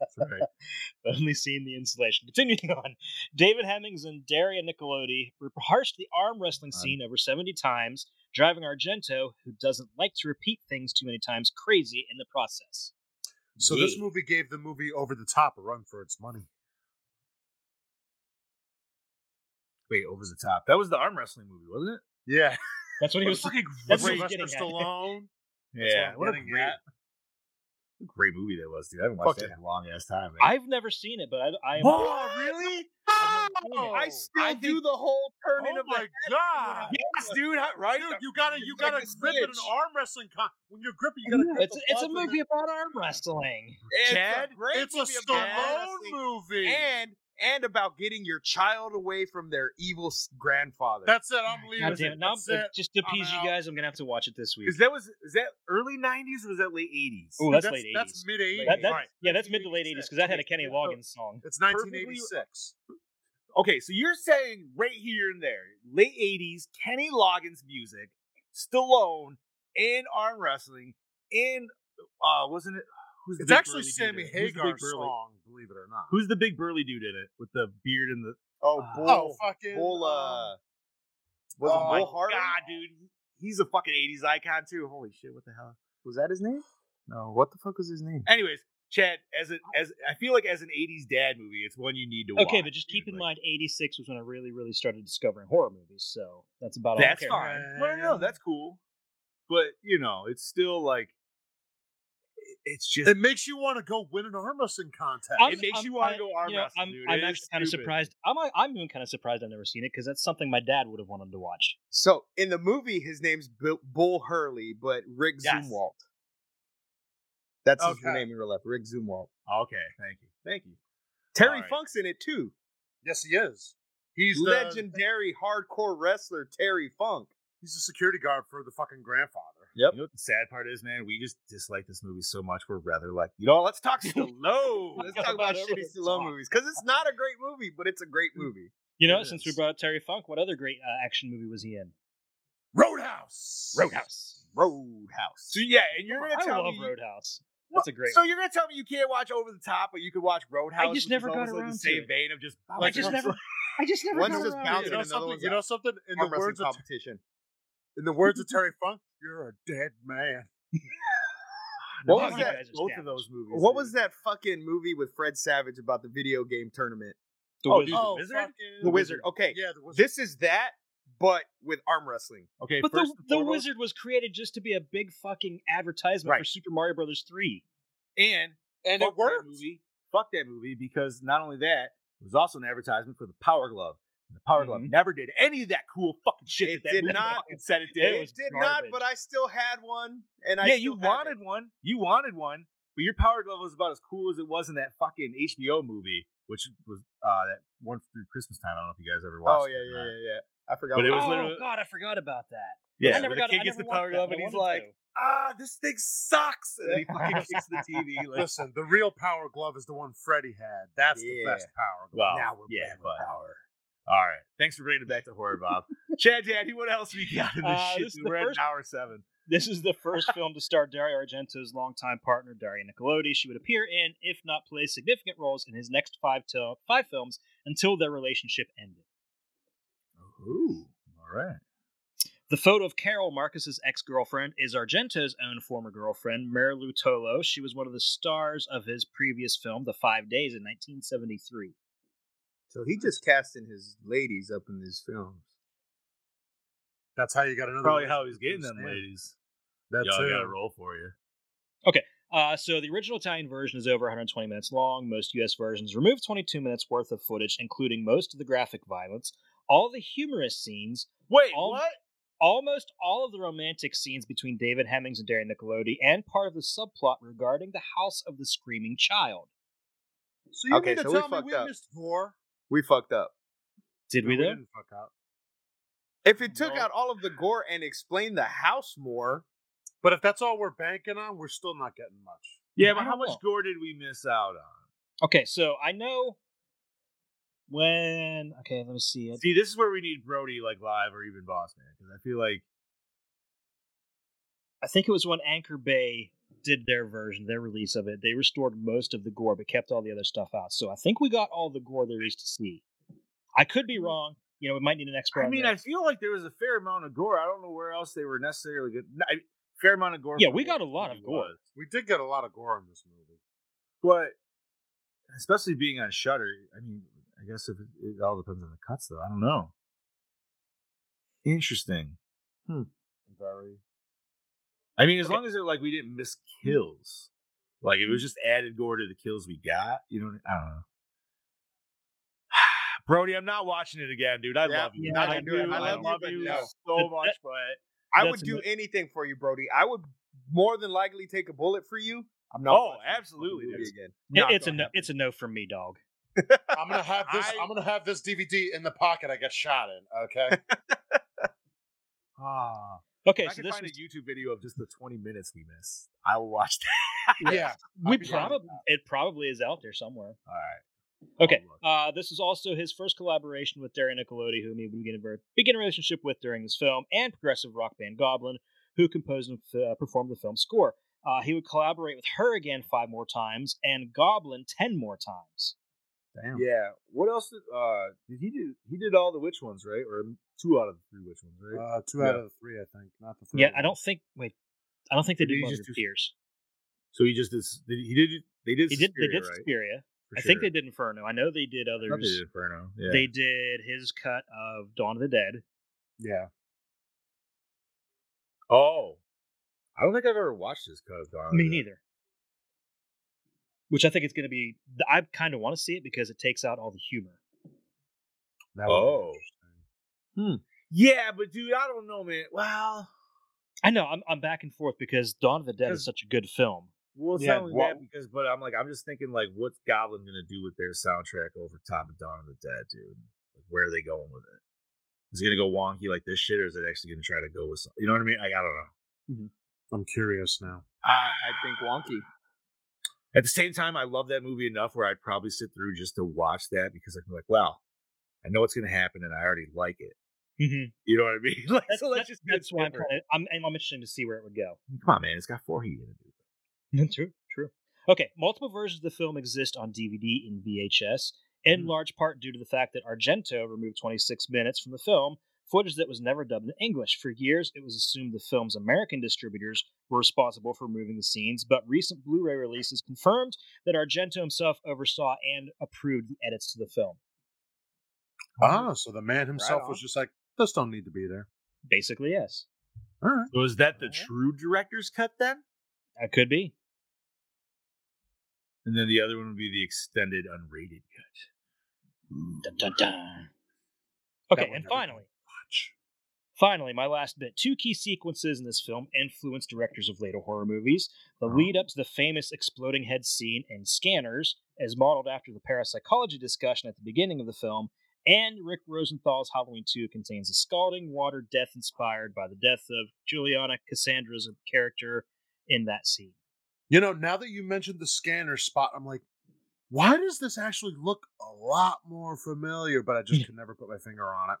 [SPEAKER 4] only seen the installation. Continuing on, David Hemmings and Daria Nicolodi rehearsed the arm wrestling scene over 70 times, driving Argento, who doesn't like to repeat things too many times, crazy in the process.
[SPEAKER 5] So this
[SPEAKER 4] Yeah.
[SPEAKER 5] movie gave the movie Over the Top a run for its money.
[SPEAKER 1] Wait, over the top. That was the arm wrestling movie, wasn't it?
[SPEAKER 5] Yeah,
[SPEAKER 4] That's what
[SPEAKER 1] What
[SPEAKER 4] he
[SPEAKER 1] a
[SPEAKER 4] was.
[SPEAKER 1] fucking
[SPEAKER 4] that's what
[SPEAKER 1] great,
[SPEAKER 4] he's
[SPEAKER 5] Sylvester
[SPEAKER 4] getting at.
[SPEAKER 5] Stallone.
[SPEAKER 1] yeah,
[SPEAKER 5] I'm
[SPEAKER 1] what a
[SPEAKER 5] getting
[SPEAKER 1] great,
[SPEAKER 5] at.
[SPEAKER 1] great movie that was, dude. I haven't
[SPEAKER 5] Fuck
[SPEAKER 1] watched that
[SPEAKER 5] yeah.
[SPEAKER 1] in a long ass time. Man.
[SPEAKER 4] I've never seen it, but I, I am.
[SPEAKER 1] really?
[SPEAKER 4] Oh,
[SPEAKER 3] I still
[SPEAKER 5] I
[SPEAKER 3] do the whole turning
[SPEAKER 5] Oh
[SPEAKER 3] of
[SPEAKER 5] my
[SPEAKER 3] the
[SPEAKER 5] god!
[SPEAKER 1] Yes, Ah, dude. how- Right?
[SPEAKER 5] Dude, you gotta you gotta
[SPEAKER 3] Like a
[SPEAKER 5] grip in an
[SPEAKER 3] snitch.
[SPEAKER 5] arm wrestling con- when you're gripping. You gotta grip
[SPEAKER 4] It's,
[SPEAKER 5] the
[SPEAKER 4] it's a
[SPEAKER 5] balls with
[SPEAKER 4] movie
[SPEAKER 5] your-
[SPEAKER 4] about arm wrestling.
[SPEAKER 3] It's
[SPEAKER 1] Chad,
[SPEAKER 3] a great
[SPEAKER 5] It's
[SPEAKER 3] movie
[SPEAKER 5] a
[SPEAKER 3] about
[SPEAKER 5] Stallone
[SPEAKER 3] wrestling
[SPEAKER 5] movie.
[SPEAKER 3] and and about getting your child away from their evil s- grandfather.
[SPEAKER 5] that's it. I'm leaving.
[SPEAKER 4] God damn it! Now,
[SPEAKER 5] That's it.
[SPEAKER 4] just to
[SPEAKER 5] I'm
[SPEAKER 4] appease
[SPEAKER 5] out.
[SPEAKER 4] you guys, I'm gonna have to watch it this week.
[SPEAKER 1] Is that was is that early '90s or was that late '80s?
[SPEAKER 4] Oh, that's, late
[SPEAKER 5] That's
[SPEAKER 4] '80s.
[SPEAKER 5] mid '80s.
[SPEAKER 4] That- that's-
[SPEAKER 5] Right.
[SPEAKER 4] Yeah, that's mid to late '80s because that had a Kenny Loggins song.
[SPEAKER 5] It's
[SPEAKER 1] perfectly-
[SPEAKER 5] 1986.
[SPEAKER 1] Okay, so you're saying right here and there, late '80s, Kenny Loggins music, Stallone, and arm wrestling, and uh, wasn't it? Who's
[SPEAKER 5] It's
[SPEAKER 1] big
[SPEAKER 5] actually
[SPEAKER 1] burly dude
[SPEAKER 5] Sammy
[SPEAKER 1] in it? Who's the big
[SPEAKER 5] Hagar's
[SPEAKER 1] burly-
[SPEAKER 5] song, believe it or not.
[SPEAKER 1] Who's the big burly dude in it with the beard and the?
[SPEAKER 3] oh,
[SPEAKER 1] Uh,
[SPEAKER 3] bull,
[SPEAKER 5] oh fucking
[SPEAKER 3] bull,
[SPEAKER 5] um,
[SPEAKER 3] uh, was it
[SPEAKER 5] oh my
[SPEAKER 3] Bull Harley?
[SPEAKER 1] God, dude, he's a fucking '80s icon too. Holy shit, what the hell?
[SPEAKER 3] Was that his name? No, what the fuck was his name?
[SPEAKER 1] Anyways, Chad, as a as I feel like as an '80s dad movie, it's one you need to watch.
[SPEAKER 4] Okay, but just keep
[SPEAKER 1] dude.
[SPEAKER 4] in
[SPEAKER 1] Like,
[SPEAKER 4] mind, '86 was when I really, really started discovering horror movies. So that's about all. I
[SPEAKER 1] That's
[SPEAKER 4] care.
[SPEAKER 1] fine. No, no, no, that's cool. But you know, it's still like it- it's just
[SPEAKER 5] It makes you want to go win an arm wrestling contest.
[SPEAKER 4] I'm-
[SPEAKER 1] it makes
[SPEAKER 4] I'm-
[SPEAKER 1] you want
[SPEAKER 4] I-
[SPEAKER 1] to go arm
[SPEAKER 4] you know,
[SPEAKER 1] wrestling.
[SPEAKER 4] I'm,
[SPEAKER 1] dude.
[SPEAKER 4] I'm
[SPEAKER 1] It is
[SPEAKER 4] actually kind of
[SPEAKER 1] stupid.
[SPEAKER 4] surprised. I'm I'm even kind of surprised I've never seen it because that's something my dad would have wanted to watch.
[SPEAKER 3] So in the movie, his name's Bill, Bull Hurley, but Rick
[SPEAKER 1] Yes.
[SPEAKER 3] Zumwalt. That's his
[SPEAKER 5] Okay.
[SPEAKER 3] name in real life, Rick Zumwalt.
[SPEAKER 1] Okay, thank you, thank you.
[SPEAKER 3] Terry
[SPEAKER 1] right.
[SPEAKER 3] Funk's in it too.
[SPEAKER 5] Yes, he is. He's the-
[SPEAKER 3] legendary hardcore wrestler Terry Funk.
[SPEAKER 5] he's the security guard for the fucking grandfather.
[SPEAKER 3] Yep.
[SPEAKER 1] You know what the sad part is, man? We just dislike this movie so much. We're rather like, you know, let's talk Stallone.
[SPEAKER 3] Let's talk about shitty Stallone movies because it's not a great movie, but it's a great
[SPEAKER 1] Mm.
[SPEAKER 3] movie.
[SPEAKER 4] You know,
[SPEAKER 5] It
[SPEAKER 4] since we
[SPEAKER 5] is.
[SPEAKER 4] brought up Terry Funk, what other great uh, action movie was he in?
[SPEAKER 5] Roadhouse.
[SPEAKER 4] Roadhouse.
[SPEAKER 3] Roadhouse. Oh,
[SPEAKER 1] So yeah, and you're gonna
[SPEAKER 4] I
[SPEAKER 1] tell
[SPEAKER 4] love
[SPEAKER 1] me
[SPEAKER 4] Roadhouse.
[SPEAKER 1] Well,
[SPEAKER 4] That's a great.
[SPEAKER 1] So you're gonna tell me you can't watch Over the Top, but you can watch Roadhouse.
[SPEAKER 4] just
[SPEAKER 1] which is
[SPEAKER 4] never got
[SPEAKER 1] almost like
[SPEAKER 4] around
[SPEAKER 1] the
[SPEAKER 4] to
[SPEAKER 1] same
[SPEAKER 4] it.
[SPEAKER 1] vein of just.
[SPEAKER 4] I just
[SPEAKER 1] Like,
[SPEAKER 4] never. I just never.
[SPEAKER 3] One's
[SPEAKER 4] got
[SPEAKER 3] just
[SPEAKER 4] around
[SPEAKER 5] You
[SPEAKER 3] bouncing
[SPEAKER 4] to
[SPEAKER 5] know
[SPEAKER 3] and another
[SPEAKER 5] something?
[SPEAKER 3] one's
[SPEAKER 5] You know something? In
[SPEAKER 3] Arm
[SPEAKER 5] the
[SPEAKER 3] wrestling
[SPEAKER 5] words of
[SPEAKER 3] competition.
[SPEAKER 5] in the words of Terry Funk, you're a dead man.
[SPEAKER 4] No,
[SPEAKER 3] What
[SPEAKER 4] you
[SPEAKER 3] was that?
[SPEAKER 4] guys are
[SPEAKER 1] Both
[SPEAKER 4] stacked.
[SPEAKER 1] of those movies.
[SPEAKER 3] What was
[SPEAKER 1] dude.
[SPEAKER 3] that fucking movie with Fred Savage about the video game tournament?
[SPEAKER 4] The
[SPEAKER 1] Oh,
[SPEAKER 4] Wizard.
[SPEAKER 1] dude,
[SPEAKER 5] Oh,
[SPEAKER 1] the wizard.
[SPEAKER 5] fucking-
[SPEAKER 3] The Wizard. Okay,
[SPEAKER 5] Yeah, the wizard.
[SPEAKER 3] this is that, but with arm wrestling.
[SPEAKER 1] Okay,
[SPEAKER 4] But the,
[SPEAKER 1] first and
[SPEAKER 4] the
[SPEAKER 1] foremost-
[SPEAKER 4] Wizard was created just to be a big fucking advertisement for
[SPEAKER 1] Right.
[SPEAKER 4] Super Mario Brothers 3.
[SPEAKER 1] and
[SPEAKER 5] And
[SPEAKER 1] fuck
[SPEAKER 5] it worked.
[SPEAKER 1] That movie, fuck that movie because not only that, it was also an advertisement for the Power Glove. And the Power Glove
[SPEAKER 4] Mhm.
[SPEAKER 1] never did any of that cool fucking shit
[SPEAKER 3] It
[SPEAKER 1] that, that
[SPEAKER 3] did
[SPEAKER 1] movie
[SPEAKER 3] not.
[SPEAKER 1] fucking said it
[SPEAKER 4] It
[SPEAKER 1] did.
[SPEAKER 4] was
[SPEAKER 3] did not,
[SPEAKER 4] garbage.
[SPEAKER 3] but I still had one, and I
[SPEAKER 1] yeah,
[SPEAKER 3] still
[SPEAKER 1] you
[SPEAKER 3] have it.
[SPEAKER 1] wanted one. You wanted one, but your Power Glove was about as cool as it was in that fucking HBO movie, which was uh, that one through Christmas time. I don't know if you guys ever watched.
[SPEAKER 3] Oh yeah,
[SPEAKER 1] it or
[SPEAKER 3] yeah,
[SPEAKER 1] not.
[SPEAKER 3] yeah, yeah. I forgot.
[SPEAKER 1] But it
[SPEAKER 3] what-
[SPEAKER 1] was
[SPEAKER 4] oh
[SPEAKER 1] literally-
[SPEAKER 4] God, I forgot about that.
[SPEAKER 1] Yeah,
[SPEAKER 4] I never
[SPEAKER 1] where the
[SPEAKER 4] got.
[SPEAKER 1] kid
[SPEAKER 4] I
[SPEAKER 1] gets
[SPEAKER 4] never
[SPEAKER 1] the
[SPEAKER 4] watched
[SPEAKER 1] power
[SPEAKER 4] that,
[SPEAKER 1] glove
[SPEAKER 4] but
[SPEAKER 1] and
[SPEAKER 4] I
[SPEAKER 1] he's
[SPEAKER 4] wanted
[SPEAKER 1] like,
[SPEAKER 4] to.
[SPEAKER 1] ah, this thing sucks, and then he fucking kicks the TV. Like,
[SPEAKER 5] Listen, the real power glove is the one Freddy had. That's the
[SPEAKER 3] Yeah.
[SPEAKER 5] best power glove.
[SPEAKER 1] Well,
[SPEAKER 5] now we're
[SPEAKER 1] yeah,
[SPEAKER 5] playing with
[SPEAKER 1] but
[SPEAKER 5] power.
[SPEAKER 1] all right. Thanks for bringing it back to horror, Bob. Chad, Daddy, what else we got in this
[SPEAKER 4] Uh,
[SPEAKER 1] shit?
[SPEAKER 4] this is
[SPEAKER 1] dude?
[SPEAKER 4] the
[SPEAKER 1] We're
[SPEAKER 4] first-
[SPEAKER 1] at hour seven.
[SPEAKER 4] This is the first film to star Dario Argento's longtime partner Dario Nicolodi. She would appear in, if not play, significant roles in his next five to five films until their relationship ended.
[SPEAKER 1] Ooh, all right.
[SPEAKER 4] The photo of Carol, Marcus's ex-girlfriend, is Argento's own former girlfriend, Marilou Tolo. She was one of the stars of his previous film, The Five Days, in 1973.
[SPEAKER 3] So he just casting his ladies up in these films.
[SPEAKER 5] That's how you got another.
[SPEAKER 1] Probably
[SPEAKER 5] one.
[SPEAKER 1] how he's getting them
[SPEAKER 5] Understand.
[SPEAKER 1] ladies.
[SPEAKER 5] That
[SPEAKER 1] Y'all
[SPEAKER 5] too.
[SPEAKER 1] got to roll for you.
[SPEAKER 4] Uh, so the original Italian version is over 120 minutes long. Most U.S. versions remove 22 minutes worth of footage, including most of the graphic violence, all the humorous scenes,
[SPEAKER 1] Wait,
[SPEAKER 4] All-
[SPEAKER 1] what?
[SPEAKER 4] almost all of the romantic scenes between David Hemmings and Darren Nicolodi, and part of the subplot regarding the House of the Screaming Child.
[SPEAKER 5] So you
[SPEAKER 3] Okay,
[SPEAKER 5] mean to
[SPEAKER 3] so we
[SPEAKER 5] tell me
[SPEAKER 3] fucked
[SPEAKER 5] we
[SPEAKER 3] up.
[SPEAKER 5] missed four?
[SPEAKER 3] We fucked up.
[SPEAKER 4] Did
[SPEAKER 5] No,
[SPEAKER 4] we though?
[SPEAKER 5] didn't fuck up.
[SPEAKER 3] If it took
[SPEAKER 5] No.
[SPEAKER 3] out all of the gore and explained the house more,
[SPEAKER 5] But if that's all we're banking on, we're still not getting much.
[SPEAKER 1] Yeah,
[SPEAKER 4] I
[SPEAKER 1] but how
[SPEAKER 4] don't
[SPEAKER 1] much
[SPEAKER 4] know.
[SPEAKER 1] gore did we miss out on?
[SPEAKER 4] Okay, so I know when. Okay, let me see it.
[SPEAKER 1] See, this is where we need Brody like live or even Boss Man because I feel like
[SPEAKER 4] I think it was when Anchor Bay did their version, their release of it. They restored most of the gore, but kept all the other stuff out. So I think we got all the gore there is to see. I could be wrong. You know, we might need an expert.
[SPEAKER 1] Mm-hmm. I
[SPEAKER 4] on
[SPEAKER 1] mean,
[SPEAKER 4] that.
[SPEAKER 1] I feel like there was a fair amount of gore. I don't know where else they were necessarily good. I, fair amount of gore.
[SPEAKER 4] Yeah,
[SPEAKER 1] for
[SPEAKER 4] we
[SPEAKER 1] what
[SPEAKER 4] got a
[SPEAKER 1] the
[SPEAKER 4] lot of
[SPEAKER 1] movie
[SPEAKER 4] gore.
[SPEAKER 1] was.
[SPEAKER 5] We did get a lot of gore in this movie.
[SPEAKER 1] but especially being on Shutter. I mean, I guess if it, it all depends on the cuts, though. I don't know. Interesting.
[SPEAKER 5] Very.
[SPEAKER 1] I mean, as
[SPEAKER 4] Okay.
[SPEAKER 1] long as they're like we didn't miss kills, like if it was just added gore to the kills we got, you know. I don't know. Brody, I'm not watching it again, dude. I
[SPEAKER 3] Yeah,
[SPEAKER 1] love you.
[SPEAKER 4] yeah, I
[SPEAKER 1] I,
[SPEAKER 4] do.
[SPEAKER 1] do.
[SPEAKER 4] I
[SPEAKER 1] I
[SPEAKER 4] love
[SPEAKER 1] love,
[SPEAKER 4] you,
[SPEAKER 3] but
[SPEAKER 1] you
[SPEAKER 3] no.
[SPEAKER 1] so
[SPEAKER 4] That-
[SPEAKER 1] much, but
[SPEAKER 3] I
[SPEAKER 4] That's
[SPEAKER 3] would do
[SPEAKER 4] ama-
[SPEAKER 3] anything for you, Brody. I would more than likely take a bullet for you. I'm not.
[SPEAKER 1] Oh,
[SPEAKER 3] watching this
[SPEAKER 1] absolutely,
[SPEAKER 3] fucking movie
[SPEAKER 1] dude.
[SPEAKER 3] Again.
[SPEAKER 4] It-
[SPEAKER 1] Not
[SPEAKER 4] it's a
[SPEAKER 1] gonna
[SPEAKER 4] no,
[SPEAKER 1] happen.
[SPEAKER 4] it's a no from me, dog.
[SPEAKER 5] I'm gonna have this.
[SPEAKER 1] I-
[SPEAKER 5] I'm gonna have this DVD in the pocket I got shot in. Okay.
[SPEAKER 1] Ah,
[SPEAKER 4] Okay,
[SPEAKER 1] if I
[SPEAKER 4] so
[SPEAKER 1] can
[SPEAKER 4] this
[SPEAKER 1] find
[SPEAKER 4] was,
[SPEAKER 1] a YouTube video of just the 20 minutes we missed. I will watch that.
[SPEAKER 5] yeah.
[SPEAKER 4] we
[SPEAKER 5] I'd be down with
[SPEAKER 4] probably it probably is out there somewhere.
[SPEAKER 1] All right.
[SPEAKER 4] Okay,
[SPEAKER 1] look.
[SPEAKER 4] uh, this is also his first collaboration with Darren Nicolodi, whom he began a, ver- began a relationship with during this film, and progressive rock band Goblin, who composed and uh, performed the film's score. Uh, he would collaborate with her again five more times and Goblin ten more times.
[SPEAKER 1] Damn.
[SPEAKER 3] Yeah. What else? Did, uh,
[SPEAKER 1] Did he do? He did all the witch ones, right? Or two out of the three witch ones,
[SPEAKER 5] that.
[SPEAKER 1] right?
[SPEAKER 5] Uh, two out of the three, I think. Not the third.
[SPEAKER 4] Yeah, I
[SPEAKER 5] one.
[SPEAKER 4] don't think. Wait, I don't think they
[SPEAKER 1] Hmm. Did
[SPEAKER 4] did
[SPEAKER 1] he
[SPEAKER 4] one
[SPEAKER 1] just do-
[SPEAKER 4] of Fears.
[SPEAKER 1] so he just did. s- Did he did? They did.
[SPEAKER 4] He did.
[SPEAKER 1] Suspiria,
[SPEAKER 4] They did
[SPEAKER 1] right?
[SPEAKER 4] Suspiria.
[SPEAKER 1] For
[SPEAKER 4] I think
[SPEAKER 1] sure.
[SPEAKER 4] they did Inferno. I know they did
[SPEAKER 1] I thought they
[SPEAKER 4] others.
[SPEAKER 1] did Inferno. Yeah.
[SPEAKER 4] They did his cut of Dawn of the Dead.
[SPEAKER 5] Yeah.
[SPEAKER 1] oh, I don't think I've ever watched this cut of Dawn.
[SPEAKER 4] Me neither. Which I think it's going to be. I kind of want to see it because it takes out all the humor.
[SPEAKER 5] That would be
[SPEAKER 1] Oh.
[SPEAKER 5] interesting.
[SPEAKER 4] Hmm.
[SPEAKER 1] Yeah, but dude, I don't know, man. Well,
[SPEAKER 4] I know I'm I'm back and forth because Dawn of the Dead is
[SPEAKER 1] Because-
[SPEAKER 4] such a good film.
[SPEAKER 1] well, it's
[SPEAKER 5] Yeah,
[SPEAKER 1] not only
[SPEAKER 5] wha-
[SPEAKER 1] that because, but I'm like, I'm just thinking, like, what's Goblin gonna do with their soundtrack over top of Dawn of the Dead, dude? Like, where are they going with it? Is it gonna go wonky like this shit, or is it actually gonna try to go with something? You know what I mean? Like, I don't know.
[SPEAKER 5] I'm curious now.
[SPEAKER 3] I, I think wonky.
[SPEAKER 1] At the same time, I love that movie enough where I'd probably sit through just to watch that because I'd be like, wow, I know what's going to happen and I already like it. You know what I mean? Like,
[SPEAKER 4] That's,
[SPEAKER 1] so let's
[SPEAKER 4] that's-
[SPEAKER 1] just do it
[SPEAKER 4] that's why I'm,
[SPEAKER 1] different.
[SPEAKER 4] kinda, I'm and I'm interested to see where it would go.
[SPEAKER 1] Come on, man. It's got four heat in it. dude.
[SPEAKER 4] true, true. Okay, multiple versions of the film exist on DVD and VHS, in large part due to the fact that Argento removed 26 minutes from the film, footage that was never dubbed in English. For years, it was assumed the film's American distributors were responsible for removing the scenes, but recent Blu ray releases confirmed that Argento himself oversaw and approved the edits to the film.
[SPEAKER 5] Ah, so the man himself
[SPEAKER 3] on.
[SPEAKER 5] was just like, this don't need to be there.
[SPEAKER 4] Basically, yes.
[SPEAKER 5] All right.
[SPEAKER 1] So is that the
[SPEAKER 4] Alright.
[SPEAKER 1] true director's cut then?
[SPEAKER 4] That could be.
[SPEAKER 1] And then the other one would be the extended unrated cut.
[SPEAKER 4] Dun, dun, dun. Okay,
[SPEAKER 5] one
[SPEAKER 4] and
[SPEAKER 5] never
[SPEAKER 4] finally,
[SPEAKER 5] Watch.
[SPEAKER 4] Finally, my last bit. Two key sequences in this film influenced directors of later horror movies. The lead up to the famous exploding head scene in Scanners, as modeled after the parapsychology discussion at the beginning of the film, and Rick Rosenthal's Halloween 2 contains a scalding water death inspired by the death of Juliana Cassandra's character in that scene.
[SPEAKER 5] You know, now that you mentioned the scanner spot, I'm like, why does this actually look a lot more familiar? But I
[SPEAKER 4] Hmm.
[SPEAKER 5] just could never put my finger on it.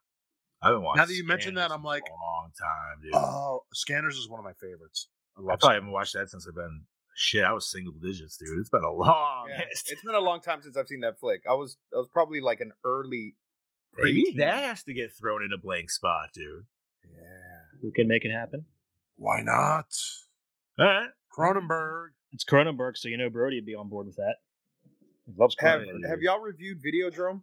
[SPEAKER 1] I've been watching.
[SPEAKER 5] that you mention that,
[SPEAKER 1] Scanners
[SPEAKER 5] I'm
[SPEAKER 1] for
[SPEAKER 5] like,
[SPEAKER 1] a long time, dude.
[SPEAKER 5] Oh, Scanners is one of my favorites. I
[SPEAKER 1] I
[SPEAKER 5] love
[SPEAKER 1] probably haven't watched that since I've been shit. I was single digits, dude. It's been a long.
[SPEAKER 3] Yeah, It's been a long time since I've seen that flick. I was I was probably like an early
[SPEAKER 1] Maybe that has to get thrown in a blank spot, dude.
[SPEAKER 5] Yeah.
[SPEAKER 4] Who can make it happen?
[SPEAKER 5] Why not?
[SPEAKER 1] All right.
[SPEAKER 5] Cronenberg.
[SPEAKER 4] It's Cronenberg, so you know Brody would be on board with that. He loves
[SPEAKER 3] Have
[SPEAKER 4] Cronenberg.
[SPEAKER 3] Have y'all reviewed Videodrome?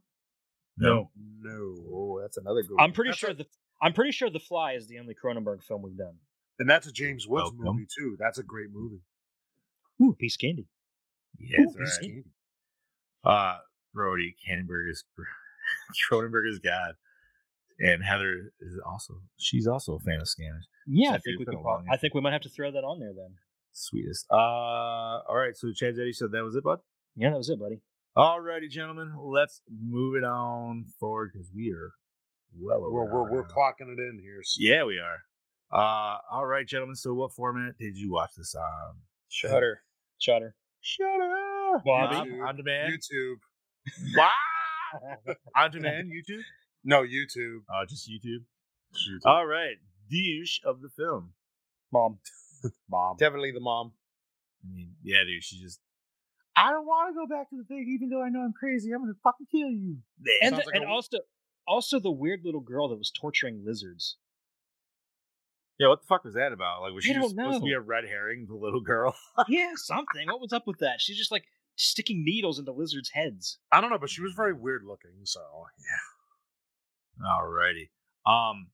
[SPEAKER 1] No.
[SPEAKER 3] No, oh, that's another good.
[SPEAKER 4] I'm pretty
[SPEAKER 5] That's
[SPEAKER 4] sure
[SPEAKER 5] a-
[SPEAKER 4] the I'm pretty sure The Fly is the only Cronenberg film we've done.
[SPEAKER 5] And that's a James Woods
[SPEAKER 1] Welcome.
[SPEAKER 5] movie too. That's a great movie.
[SPEAKER 4] Ooh, piece of candy.
[SPEAKER 1] Yeah,
[SPEAKER 5] Ooh,
[SPEAKER 1] that's
[SPEAKER 5] Biscuit.
[SPEAKER 1] right. Uh, Brody Cannonberg is Cronenberg is God, and Heather is also she's also a fan of Scanners.
[SPEAKER 4] Yeah, I
[SPEAKER 1] That
[SPEAKER 4] think
[SPEAKER 1] dude's
[SPEAKER 4] we
[SPEAKER 1] been
[SPEAKER 4] could.
[SPEAKER 1] a
[SPEAKER 4] Prob-
[SPEAKER 1] long
[SPEAKER 4] I think we might have to throw that on there then.
[SPEAKER 1] Sweetest. Uh, all right. So Chad Zeddy said that was it, bud.
[SPEAKER 4] Yeah, that was it, buddy.
[SPEAKER 1] All righty, gentlemen, let's move it on forward because we are well over.
[SPEAKER 5] We're,
[SPEAKER 1] an
[SPEAKER 5] we're,
[SPEAKER 1] hour
[SPEAKER 5] we're
[SPEAKER 1] now.
[SPEAKER 5] clocking it in here. So.
[SPEAKER 1] Yeah, we are. Uh, all right, gentlemen. So, what format did you watch this on?
[SPEAKER 3] Shutter.
[SPEAKER 4] Shutter.
[SPEAKER 1] Shutter.
[SPEAKER 4] Bobby.
[SPEAKER 1] on demand.
[SPEAKER 5] YouTube.
[SPEAKER 1] Wow. on demand. YouTube.
[SPEAKER 5] No, YouTube.
[SPEAKER 1] Uh, just YouTube.
[SPEAKER 5] YouTube.
[SPEAKER 1] All right. Douche of the film.
[SPEAKER 4] Mom. Mom.
[SPEAKER 3] Definitely the mom.
[SPEAKER 1] I mean, yeah, dude. She just. I don't want to go back to the thing, even though I know I'm crazy. I'm gonna fucking kill you.
[SPEAKER 4] and
[SPEAKER 5] Sounds
[SPEAKER 4] the,
[SPEAKER 5] like
[SPEAKER 4] and
[SPEAKER 5] a-
[SPEAKER 4] also also the weird little girl that was torturing lizards.
[SPEAKER 1] Yeah, what the fuck was that about? Like, was
[SPEAKER 4] I
[SPEAKER 1] she
[SPEAKER 4] don't
[SPEAKER 1] just supposed to be
[SPEAKER 4] know.
[SPEAKER 1] a red herring, the little girl?
[SPEAKER 4] yeah, something. What was up with that? She's just like sticking needles into lizards' heads.
[SPEAKER 5] I don't know, but she was very weird looking. So yeah,
[SPEAKER 1] Alrighty. Um,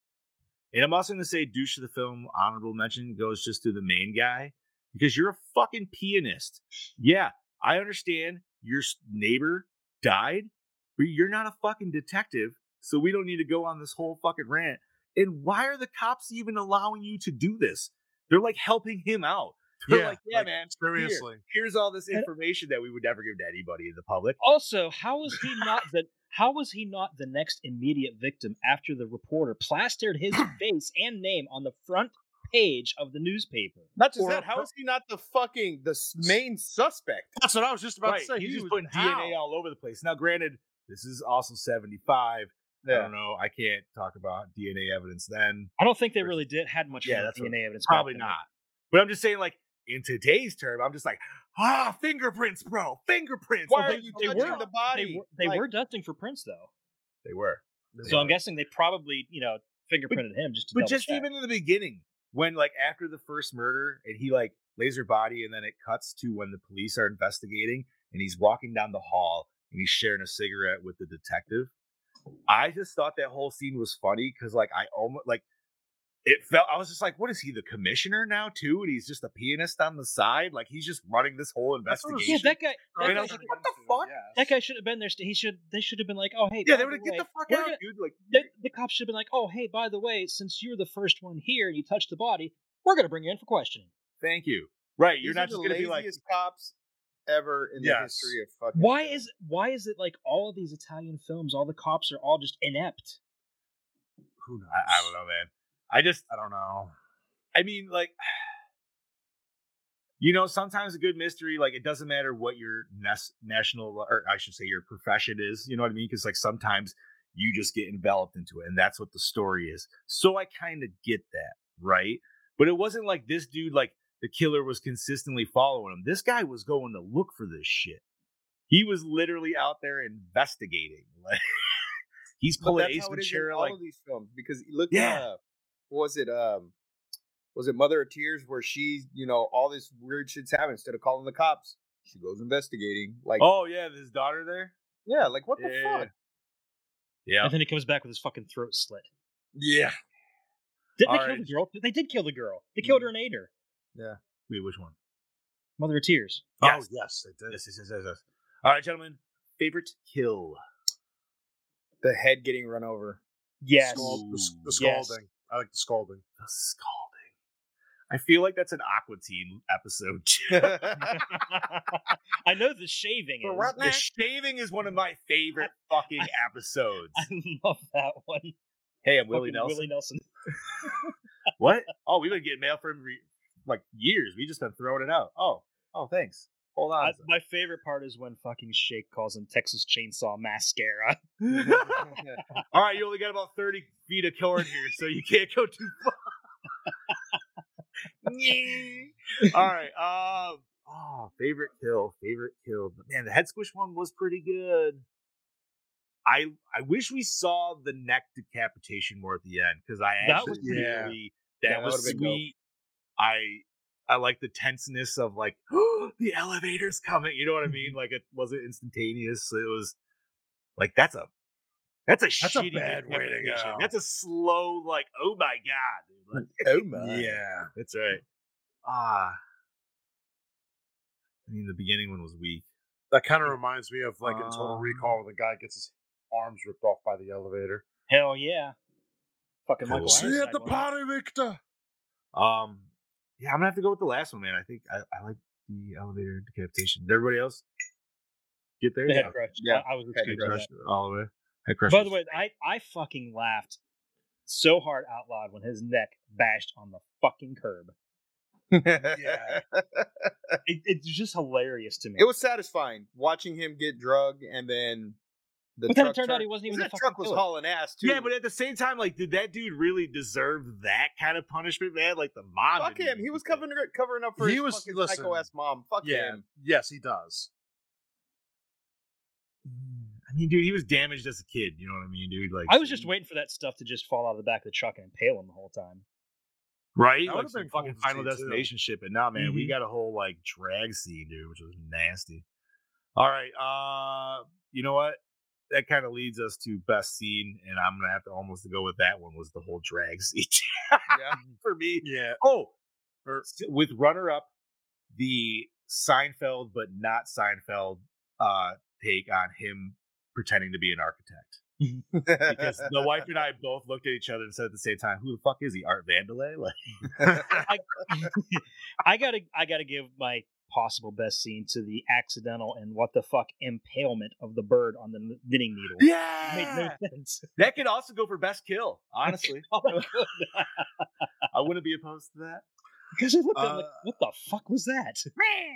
[SPEAKER 1] and I'm also gonna say douche of the film honorable mention goes just to the main guy because you're a fucking pianist. Yeah, I understand your s- neighbor died, but you're not a fucking detective, so we don't need to go on this whole fucking rant. And why are the cops even allowing you to do this? They're like helping him out. They're
[SPEAKER 5] Yeah,
[SPEAKER 1] like, yeah,
[SPEAKER 5] like,
[SPEAKER 1] man. here,
[SPEAKER 5] seriously.
[SPEAKER 1] here's all this information that we would never give to anybody in the public.
[SPEAKER 4] Also, how was he not the how was he not the next immediate victim after the reporter plastered his face and name on the front page of the newspaper?
[SPEAKER 3] Not just
[SPEAKER 5] Or
[SPEAKER 3] that.
[SPEAKER 5] a
[SPEAKER 3] How
[SPEAKER 5] per-
[SPEAKER 3] is he not the fucking the s- main suspect?
[SPEAKER 5] That's what I was just about to say.
[SPEAKER 1] He's
[SPEAKER 5] He
[SPEAKER 1] just
[SPEAKER 5] was-
[SPEAKER 1] putting
[SPEAKER 5] how?
[SPEAKER 1] DNA all over the place. Now, granted, this is also 75. I
[SPEAKER 3] Yeah.
[SPEAKER 1] don't know. I can't talk about DNA evidence then.
[SPEAKER 4] I don't think they really did had much
[SPEAKER 1] Yeah,
[SPEAKER 4] further
[SPEAKER 1] that's what-
[SPEAKER 4] DNA evidence. back
[SPEAKER 1] Probably
[SPEAKER 4] then.
[SPEAKER 1] not. But I'm just saying, like, in today's term, I'm just like, ah, fingerprints, bro. Fingerprints.
[SPEAKER 3] Why
[SPEAKER 1] Well,
[SPEAKER 3] are
[SPEAKER 1] they-
[SPEAKER 3] you
[SPEAKER 4] they
[SPEAKER 3] touching
[SPEAKER 4] were-
[SPEAKER 3] the body?
[SPEAKER 4] They were, they
[SPEAKER 3] Like,
[SPEAKER 4] were dusting for prints though,
[SPEAKER 1] They were.
[SPEAKER 4] so I'm guessing they probably you know fingerprinted him just to
[SPEAKER 1] But
[SPEAKER 4] double
[SPEAKER 1] just
[SPEAKER 4] check.
[SPEAKER 1] even in the beginning, when, like, after the first murder and he, like, lays her body and then it cuts to when the police are investigating and he's walking down the hall and he's sharing a cigarette with the detective. I just thought that whole scene was funny because, like, I almost, like, it felt I was just like, what is he, the commissioner now too? And he's just a pianist on the side, like he's just running this whole
[SPEAKER 5] That's what it was-
[SPEAKER 1] investigation.
[SPEAKER 4] yeah, that guy.
[SPEAKER 1] I
[SPEAKER 4] That
[SPEAKER 1] mean, I
[SPEAKER 4] guy,
[SPEAKER 1] was
[SPEAKER 4] should,
[SPEAKER 1] like, what the fuck?
[SPEAKER 5] Yeah.
[SPEAKER 4] that guy should have been there. st- He should. They should have been like, oh hey.
[SPEAKER 1] Yeah,
[SPEAKER 4] by
[SPEAKER 1] they would have get
[SPEAKER 4] the way,
[SPEAKER 1] the fuck
[SPEAKER 4] we're
[SPEAKER 1] out,
[SPEAKER 4] gonna-
[SPEAKER 1] dude. Like,
[SPEAKER 4] the, the cops should have been like, oh, hey, by the way, since you're the first one here and you touched the body, we're going to bring you in for questioning.
[SPEAKER 1] thank you. Right,
[SPEAKER 3] these
[SPEAKER 1] you're
[SPEAKER 3] are
[SPEAKER 1] not
[SPEAKER 3] the
[SPEAKER 1] just gonna be like,
[SPEAKER 3] laziest cops ever in the
[SPEAKER 5] Yes.
[SPEAKER 3] history of fucking.
[SPEAKER 4] Why
[SPEAKER 3] film.
[SPEAKER 4] is why is it like all of these Italian films, all the cops are all just inept?
[SPEAKER 5] Who knows?
[SPEAKER 1] I, I don't know, man. I just,
[SPEAKER 5] I don't know.
[SPEAKER 1] I mean, like, you know, sometimes a good mystery, like, it doesn't matter what your nas- national, or I should say, your profession is. You know what I mean? Because like sometimes you just get enveloped into it, and that's what the story is. So I kind of get that, right? But it wasn't like this dude, like the killer was consistently following him. This guy was going to look for this shit. He was literally out there investigating. Like, he's
[SPEAKER 3] But
[SPEAKER 1] pulling
[SPEAKER 3] that's
[SPEAKER 1] Ace
[SPEAKER 3] how it is in
[SPEAKER 1] Ventura,
[SPEAKER 3] all
[SPEAKER 1] like
[SPEAKER 3] of these films because you look at
[SPEAKER 1] Yeah.
[SPEAKER 3] uh, what was it um was it Mother of Tears where she you know all this weird shit's happening instead of calling the cops she goes investigating like
[SPEAKER 1] oh yeah, his daughter there.
[SPEAKER 3] yeah like what the
[SPEAKER 1] Yeah.
[SPEAKER 3] fuck
[SPEAKER 1] Yeah,
[SPEAKER 4] And then he comes back with his fucking throat slit.
[SPEAKER 5] Yeah.
[SPEAKER 4] Didn't
[SPEAKER 1] All
[SPEAKER 4] they kill
[SPEAKER 1] right.
[SPEAKER 4] the girl? They did kill the girl. They killed
[SPEAKER 1] Mm-hmm.
[SPEAKER 4] her in Ader.
[SPEAKER 1] wait, which one?
[SPEAKER 4] Mother of Tears.
[SPEAKER 1] Yes.
[SPEAKER 5] Oh yes, it did.
[SPEAKER 1] Yes, yes, yes, yes, yes. All right, gentlemen. Favorite kill.
[SPEAKER 3] the head getting run over
[SPEAKER 4] Yes.
[SPEAKER 5] Scald- the, s- the
[SPEAKER 4] Yes.
[SPEAKER 5] scalding. I like the scalding.
[SPEAKER 1] The scalding. I feel like that's an Aqua Teen episode. too.
[SPEAKER 4] I know the shaving is.
[SPEAKER 1] the shaving is one of my favorite fucking episodes.
[SPEAKER 4] I love that one.
[SPEAKER 1] Hey, I'm Willie
[SPEAKER 4] Fucking
[SPEAKER 1] Nelson.
[SPEAKER 4] Willie Nelson.
[SPEAKER 1] What? Oh, we've been getting mail from re- like years. We just been throwing it out. Oh, oh, thanks. Hold on.
[SPEAKER 4] I- my favorite part is when fucking Shake calls him Texas Chainsaw Mascara.
[SPEAKER 1] All right, you only got about 30 feet of cord here, so you can't go too far. Yeah. All right. Um, oh, favorite kill, favorite kill. Man, the head squish one was pretty good. I I wish we saw the neck decapitation more at the end because I
[SPEAKER 4] That
[SPEAKER 1] actually
[SPEAKER 4] was
[SPEAKER 1] really-
[SPEAKER 3] Yeah.
[SPEAKER 1] that,
[SPEAKER 3] Yeah, that
[SPEAKER 1] was
[SPEAKER 3] would've been dope.
[SPEAKER 1] sweet. I I like the tenseness of like the elevator's coming. You know what I mean?
[SPEAKER 5] Mm-hmm.
[SPEAKER 1] Like it wasn't instantaneous. It was like that's a that's a
[SPEAKER 5] That's a
[SPEAKER 1] shitty
[SPEAKER 5] bad way to
[SPEAKER 1] decapitation.
[SPEAKER 5] go.
[SPEAKER 1] That's a slow like oh my god. dude. Like,
[SPEAKER 5] Oh my.
[SPEAKER 1] yeah, that's right. Ah, I mean the beginning one was weak.
[SPEAKER 5] That kind of reminds me of like in Total
[SPEAKER 1] Um,
[SPEAKER 5] Recall when the guy gets his arms ripped off by the elevator.
[SPEAKER 4] Hell yeah. Fucking
[SPEAKER 1] Cool.
[SPEAKER 4] Michael
[SPEAKER 1] See
[SPEAKER 4] Ironside wasn't it?
[SPEAKER 5] Victor.
[SPEAKER 1] Um, yeah, I'm gonna have to go with the last one, man. I think I, I like the elevator decapitation. Did everybody else get there?
[SPEAKER 4] The head crush.
[SPEAKER 3] Yeah.
[SPEAKER 4] I, I was
[SPEAKER 3] Head
[SPEAKER 1] Head
[SPEAKER 4] excused by
[SPEAKER 1] crush
[SPEAKER 4] that.
[SPEAKER 1] all the way. Head crush.
[SPEAKER 4] By the way, I, I fucking laughed so hard out loud when his neck bashed on the fucking curb.
[SPEAKER 3] yeah.
[SPEAKER 4] It, it's just hilarious to me.
[SPEAKER 3] It was satisfying watching him get drugged and then the
[SPEAKER 4] but then it
[SPEAKER 3] truck
[SPEAKER 4] turned out
[SPEAKER 3] turn-
[SPEAKER 4] he wasn't even the
[SPEAKER 3] that
[SPEAKER 4] fucking
[SPEAKER 3] truck was
[SPEAKER 4] killer.
[SPEAKER 3] hauling ass too.
[SPEAKER 1] yeah, but at the same time, like, did that dude really deserve that kind of punishment, man? Like the mom.
[SPEAKER 3] fuck
[SPEAKER 1] didn't
[SPEAKER 3] him. He
[SPEAKER 1] even
[SPEAKER 3] was
[SPEAKER 1] deserve
[SPEAKER 3] covering covering up for
[SPEAKER 5] He
[SPEAKER 3] his
[SPEAKER 5] was-
[SPEAKER 3] fucking
[SPEAKER 5] listen.
[SPEAKER 3] psycho ass mom. Fuck
[SPEAKER 5] Yeah.
[SPEAKER 3] him.
[SPEAKER 5] Yes, he does.
[SPEAKER 1] it. I mean, dude, he was damaged as a kid. You know what I mean, dude? Like,
[SPEAKER 4] I was just waiting for that stuff to just fall out of the back of the truck and impale him the whole time.
[SPEAKER 1] right,
[SPEAKER 5] That
[SPEAKER 1] like
[SPEAKER 5] would've
[SPEAKER 1] some
[SPEAKER 5] been cool
[SPEAKER 1] fucking
[SPEAKER 5] to
[SPEAKER 1] Final
[SPEAKER 5] see, too.
[SPEAKER 1] Destination shit. But now, man, we
[SPEAKER 4] Mhm.
[SPEAKER 1] got a whole like drag scene, dude, which was nasty. All right, uh, you know what? That kind of leads us to best scene, and I'm gonna have to almost go with that one. Was the whole drag scene
[SPEAKER 3] Yeah.
[SPEAKER 1] for me?
[SPEAKER 5] Yeah.
[SPEAKER 1] Oh, or s- with runner up, the Seinfeld but not Seinfeld uh, take on him pretending to be an architect. Because the wife and I both looked at each other and said at the same time, "Who the fuck is he, Art Vandelay?" Like,
[SPEAKER 4] I gotta I gotta give my possible best scene to the accidental and what the fuck impalement of the bird on the kn- knitting needle. Made
[SPEAKER 1] yeah,
[SPEAKER 4] no sense.
[SPEAKER 1] that could also go for best kill. Honestly,
[SPEAKER 4] Oh my God.
[SPEAKER 1] I wouldn't be opposed to that.
[SPEAKER 4] Because I looked at him like,
[SPEAKER 5] Uh,
[SPEAKER 4] what the fuck was that?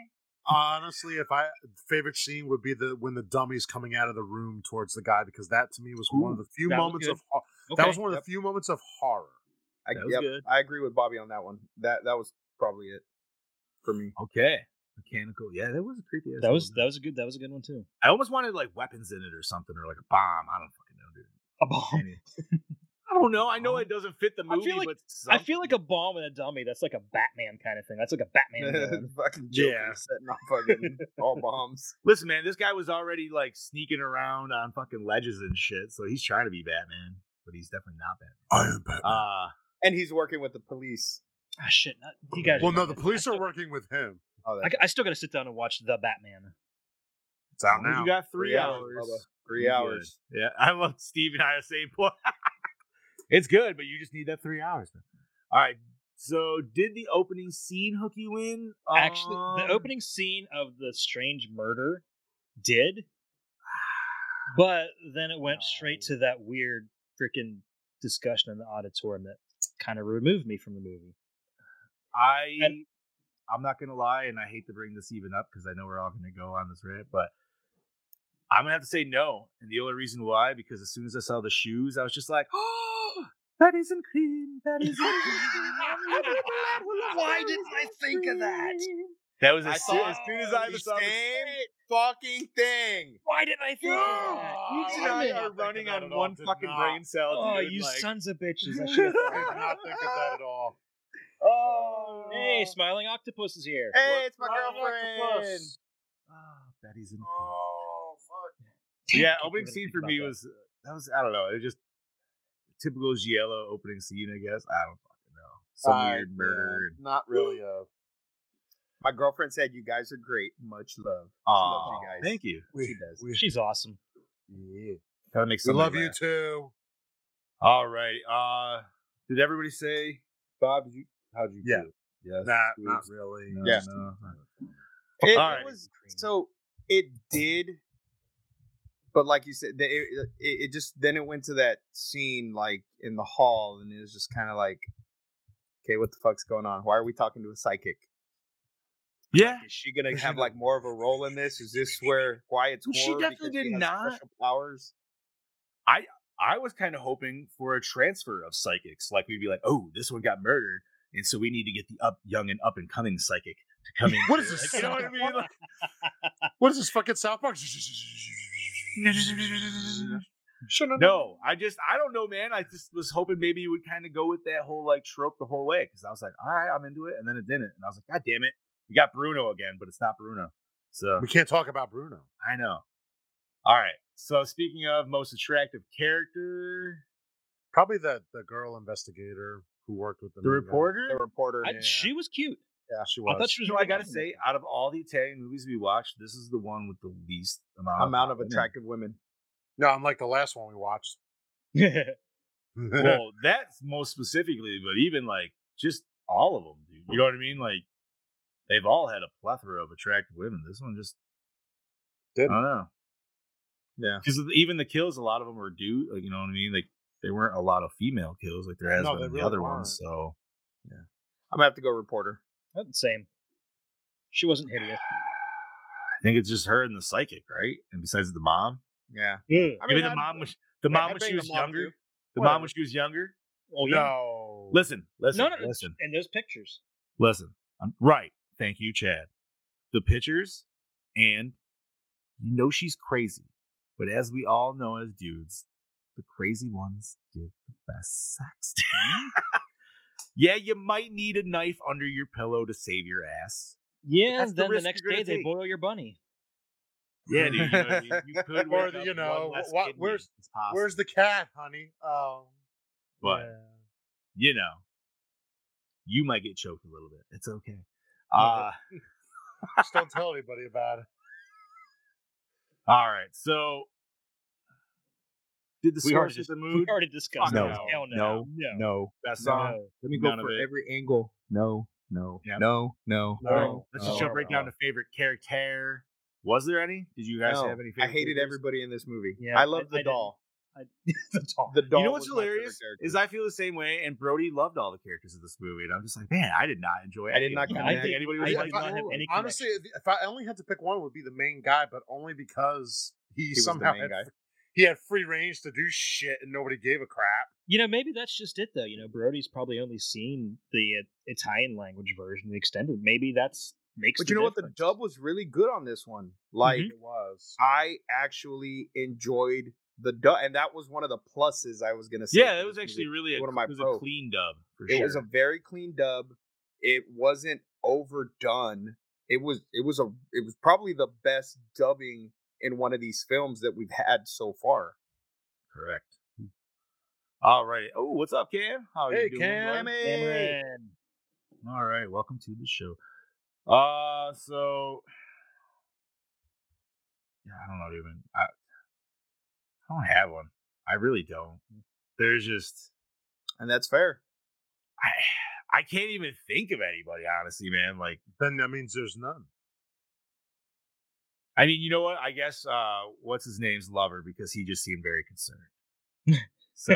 [SPEAKER 5] Honestly, if I favorite scene would be the when the dummy's coming out of the room towards the guy because that to me was one of the few
[SPEAKER 4] that was
[SPEAKER 5] moments
[SPEAKER 4] good.
[SPEAKER 5] of hor- that was one of the few moments of horror.
[SPEAKER 3] I,
[SPEAKER 1] That was
[SPEAKER 3] yep,
[SPEAKER 1] good.
[SPEAKER 3] I agree with Bobby on that one. That that was probably it for me.
[SPEAKER 1] Okay, mechanical. Yeah, that was a creepy. ass
[SPEAKER 4] That was
[SPEAKER 1] little-
[SPEAKER 4] that was a good that was a good one too.
[SPEAKER 1] I almost wanted like weapons in it or something, or like a bomb. I don't fucking know, dude.
[SPEAKER 4] A bomb.
[SPEAKER 1] Any- I don't know. I know it doesn't fit the
[SPEAKER 4] I
[SPEAKER 1] movie,
[SPEAKER 4] feel like-
[SPEAKER 1] but
[SPEAKER 4] I feel like a bomb and a dummy. That's like a Batman kind of thing. That's like a Batman. villain.
[SPEAKER 3] fucking Joker
[SPEAKER 1] Oh, Yeah.
[SPEAKER 3] setting off fucking all bombs.
[SPEAKER 1] Listen, man, this guy was already like sneaking around on fucking ledges and shit, so he's trying to be Batman, but he's definitely not Batman.
[SPEAKER 5] I am Batman.
[SPEAKER 1] Uh
[SPEAKER 3] And he's working with the police.
[SPEAKER 4] Ah, shit. Not, you guys.
[SPEAKER 5] well, no, the
[SPEAKER 4] I
[SPEAKER 5] police
[SPEAKER 4] still-
[SPEAKER 5] are working with him.
[SPEAKER 3] Oh,
[SPEAKER 4] I, I still got to sit down and watch the Batman.
[SPEAKER 5] It's out
[SPEAKER 1] Uh, you
[SPEAKER 5] now.
[SPEAKER 1] got three,
[SPEAKER 3] Three hours,
[SPEAKER 1] hours.
[SPEAKER 3] Bubba. Three
[SPEAKER 1] You
[SPEAKER 3] hours.
[SPEAKER 1] good. Yeah, I love Steve and I are the same point. it's good, but you just need that three hours. man. All right. So, did the opening scene hook you in?
[SPEAKER 4] Actually, the
[SPEAKER 1] Um,
[SPEAKER 4] opening scene of the strange murder did, but then it went straight to that weird freaking discussion in the auditorium that kind of removed me from the movie.
[SPEAKER 1] I
[SPEAKER 4] And-
[SPEAKER 1] I'm not gonna lie, and I hate to bring this even up because I know we're all gonna go on this rant, but I'm gonna have to say no. And the only reason why, because as soon as I saw the shoes, I was just like, oh, that isn't clean. That isn't clean.
[SPEAKER 4] Why didn't I think of that?
[SPEAKER 1] That was as,
[SPEAKER 3] I
[SPEAKER 1] soo-
[SPEAKER 3] thought
[SPEAKER 1] as soon as I Uh,
[SPEAKER 3] the
[SPEAKER 1] saw the
[SPEAKER 3] same fucking thing.
[SPEAKER 4] Why didn't I think of that?
[SPEAKER 1] you
[SPEAKER 4] You
[SPEAKER 1] and I
[SPEAKER 4] did.
[SPEAKER 1] are
[SPEAKER 5] thinking
[SPEAKER 1] running
[SPEAKER 5] that
[SPEAKER 1] on
[SPEAKER 5] at all.
[SPEAKER 1] one
[SPEAKER 5] Did
[SPEAKER 1] fucking
[SPEAKER 5] not.
[SPEAKER 1] brain cell.
[SPEAKER 4] Oh,
[SPEAKER 1] dude,
[SPEAKER 4] you
[SPEAKER 1] like-
[SPEAKER 4] sons of bitches! I should
[SPEAKER 5] I did not think of that at all.
[SPEAKER 3] Oh,
[SPEAKER 4] Hey, smiling octopus is here.
[SPEAKER 3] hey, it's my girlfriend.
[SPEAKER 1] Ah, Betty's in.
[SPEAKER 3] Oh, fuck.
[SPEAKER 1] yeah,
[SPEAKER 4] Can't
[SPEAKER 1] opening
[SPEAKER 4] even
[SPEAKER 1] scene
[SPEAKER 4] think
[SPEAKER 1] for
[SPEAKER 4] about
[SPEAKER 1] me
[SPEAKER 4] that.
[SPEAKER 1] was uh, that was I don't know. It was just typical Giello opening scene, I guess. I don't fucking know. Some
[SPEAKER 5] Ah,
[SPEAKER 3] Uh,
[SPEAKER 1] weird murder.
[SPEAKER 3] yeah, Not really a. My girlfriend said you guys are great. Much love. She
[SPEAKER 1] Oh,
[SPEAKER 3] loves you guys.
[SPEAKER 1] thank you.
[SPEAKER 3] She does.
[SPEAKER 5] We,
[SPEAKER 4] She's awesome.
[SPEAKER 5] yeah.
[SPEAKER 1] That makes
[SPEAKER 5] we love you too.
[SPEAKER 1] All right. Uh, did everybody say Bob? Did you? How'd you
[SPEAKER 5] Yeah.
[SPEAKER 1] do? Yes.
[SPEAKER 5] Nah,
[SPEAKER 1] please.
[SPEAKER 5] not really.
[SPEAKER 1] No,
[SPEAKER 3] Yeah.
[SPEAKER 1] no.
[SPEAKER 3] It,
[SPEAKER 1] All
[SPEAKER 3] it
[SPEAKER 1] right.
[SPEAKER 3] was so it did, but like you said, the- it, it it just then it went to that scene like in the hall, and it was just kind of like, okay, what the fuck's going on? Why are we talking to a psychic?
[SPEAKER 1] Yeah.
[SPEAKER 3] Is she gonna have like more of a role in this? Is this where why it's
[SPEAKER 1] Well, she
[SPEAKER 3] horror
[SPEAKER 1] definitely
[SPEAKER 3] because
[SPEAKER 1] did
[SPEAKER 3] has
[SPEAKER 1] not.
[SPEAKER 3] special powers?
[SPEAKER 1] I was kind of hoping for a transfer of psychics. Like we'd be like, oh, this one got murdered, and so we need to get the up young and up and coming psychic to come in.
[SPEAKER 5] What is
[SPEAKER 1] here."
[SPEAKER 5] this?
[SPEAKER 1] Like, you know what I mean? Like,
[SPEAKER 5] What is this fucking South Park? Shouldn't have-
[SPEAKER 1] No, I just I don't know, man. I just was hoping maybe you would kind of go with that whole like trope the whole way because I was like, all right, I'm into it, and then it didn't, and I was like, god damn it, we got Bruno again, but it's not Bruno. So
[SPEAKER 5] We can't talk about Bruno.
[SPEAKER 1] I know. All right. So speaking of most attractive character,
[SPEAKER 5] Probably the the girl investigator who worked with the,
[SPEAKER 1] the
[SPEAKER 5] main guy.
[SPEAKER 1] reporter.
[SPEAKER 3] The reporter.
[SPEAKER 4] I- she was cute.
[SPEAKER 5] Yeah, she
[SPEAKER 4] I
[SPEAKER 5] was.
[SPEAKER 4] thought she was.
[SPEAKER 1] You know,
[SPEAKER 4] really
[SPEAKER 1] I gotta
[SPEAKER 4] good.
[SPEAKER 1] say, out of all the Italian movies we watched, this is the one with the least amount
[SPEAKER 3] amount of
[SPEAKER 1] women.
[SPEAKER 3] attractive women.
[SPEAKER 5] no, I'm like the last one we watched.
[SPEAKER 1] well, that's most specifically, but even like just all of them, dude. You know what I mean? Like they've all had a plethora of attractive women. This one just
[SPEAKER 5] Didn't.
[SPEAKER 1] I don't know
[SPEAKER 3] Yeah.
[SPEAKER 1] because even the kills, a lot of them were dude. Like, you know what I mean? Like they weren't a lot of female kills like there has
[SPEAKER 5] No,
[SPEAKER 1] been
[SPEAKER 5] they
[SPEAKER 1] in the
[SPEAKER 5] really
[SPEAKER 1] other
[SPEAKER 5] weren't.
[SPEAKER 1] ones. So
[SPEAKER 3] I'm gonna have to go reporter.
[SPEAKER 4] That's the same. She wasn't hideous.
[SPEAKER 1] I think it's just her and the psychic, right? And besides the mom,
[SPEAKER 3] Yeah. I
[SPEAKER 1] maybe
[SPEAKER 3] I'd-
[SPEAKER 1] the mom was the
[SPEAKER 3] yeah,
[SPEAKER 1] mom
[SPEAKER 3] I'd
[SPEAKER 1] when
[SPEAKER 3] bang
[SPEAKER 1] she
[SPEAKER 3] the
[SPEAKER 1] was
[SPEAKER 3] mom,
[SPEAKER 1] younger.
[SPEAKER 3] too.
[SPEAKER 1] The
[SPEAKER 3] Whatever.
[SPEAKER 1] mom when she was younger.
[SPEAKER 4] Oh yeah.
[SPEAKER 5] no.
[SPEAKER 1] Listen, listen,
[SPEAKER 4] No, no, no.
[SPEAKER 1] listen.
[SPEAKER 4] And those pictures.
[SPEAKER 1] Listen, I'm, right. Thank you, Chad. The pictures, and you know she's crazy. But as we all know as dudes, the crazy ones give the best sex.
[SPEAKER 5] Mm-hmm.
[SPEAKER 1] yeah, you might need a knife under your pillow to save your ass.
[SPEAKER 4] Yeah.
[SPEAKER 1] That's the
[SPEAKER 4] then the
[SPEAKER 1] risk
[SPEAKER 4] next
[SPEAKER 1] you're
[SPEAKER 4] day
[SPEAKER 1] gonna
[SPEAKER 4] they
[SPEAKER 1] take.
[SPEAKER 4] boil your bunny.
[SPEAKER 1] Yeah, dude, you, know, what I mean? you could
[SPEAKER 5] Or
[SPEAKER 1] wake
[SPEAKER 5] the,
[SPEAKER 1] up
[SPEAKER 5] you
[SPEAKER 1] with
[SPEAKER 5] know,
[SPEAKER 1] one less
[SPEAKER 5] wha-
[SPEAKER 1] kidney.
[SPEAKER 5] where's-
[SPEAKER 1] It's possible.
[SPEAKER 5] Where's the cat, honey? Oh.
[SPEAKER 1] but you know, you might get choked a little bit. It's okay. Uh,
[SPEAKER 5] Just don't tell anybody about it.
[SPEAKER 1] all right. So, did the
[SPEAKER 4] We
[SPEAKER 1] source
[SPEAKER 4] already,
[SPEAKER 1] of
[SPEAKER 4] just-
[SPEAKER 1] the
[SPEAKER 4] we
[SPEAKER 1] mood?
[SPEAKER 4] already discussed.
[SPEAKER 1] No,
[SPEAKER 4] it. Hell
[SPEAKER 1] no,
[SPEAKER 4] no,
[SPEAKER 3] No.
[SPEAKER 1] Best
[SPEAKER 3] song? Let me go
[SPEAKER 1] None of
[SPEAKER 3] for
[SPEAKER 1] it.
[SPEAKER 3] every angle. No. No.
[SPEAKER 1] Yeah.
[SPEAKER 3] No. No.
[SPEAKER 1] All right, let's just
[SPEAKER 3] Oh,
[SPEAKER 1] jump right down to favorite character. Was there any? Did you guys
[SPEAKER 3] No.
[SPEAKER 1] have any?
[SPEAKER 3] I
[SPEAKER 1] favorite
[SPEAKER 3] hated
[SPEAKER 1] characters?
[SPEAKER 3] everybody in this movie.
[SPEAKER 4] Yeah,
[SPEAKER 3] I
[SPEAKER 4] I-
[SPEAKER 3] loved
[SPEAKER 4] I
[SPEAKER 3] the
[SPEAKER 4] didn't.
[SPEAKER 3] doll.
[SPEAKER 4] the dog.
[SPEAKER 3] The doll.
[SPEAKER 1] Oh, You know what's
[SPEAKER 3] was my favorite
[SPEAKER 1] hilarious
[SPEAKER 3] character.
[SPEAKER 1] is I feel the same way, and Brody loved all the characters of this movie, and I'm just like, man, I did not enjoy.
[SPEAKER 3] I
[SPEAKER 1] any
[SPEAKER 3] did
[SPEAKER 1] of
[SPEAKER 3] not
[SPEAKER 1] them. I
[SPEAKER 3] connect.
[SPEAKER 1] think anybody
[SPEAKER 4] I
[SPEAKER 1] was
[SPEAKER 4] did
[SPEAKER 1] like,
[SPEAKER 4] not have any
[SPEAKER 5] honestly, if, if I only had to pick one, it would be the main guy, but only because he,
[SPEAKER 3] He was the
[SPEAKER 5] somehow
[SPEAKER 3] main
[SPEAKER 5] had,
[SPEAKER 3] guy.
[SPEAKER 5] he had free range to do shit and nobody gave a crap.
[SPEAKER 4] You know, maybe that's just it, though. You know, Brody's probably only seen the uh, Italian language version, the extended. Maybe that's makes.
[SPEAKER 3] But you know what? The
[SPEAKER 4] difference.
[SPEAKER 3] dub was really good on this one. Like
[SPEAKER 1] Mm-hmm.
[SPEAKER 5] It was.
[SPEAKER 3] I actually enjoyed the dub, and that was one of the pluses I was gonna say.
[SPEAKER 1] yeah,
[SPEAKER 3] for
[SPEAKER 1] it was
[SPEAKER 3] this
[SPEAKER 1] actually
[SPEAKER 3] movie.
[SPEAKER 1] really a,
[SPEAKER 3] One of my
[SPEAKER 1] it was a
[SPEAKER 3] pros.
[SPEAKER 1] clean dub. For
[SPEAKER 3] It
[SPEAKER 1] sure.
[SPEAKER 3] was a very clean dub. It wasn't overdone. It was. It was a. It was probably the best dubbing in one of these films that we've had so far.
[SPEAKER 1] correct. All right. Oh, what's up, Cam? How are
[SPEAKER 5] Hey,
[SPEAKER 1] you doing?
[SPEAKER 5] Cam.
[SPEAKER 1] bud?
[SPEAKER 4] Cameron.
[SPEAKER 1] All right, welcome to the show. Uh so yeah, I don't know, even I, I don't have one. I really don't. There's just
[SPEAKER 3] And that's fair.
[SPEAKER 1] I I can't even think of anybody, honestly, man. Like,
[SPEAKER 5] Then that means there's none.
[SPEAKER 1] I mean, you know what? I guess uh what's his name's lover because he just seemed very concerned. So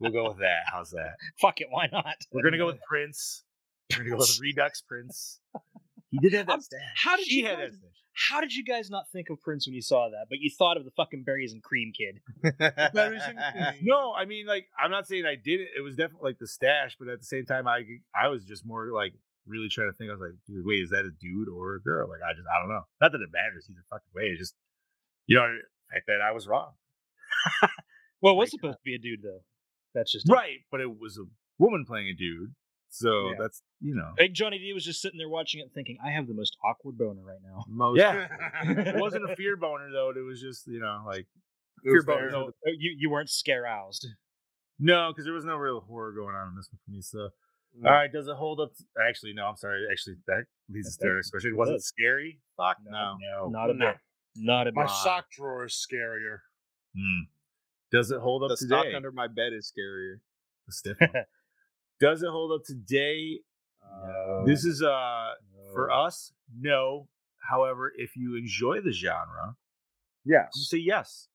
[SPEAKER 1] we'll go with that. How's that?
[SPEAKER 4] Fuck it, why not?
[SPEAKER 1] We're gonna go with Prince. We're gonna go with Redux Prince. He did have
[SPEAKER 4] I'm-
[SPEAKER 1] that stash.
[SPEAKER 4] how did
[SPEAKER 1] She
[SPEAKER 4] you
[SPEAKER 1] had
[SPEAKER 4] guys-
[SPEAKER 1] that stash.
[SPEAKER 4] How did you guys not think of Prince when you saw that? But you thought of the fucking berries and cream kid.
[SPEAKER 1] no, I mean, like, I'm not saying I did it. It was definitely like the stash, but at the same time, I I was just more like really trying to think. I was like, dude, wait, is that a dude or a girl? Like, I just I don't know. Not that it matters either fucking way. It's just you know, the fact that I was wrong.
[SPEAKER 4] Well, it was
[SPEAKER 1] Like,
[SPEAKER 4] supposed to be a dude though. That's just
[SPEAKER 1] Right, but it was a woman playing a dude, so
[SPEAKER 4] Yeah.
[SPEAKER 1] that's you know,
[SPEAKER 4] Big Johnny D was just sitting there watching it, and thinking, "I have the most awkward boner right now."
[SPEAKER 3] Most
[SPEAKER 1] yeah. it wasn't a fear boner though. It was just you know like
[SPEAKER 3] fear
[SPEAKER 1] boner.
[SPEAKER 3] boners.
[SPEAKER 4] No, Oh, you you weren't scare roused.
[SPEAKER 1] No, because there was no real horror going on in this one for me. So,
[SPEAKER 3] No.
[SPEAKER 1] all right, does it hold up? to- actually, no. I'm sorry. Actually, that leads us to our next question. Was it
[SPEAKER 4] does.
[SPEAKER 1] scary? Fuck no.
[SPEAKER 4] No, Not a
[SPEAKER 5] No.
[SPEAKER 4] bit. Not a
[SPEAKER 5] My
[SPEAKER 4] bit.
[SPEAKER 5] sock drawer is scarier.
[SPEAKER 1] Hmm. Does it hold up
[SPEAKER 3] The stock
[SPEAKER 1] today?
[SPEAKER 3] under my bed is scarier.
[SPEAKER 1] The stiff one. does it hold up today?
[SPEAKER 4] No.
[SPEAKER 1] This is uh for
[SPEAKER 4] No.
[SPEAKER 1] us. No. However, if you enjoy the genre, you
[SPEAKER 5] Yes.
[SPEAKER 1] say yes.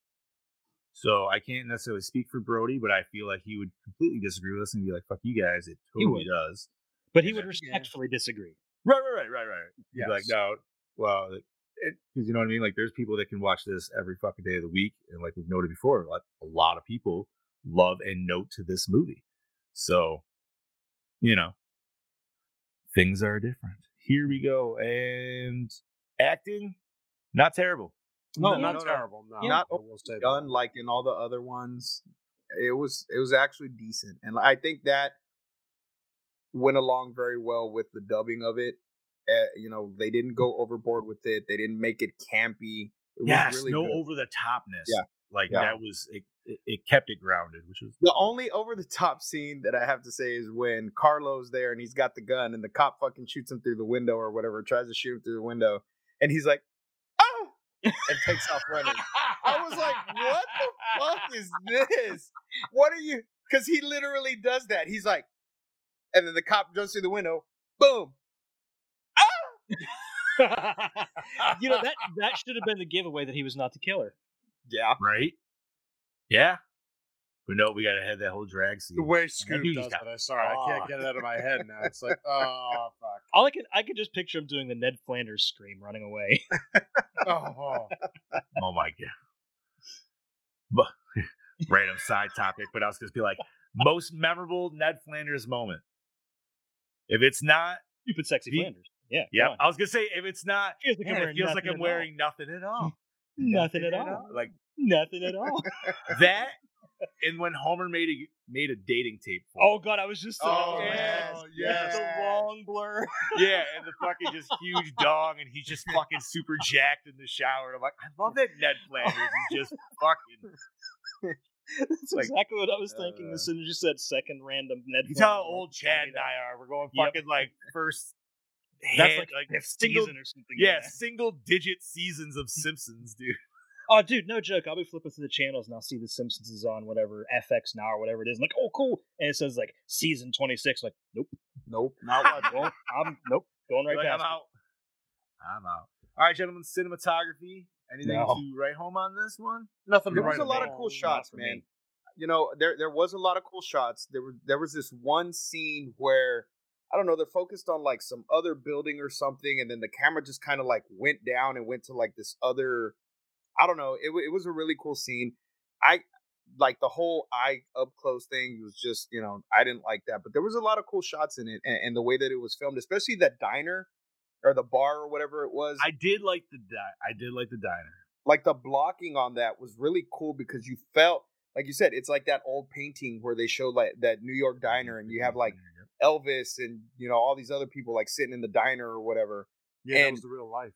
[SPEAKER 1] So I can't necessarily speak for Brody, but I feel like he would completely disagree with us and be like, "Fuck you guys!" It
[SPEAKER 4] He
[SPEAKER 1] totally
[SPEAKER 4] would.
[SPEAKER 1] does.
[SPEAKER 4] But he would
[SPEAKER 1] Yeah.
[SPEAKER 4] respectfully disagree.
[SPEAKER 1] Right, right, right, right, right. You'd
[SPEAKER 5] Yes.
[SPEAKER 1] be like, no, well, because you know what I mean. Like, there's people that can watch this every fucking day of the week, and like we've noted before, like a lot of people love and note to this movie. So, you know, things are different. Here we go, and acting not terrible. No,
[SPEAKER 5] No,
[SPEAKER 1] no,
[SPEAKER 5] not
[SPEAKER 1] no.
[SPEAKER 5] terrible. No,
[SPEAKER 3] Not
[SPEAKER 5] I will say that.
[SPEAKER 3] done like in all the other ones. It was it was actually decent, and I think that went along very well with the dubbing of it. Uh, you know, they didn't go overboard with it. They didn't make it campy. It was
[SPEAKER 1] yes,
[SPEAKER 3] really
[SPEAKER 1] no
[SPEAKER 3] good.
[SPEAKER 1] over the topness.
[SPEAKER 3] Yeah.
[SPEAKER 1] like
[SPEAKER 3] Yeah.
[SPEAKER 1] that was it, it. It kept it grounded, which was
[SPEAKER 3] The only over the top scene that I have to say is when Carlo's there and he's got the gun and the cop fucking shoots him through the window or whatever, tries to shoot him through the window, and he's like, "Oh!" and takes off running. I was like, "What the fuck is this? What are you?" Because he literally does that. He's like, and then the cop goes through the window, boom.
[SPEAKER 4] you know that that should have been the giveaway that he was not the killer.
[SPEAKER 3] Yeah,
[SPEAKER 1] right. Yeah, but no, we gotta have that whole drag scene.
[SPEAKER 5] The way Scoop
[SPEAKER 1] dude's
[SPEAKER 5] does
[SPEAKER 1] got
[SPEAKER 5] it, I'm sorry, I can't
[SPEAKER 1] fucked.
[SPEAKER 5] get it out of my head now. It's like, oh fuck,
[SPEAKER 4] All I can I can just picture him doing the Ned Flanders scream, running away.
[SPEAKER 5] oh, oh.
[SPEAKER 1] Oh my god. But random side topic, but I was gonna be like most memorable Ned Flanders moment. If it's not,
[SPEAKER 4] Stupid sexy
[SPEAKER 1] He-
[SPEAKER 4] Flanders. Yeah,
[SPEAKER 1] yeah,
[SPEAKER 4] come on.
[SPEAKER 1] I was gonna say if it's not,
[SPEAKER 4] Feels like I'm
[SPEAKER 1] man, it
[SPEAKER 4] wearing
[SPEAKER 1] feels like
[SPEAKER 4] nothing
[SPEAKER 1] I'm
[SPEAKER 4] at all.
[SPEAKER 1] wearing nothing at all.
[SPEAKER 4] Nothing at all.
[SPEAKER 1] Like
[SPEAKER 4] Nothing at all.
[SPEAKER 1] that, and when Homer made a made a dating tape. For
[SPEAKER 4] Oh god, I was just
[SPEAKER 5] Oh,
[SPEAKER 4] man.
[SPEAKER 5] yes, yes.
[SPEAKER 4] the long blur.
[SPEAKER 1] him. yeah, and the fucking just huge dong, and he's just fucking super jacked in the shower. And I'm like, I love that Ned Flanders. He just fucking.
[SPEAKER 4] That's
[SPEAKER 1] Like,
[SPEAKER 4] exactly what I was thinking
[SPEAKER 3] uh,
[SPEAKER 4] as soon as you said second random Ned.
[SPEAKER 1] You tell how
[SPEAKER 4] Flanders.
[SPEAKER 1] old Chad
[SPEAKER 4] uh,
[SPEAKER 1] and I are. We're going
[SPEAKER 4] Yep.
[SPEAKER 1] fucking like first.
[SPEAKER 4] That's
[SPEAKER 1] hand,
[SPEAKER 4] like, fifth
[SPEAKER 1] single-
[SPEAKER 4] season or something.
[SPEAKER 1] Yeah, single digit seasons of Simpsons, dude.
[SPEAKER 4] Oh, dude, no joke. I'll be flipping through the channels and I'll see The Simpsons is on whatever FX now or whatever it is. I'm like, oh, cool. And it says like season 26. Like, nope,
[SPEAKER 3] nope.
[SPEAKER 4] not watching. Well, I'm nope, going right
[SPEAKER 1] Like, I'm
[SPEAKER 4] past.
[SPEAKER 1] out. I'm out. All right, gentlemen, cinematography. Anything
[SPEAKER 4] No.
[SPEAKER 3] Oh.
[SPEAKER 1] to write home on this one?
[SPEAKER 5] nothing.
[SPEAKER 3] There
[SPEAKER 5] to
[SPEAKER 3] was
[SPEAKER 5] write
[SPEAKER 3] a lot of
[SPEAKER 5] home.
[SPEAKER 3] cool
[SPEAKER 4] Not
[SPEAKER 3] shots,
[SPEAKER 4] for me.
[SPEAKER 3] man. You know, there there was a lot of cool shots. There was there was this one scene where I don't know, they're focused on like some other building or something, and then the camera just kind of like went down and went to like this other. I don't know. It wa- it was a really cool scene. I like the whole eye up close thing was just you know I didn't like that, but there was a lot of cool shots in it, and, and the way that it was filmed, especially that diner or the bar or whatever it was.
[SPEAKER 1] I did like the di- I did like the diner.
[SPEAKER 3] like the blocking on that was really cool because you felt like you said it's like that old painting where they show like that New York diner and you have
[SPEAKER 1] Mm-hmm.
[SPEAKER 3] like Elvis and you know all these other people like sitting in the diner or whatever.
[SPEAKER 5] Yeah, that
[SPEAKER 3] and-
[SPEAKER 5] was the real life.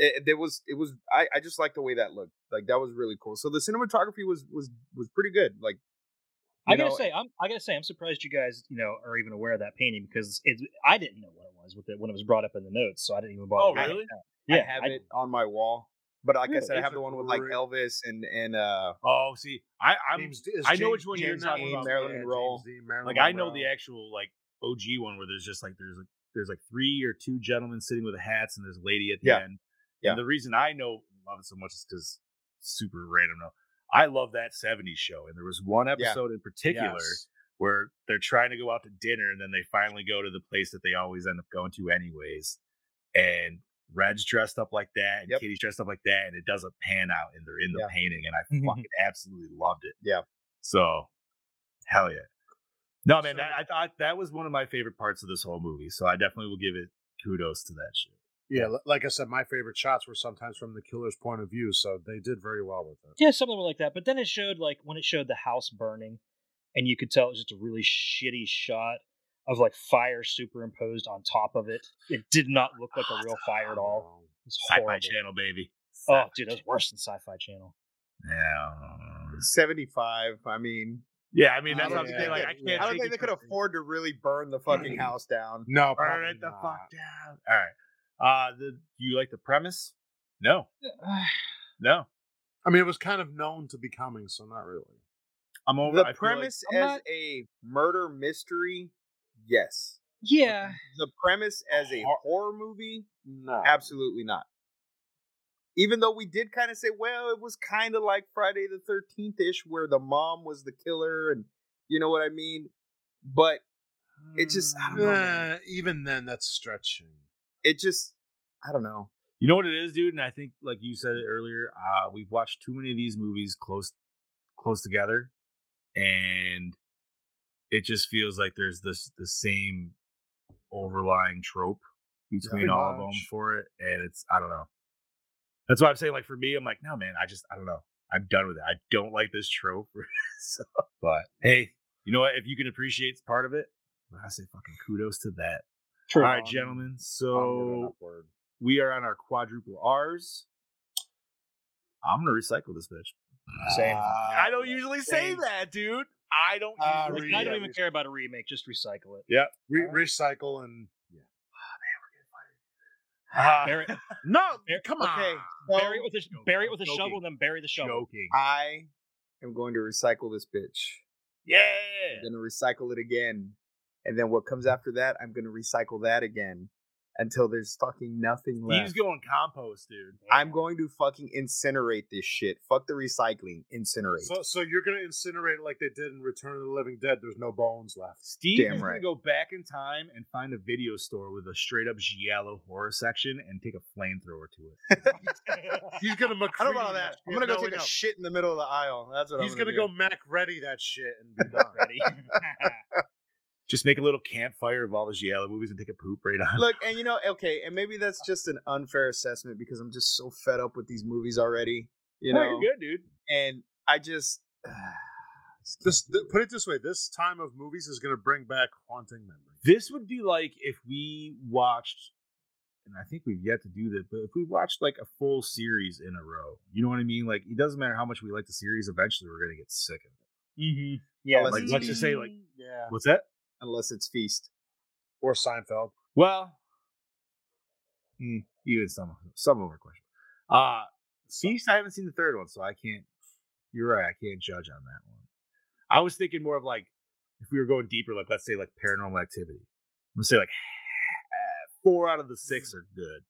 [SPEAKER 3] It, there was it was I, I just like the way that looked like that was really cool. So the cinematography was was was pretty good. Like
[SPEAKER 4] I
[SPEAKER 3] you
[SPEAKER 4] gotta
[SPEAKER 3] know,
[SPEAKER 4] say, I'm I gotta say, I'm surprised you guys, you know, are even aware of that painting because it's I didn't know what it was with it when it was brought up in the notes, so I didn't even bother.
[SPEAKER 1] Oh,
[SPEAKER 4] writing
[SPEAKER 1] really?
[SPEAKER 4] it down.
[SPEAKER 3] I
[SPEAKER 4] Yeah,
[SPEAKER 3] have
[SPEAKER 4] I-
[SPEAKER 3] it on my wall, but like I
[SPEAKER 4] Really?
[SPEAKER 3] said, I
[SPEAKER 5] It's
[SPEAKER 3] have
[SPEAKER 5] a
[SPEAKER 3] the one with like
[SPEAKER 5] great-
[SPEAKER 3] Elvis and and uh
[SPEAKER 1] Oh, see, I I'm
[SPEAKER 5] James- it's
[SPEAKER 1] I know
[SPEAKER 5] James-
[SPEAKER 1] which one you're
[SPEAKER 5] James
[SPEAKER 1] talking
[SPEAKER 5] Dean,
[SPEAKER 1] about.
[SPEAKER 3] Marilyn
[SPEAKER 5] yeah, James
[SPEAKER 3] Monroe.
[SPEAKER 5] Dean, Marilyn
[SPEAKER 1] like I know the
[SPEAKER 5] Monroe.
[SPEAKER 1] actual like OG one where there's just like there's like there's like three or two gentlemen sitting with hats and there's a lady at the
[SPEAKER 3] Yeah.
[SPEAKER 1] end.
[SPEAKER 3] Yeah.
[SPEAKER 1] And the reason I know love it so much is because super random though. I love that 70s show. And there was one episode in particular
[SPEAKER 5] Yes.
[SPEAKER 1] where they're trying to go out to dinner and then they finally go to the place that they always end up going to anyways. And Red's dressed up like that and
[SPEAKER 3] Yep.
[SPEAKER 1] Katie's dressed up like that and it doesn't pan out and they're in the
[SPEAKER 3] Yeah.
[SPEAKER 1] painting and I fucking absolutely loved it.
[SPEAKER 3] Yeah.
[SPEAKER 1] So hell yeah. No man,
[SPEAKER 5] So-
[SPEAKER 1] that, I thought that was one of my favorite parts of this whole movie. So I definitely will give it kudos to that shit.
[SPEAKER 5] Yeah, li- like I said, my favorite shots were sometimes from the killer's point of view, so they did very well with it.
[SPEAKER 4] Yeah, something like that. But then it showed like when it showed the house burning, and you could tell it was just a really shitty shot of like fire superimposed on top of it. It did not look like a real fire at all. It's
[SPEAKER 1] Sci-fi
[SPEAKER 4] horrible.
[SPEAKER 1] channel, baby.
[SPEAKER 4] Oh, dude, that's worse than Sci-Fi Channel.
[SPEAKER 1] Yeah.
[SPEAKER 3] seventy five. I mean,
[SPEAKER 1] Yeah, I mean
[SPEAKER 5] I
[SPEAKER 1] that's what
[SPEAKER 5] don't
[SPEAKER 1] I'm
[SPEAKER 5] think
[SPEAKER 1] saying. Like
[SPEAKER 3] they-
[SPEAKER 1] I
[SPEAKER 5] I
[SPEAKER 1] can't
[SPEAKER 3] I don't
[SPEAKER 1] take
[SPEAKER 3] think
[SPEAKER 1] it
[SPEAKER 3] they could
[SPEAKER 1] for-
[SPEAKER 3] afford to really burn the fucking house down.
[SPEAKER 5] No,
[SPEAKER 1] Burn
[SPEAKER 5] probably
[SPEAKER 1] it the
[SPEAKER 5] not.
[SPEAKER 1] fuck down. All right. Uh the you like the premise? No. No.
[SPEAKER 5] I mean, it was kind of known to be coming, so not really.
[SPEAKER 1] I'm over I
[SPEAKER 3] the
[SPEAKER 1] feel like-
[SPEAKER 3] premise
[SPEAKER 4] I'm
[SPEAKER 3] as
[SPEAKER 4] not-
[SPEAKER 3] a murder mystery, yes.
[SPEAKER 4] Yeah,
[SPEAKER 3] The premise as a
[SPEAKER 5] Hor-
[SPEAKER 3] horror movie,
[SPEAKER 5] No,
[SPEAKER 3] absolutely not. Even though we did kind of say, well, it was kind of like Friday the 13th ish, where the mom was the killer, and you know what I mean? But it just- I don't know, man.
[SPEAKER 5] Nah, even then, that's stretching.
[SPEAKER 3] it just, I don't know.
[SPEAKER 1] You know what it is, dude, and I think like you said it earlier, uh, we've watched too many of these movies close close together, and it just feels like there's this the same overlying trope between
[SPEAKER 5] pretty
[SPEAKER 1] all of them
[SPEAKER 5] much.
[SPEAKER 1] for it, and it's I don't know. That's why I'm saying, like, for me, I'm like, no, man, I just, I don't know. I'm done with it. I don't like this trope. so, but hey, you know what? If you can appreciate part of it, I say fucking kudos to that.
[SPEAKER 4] True.
[SPEAKER 1] All right, gentlemen. So we are on our quadruple R's. I'm gonna recycle this bitch.
[SPEAKER 4] Same.
[SPEAKER 5] Ah,
[SPEAKER 1] I don't usually say
[SPEAKER 4] same.
[SPEAKER 1] that, dude. I don't.
[SPEAKER 5] Uh,
[SPEAKER 1] usually
[SPEAKER 4] Like,
[SPEAKER 5] yeah,
[SPEAKER 4] I don't
[SPEAKER 1] say
[SPEAKER 4] even care about a remake. Just recycle it.
[SPEAKER 5] Re- recycle and
[SPEAKER 1] that.
[SPEAKER 4] Bury,
[SPEAKER 5] no.
[SPEAKER 4] Fair-
[SPEAKER 5] Come on.
[SPEAKER 3] Okay, so
[SPEAKER 4] bury it with a bury it with a
[SPEAKER 1] Joking.
[SPEAKER 4] shovel, and then bury the shovel.
[SPEAKER 1] joking.
[SPEAKER 3] I am going to recycle this bitch.
[SPEAKER 1] Yeah.
[SPEAKER 3] I'm going to recycle it again. And then what comes
[SPEAKER 5] Mm.
[SPEAKER 3] after that, I'm going to recycle that again until there's fucking nothing
[SPEAKER 1] He's
[SPEAKER 3] left.
[SPEAKER 1] going compost, dude.
[SPEAKER 3] I'm going to fucking incinerate this shit. Fuck the recycling. Incinerate.
[SPEAKER 5] So, so you're gonna incinerate it like they did in Return of the Living Dead. There's no bones left.
[SPEAKER 1] Steve
[SPEAKER 3] Damn
[SPEAKER 1] is
[SPEAKER 3] right.
[SPEAKER 1] gonna go back in time and find a video store with a straight up giallo horror section and take a flamethrower to it.
[SPEAKER 5] He's gonna.
[SPEAKER 3] I don't know about
[SPEAKER 5] McCready
[SPEAKER 3] that.
[SPEAKER 5] shit.
[SPEAKER 3] I'm gonna go
[SPEAKER 5] No,
[SPEAKER 3] take
[SPEAKER 5] no.
[SPEAKER 3] a shit in the middle of the aisle. That's what
[SPEAKER 5] He's
[SPEAKER 3] I'm
[SPEAKER 5] gonna, go
[SPEAKER 3] do.
[SPEAKER 5] Mac ready that shit and be done.
[SPEAKER 4] Ready?
[SPEAKER 1] Just make a little campfire of all the giallo movies and take a poop right on.
[SPEAKER 3] Look, and you know, okay, and maybe that's just an unfair assessment because I'm just so fed up with these movies already. You
[SPEAKER 1] No,
[SPEAKER 3] know,
[SPEAKER 1] you're good, dude.
[SPEAKER 3] and I just.
[SPEAKER 5] This, th- put it this way: this time of movies is gonna bring back haunting memories.
[SPEAKER 1] This would be like if we watched, and I think we've yet to do this, but if we watched like a full series in a row, you know what I mean? Like it doesn't matter how much we like the series, eventually we're gonna get sick of it.
[SPEAKER 4] hmm Yeah.
[SPEAKER 3] Unless
[SPEAKER 1] Like
[SPEAKER 3] it's
[SPEAKER 1] let's just say, like,
[SPEAKER 5] Yeah.
[SPEAKER 1] what's that?
[SPEAKER 3] Unless it's feast.
[SPEAKER 5] Or Seinfeld.
[SPEAKER 1] Well, mm, even some of some of our questions. Uh, Feast, I haven't seen the third one, so I can't. You're right, I can't judge on that one. I was thinking more of like if we were going deeper, like let's say like Paranormal Activity. I'm gonna say like four out of the six are good.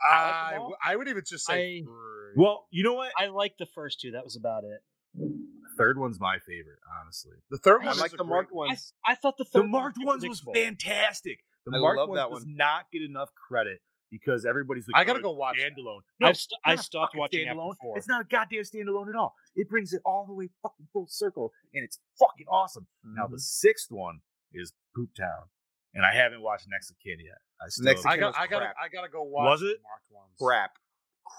[SPEAKER 5] I, w- I would even just say.
[SPEAKER 4] I-
[SPEAKER 5] three.
[SPEAKER 1] Well, you know what?
[SPEAKER 4] I like the first two. That was about it.
[SPEAKER 1] The third one's my favorite, honestly.
[SPEAKER 5] the third
[SPEAKER 3] I
[SPEAKER 5] one.
[SPEAKER 3] like the
[SPEAKER 5] mark
[SPEAKER 3] marked
[SPEAKER 5] one.
[SPEAKER 4] I,
[SPEAKER 3] ones.
[SPEAKER 4] I thought the third
[SPEAKER 1] The marked ones was
[SPEAKER 4] predictable.
[SPEAKER 1] fantastic. The
[SPEAKER 3] I
[SPEAKER 1] marked
[SPEAKER 3] love
[SPEAKER 1] ones
[SPEAKER 3] that
[SPEAKER 1] does
[SPEAKER 3] one.
[SPEAKER 1] not get enough credit because everybody's like,
[SPEAKER 5] I gotta
[SPEAKER 1] "Oh,
[SPEAKER 5] go watch that."
[SPEAKER 1] standalone.
[SPEAKER 4] I've st- I
[SPEAKER 1] not a
[SPEAKER 4] stopped
[SPEAKER 1] fucking
[SPEAKER 4] watching after
[SPEAKER 1] standalone.
[SPEAKER 4] four.
[SPEAKER 1] It's not a goddamn standalone at all. It brings it all the way fucking full circle, and it's fucking awesome. Now
[SPEAKER 3] Mm-hmm.
[SPEAKER 1] the sixth one is Poop Town, and I haven't watched Next of Kin yet. I still
[SPEAKER 3] Next of
[SPEAKER 5] I
[SPEAKER 3] Kin
[SPEAKER 5] got.
[SPEAKER 3] was
[SPEAKER 5] I got.
[SPEAKER 3] crap.
[SPEAKER 5] I gotta go watch.
[SPEAKER 1] Was
[SPEAKER 5] the
[SPEAKER 1] it?
[SPEAKER 5] marked ones.
[SPEAKER 3] Crap.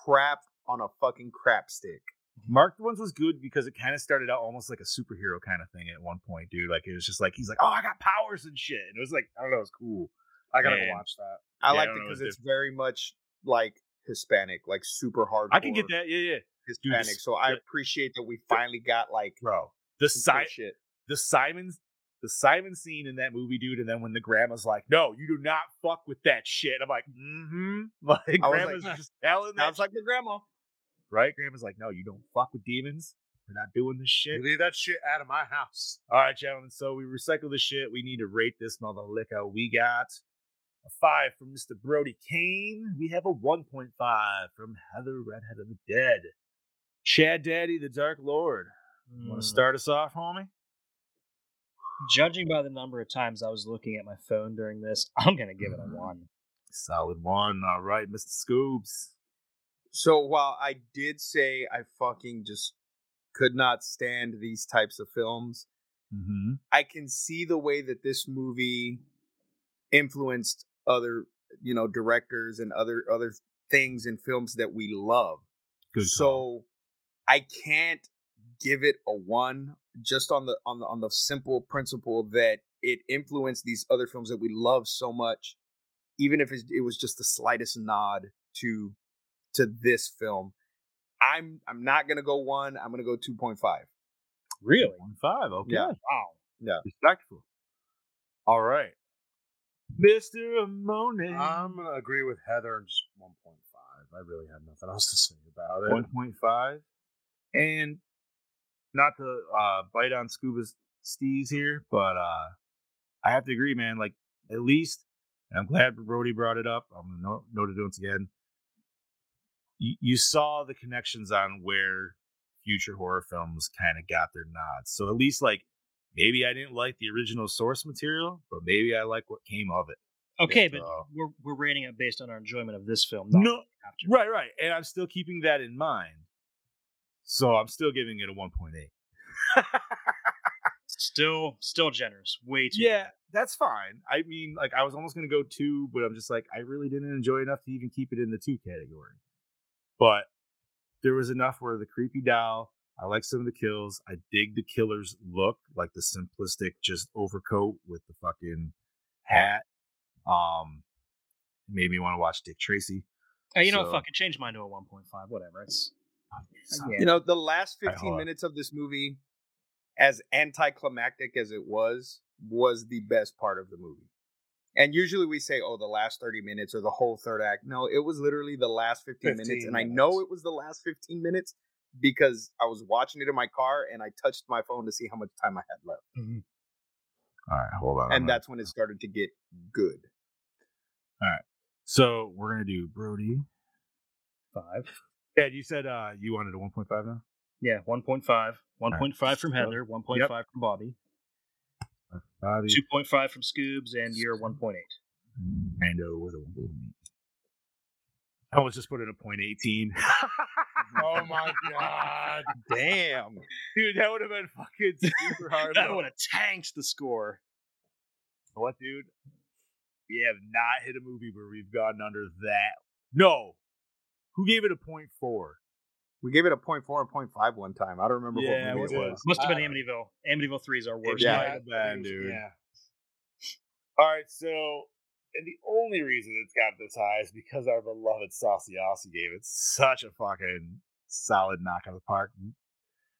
[SPEAKER 3] Crap on a fucking crap stick.
[SPEAKER 1] Marked ones was good because it kind of started out almost like a superhero kind of thing at one point, dude. Like it was just like he's like, oh, I got powers and shit, and it was like I don't know, it was cool.
[SPEAKER 5] I gotta
[SPEAKER 1] Man.
[SPEAKER 5] go watch that.
[SPEAKER 1] Yeah,
[SPEAKER 3] I
[SPEAKER 1] I
[SPEAKER 3] liked
[SPEAKER 1] don't
[SPEAKER 3] it
[SPEAKER 1] know,
[SPEAKER 3] because
[SPEAKER 1] it's
[SPEAKER 3] it's very much like Hispanic, like super hard.
[SPEAKER 1] I can get that, yeah, yeah, Dude,
[SPEAKER 3] Hispanic.
[SPEAKER 1] this-
[SPEAKER 3] so I
[SPEAKER 1] the-
[SPEAKER 3] appreciate that we finally got like
[SPEAKER 1] bro. The
[SPEAKER 3] some
[SPEAKER 1] side,
[SPEAKER 3] good shit.
[SPEAKER 1] the Simon's the Simon scene in that movie, dude, and then when the grandma's like, "No, you do not fuck with that shit," I'm like, "Mm-hmm." Like
[SPEAKER 3] I was
[SPEAKER 1] grandma's
[SPEAKER 3] like-
[SPEAKER 1] just telling that,
[SPEAKER 3] Sounds like my grandma.
[SPEAKER 1] right? Grandma's like, "No, you don't fuck with demons. We're not doing this shit."
[SPEAKER 5] You leave that shit out of my house.
[SPEAKER 1] All right, gentlemen. So we recycle this shit. We need to rate this mother liquor. We got a five from Mr. Brody Kane. We have a one point five from Heather Redhead of the Dead. Chad Daddy, the Dark Lord. Want
[SPEAKER 4] Mm.
[SPEAKER 5] Hmm.
[SPEAKER 1] to start us off, homie?
[SPEAKER 4] Judging by the number of times I was looking at my phone during this, I'm gonna give it a
[SPEAKER 1] Mm.
[SPEAKER 4] one.
[SPEAKER 1] Solid one. All right, Mr. Scoobs.
[SPEAKER 3] So while I did say I fucking just could not stand these types of films,
[SPEAKER 1] Mm-hmm.
[SPEAKER 3] I can see the way that this movie influenced other, you know, directors and other other things and films that we love. so I can't give it a 1 just on the on the on the simple principle that it influenced these other films that we love so much even if it's- it was just the slightest nod to to this film. I'm I'm not going to go 1, I'm going to go 2.5.
[SPEAKER 4] Really?
[SPEAKER 1] One five. Okay.
[SPEAKER 3] Yeah.
[SPEAKER 4] Wow.
[SPEAKER 1] Respectful. All right. Mr. Amone.
[SPEAKER 5] I'm gonna agree with Heather and just 1.5. I really have nothing else to say about it.
[SPEAKER 1] One point five. And not to uh, bite on Scuba's steez here, but uh, I have to agree, man. Like at least, and I'm glad Brody brought it up. I'm gonna note, note it once again. You, you saw the connections on where future horror films kind of got their nods. So at least, like, maybe I didn't like the original source material, but maybe I like what came of it.
[SPEAKER 4] Okay, but
[SPEAKER 1] so-
[SPEAKER 4] we're we're rating it based on our enjoyment of this film. Not
[SPEAKER 1] No,
[SPEAKER 4] after.
[SPEAKER 1] right, right. And I'm still keeping that in mind. So I'm still giving it a 1.8.
[SPEAKER 4] Still, still generous. Way too.
[SPEAKER 1] Yeah, that's fine. I mean, like I was almost gonna go two, but I'm just like I really didn't enjoy enough to even keep it in the two category. But there was enough where the creepy doll. I like some of the kills. I dig the killer's look, like the simplistic just overcoat with the fucking hat. Um, made me want to watch Dick Tracy.
[SPEAKER 4] Hey, Uh, you know,
[SPEAKER 1] So-
[SPEAKER 4] what, fucking change mine to a 1.5, whatever. It's
[SPEAKER 3] You know, the last
[SPEAKER 1] All right,
[SPEAKER 3] 15
[SPEAKER 1] hold on.
[SPEAKER 3] minutes of this movie, as anticlimactic as it was, was the best part of the movie. And usually we say, oh, the last 30 minutes or the whole third act. No, it was literally the last 15, minutes.
[SPEAKER 5] 15
[SPEAKER 3] And I know
[SPEAKER 5] minutes.
[SPEAKER 3] it was the last 15 minutes because I was watching it in my car and I touched my phone to see how much time I had left.
[SPEAKER 1] All right, hold on. I'm
[SPEAKER 3] and
[SPEAKER 1] gonna-
[SPEAKER 3] that's when it started to get good.
[SPEAKER 1] so we're gonna do Brody five. Yeah, you said uh you wanted a 1.5 now.
[SPEAKER 4] yeah, 1.5, 1.5 from
[SPEAKER 1] So-
[SPEAKER 4] Heather, 1.5 from Bobby,
[SPEAKER 1] Bobby
[SPEAKER 4] 2.5 from Scoobs, and your 1.8.
[SPEAKER 1] Mando with a 1.8. I was just put in a 0.18.
[SPEAKER 5] Oh my god!
[SPEAKER 3] Damn.
[SPEAKER 1] Dude, that would have been fucking super hard.
[SPEAKER 4] That would have tanked the score.
[SPEAKER 1] What, dude? We have not hit a movie where we've gotten under that. No. Who gave it a 0.4?
[SPEAKER 3] We gave it a 0.4 and 0.5 one time. I don't remember
[SPEAKER 1] Yeah,
[SPEAKER 3] what
[SPEAKER 1] what
[SPEAKER 3] movie it
[SPEAKER 1] was-
[SPEAKER 3] was.
[SPEAKER 4] Must have been
[SPEAKER 5] Uh,
[SPEAKER 4] Amityville. Amityville 3 is our worst.
[SPEAKER 3] Yeah.
[SPEAKER 1] Might have been, dude.
[SPEAKER 5] Yeah.
[SPEAKER 1] All right, so and the only reason it's got this high is because our beloved Sauciasi gave it such a fucking solid knock out of the park.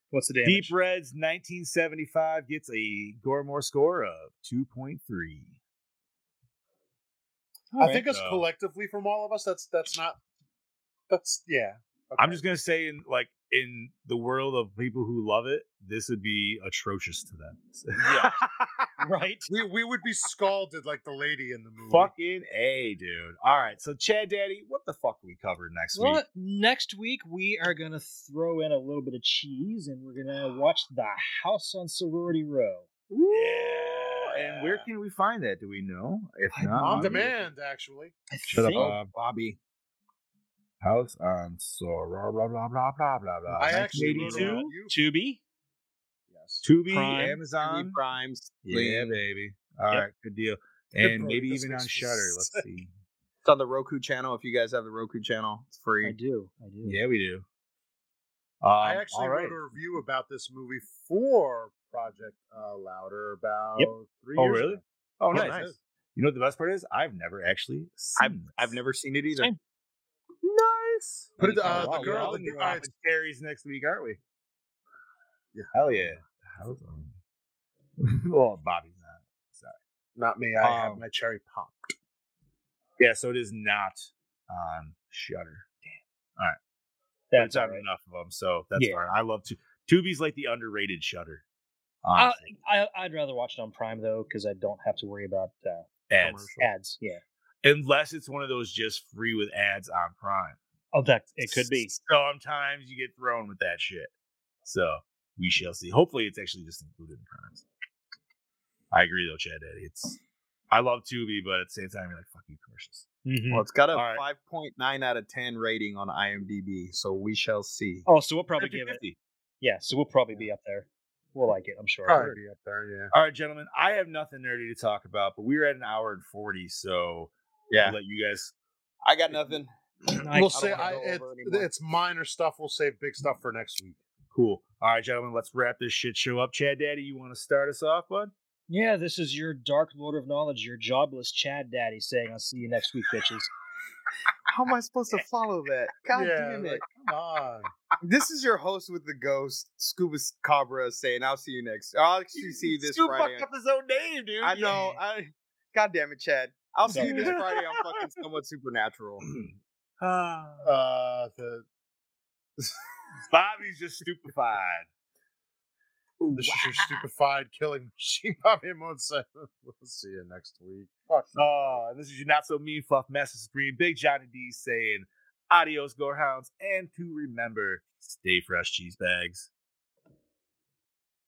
[SPEAKER 4] What's the damage?
[SPEAKER 1] Deep Reds 1975 gets a Gormore score of 2.3.
[SPEAKER 5] I think it's
[SPEAKER 1] So-
[SPEAKER 5] collectively from all of us. That's that's not. That's yeah.
[SPEAKER 1] I'm just gonna say, in like in the world of people who love it, this would be atrocious to them. Yeah,
[SPEAKER 4] right?
[SPEAKER 5] We we would be scalded like the lady in the movie.
[SPEAKER 1] fucking a, dude. All right, so Chad Daddy, what the fuck we covered next
[SPEAKER 4] Well,
[SPEAKER 1] week?
[SPEAKER 4] next week we are going to throw in a little bit of cheese and we're going to watch The House on Sorority Row.
[SPEAKER 1] Yeah. And where can we find that? Do we know? If not,
[SPEAKER 5] on
[SPEAKER 1] we-
[SPEAKER 5] demand, actually.
[SPEAKER 4] I
[SPEAKER 1] Shut up,
[SPEAKER 4] think-
[SPEAKER 5] Uh,
[SPEAKER 1] Bob. Bobby. House on Sora, blah, blah, blah, blah, blah, blah.
[SPEAKER 5] I actually wrote
[SPEAKER 1] 1982.
[SPEAKER 5] about
[SPEAKER 4] 82,
[SPEAKER 5] you.
[SPEAKER 4] Tubi.
[SPEAKER 5] Yes.
[SPEAKER 1] Tubi,
[SPEAKER 4] Prime.
[SPEAKER 1] Amazon.
[SPEAKER 3] Primes.
[SPEAKER 1] Yeah, baby. All right,
[SPEAKER 4] Yep.
[SPEAKER 1] good deal.
[SPEAKER 5] Good
[SPEAKER 1] And
[SPEAKER 5] program.
[SPEAKER 1] maybe
[SPEAKER 5] This
[SPEAKER 1] even on
[SPEAKER 5] makes me
[SPEAKER 1] Shutter. Let's
[SPEAKER 5] sick.
[SPEAKER 1] see.
[SPEAKER 3] It's on the Roku channel. If you guys have the Roku channel, it's
[SPEAKER 4] I
[SPEAKER 3] free.
[SPEAKER 4] do. I do.
[SPEAKER 1] Yeah, we do. Um,
[SPEAKER 5] I actually
[SPEAKER 1] all
[SPEAKER 5] wrote
[SPEAKER 1] right.
[SPEAKER 5] a review about this movie for Project uh, Louder about
[SPEAKER 4] Yep.
[SPEAKER 5] three
[SPEAKER 1] Oh,
[SPEAKER 5] years
[SPEAKER 1] really?
[SPEAKER 5] ago.
[SPEAKER 1] Oh,
[SPEAKER 5] nice.
[SPEAKER 1] nice. You know what the best part is? I've never actually seen
[SPEAKER 3] I've
[SPEAKER 1] this.
[SPEAKER 3] I've never seen it either.
[SPEAKER 4] Same.
[SPEAKER 1] Nice.
[SPEAKER 5] Put it, uh, the
[SPEAKER 1] Wow, we're
[SPEAKER 5] girl-
[SPEAKER 1] all
[SPEAKER 5] the
[SPEAKER 1] new
[SPEAKER 5] girl- all right.
[SPEAKER 1] opportunities next week, aren't we? Hell yeah. House on. well, Bobby's not.
[SPEAKER 5] Not me. I have
[SPEAKER 1] Um,
[SPEAKER 5] my cherry pop.
[SPEAKER 1] Yeah, so it is not on Shutter. Damn. All right.
[SPEAKER 4] That's
[SPEAKER 1] That's not
[SPEAKER 4] all right.
[SPEAKER 1] enough of them, so that's
[SPEAKER 4] Yeah.
[SPEAKER 1] fine. I love to. Tubi's like the underrated Shutter.
[SPEAKER 4] Uh,
[SPEAKER 1] Honestly,
[SPEAKER 4] I, I'd rather watch it on Prime though, because I don't have to worry about uh,
[SPEAKER 1] ads,
[SPEAKER 4] ads. Yeah.
[SPEAKER 1] unless it's one of those just free with ads on Prime.
[SPEAKER 4] Oh, that it could be.
[SPEAKER 1] Sometimes you get thrown with that shit. So we shall see. Hopefully, it's actually just included in Prime. I agree, though, Chad Daddy. It's I love Tubi, but at the same time, you're like fuck you commercials.
[SPEAKER 3] Well, it's got a
[SPEAKER 1] All right.
[SPEAKER 3] 5.9 out of 10 rating on IMDb, so we shall see.
[SPEAKER 4] Oh, so we'll probably give it.
[SPEAKER 1] 50-50.
[SPEAKER 4] Yeah, so we'll probably be up there. We'll like it, I'm sure.
[SPEAKER 5] Probably be up there. Yeah.
[SPEAKER 1] All right, gentlemen, I have nothing nerdy to talk about, but we were at an hour and forty, so
[SPEAKER 3] Yeah.
[SPEAKER 1] I'll let you guys
[SPEAKER 3] I got nothing.
[SPEAKER 4] I-
[SPEAKER 5] we'll
[SPEAKER 3] I don't
[SPEAKER 5] say
[SPEAKER 3] wanna
[SPEAKER 5] I,
[SPEAKER 3] go
[SPEAKER 5] it,
[SPEAKER 3] over anymore.
[SPEAKER 5] it's minor stuff. We'll save big stuff for next week.
[SPEAKER 1] Cool. All right, gentlemen, let's wrap this shit show up. Chad Daddy, you want to start us off, bud?
[SPEAKER 4] Yeah, this is your Dark Lord of Knowledge, your jobless Chad Daddy saying, I'll see you next week, bitches.
[SPEAKER 3] How am I supposed to follow that? God
[SPEAKER 5] yeah,
[SPEAKER 3] damn it.
[SPEAKER 5] like, come on.
[SPEAKER 3] This is your host with the ghost, Scuba Cabra, saying, I'll see you next. I'll actually see you this
[SPEAKER 1] Stu
[SPEAKER 3] Friday.
[SPEAKER 1] fucked up his own name, dude.
[SPEAKER 3] I know. I, God damn it, Chad. I'll see you this
[SPEAKER 1] Sorry.
[SPEAKER 3] Friday on fucking Somewhat Supernatural.
[SPEAKER 5] Uh, the
[SPEAKER 1] Bobby's just stupefied.
[SPEAKER 5] this is your stupefied killing machine. Bobby Monsa. We'll see you next week. Fuck.
[SPEAKER 1] Oh, and this is your not so mean fluff master supreme, Big Johnny D saying, adios, gorehounds, and to remember, stay fresh, cheese bags.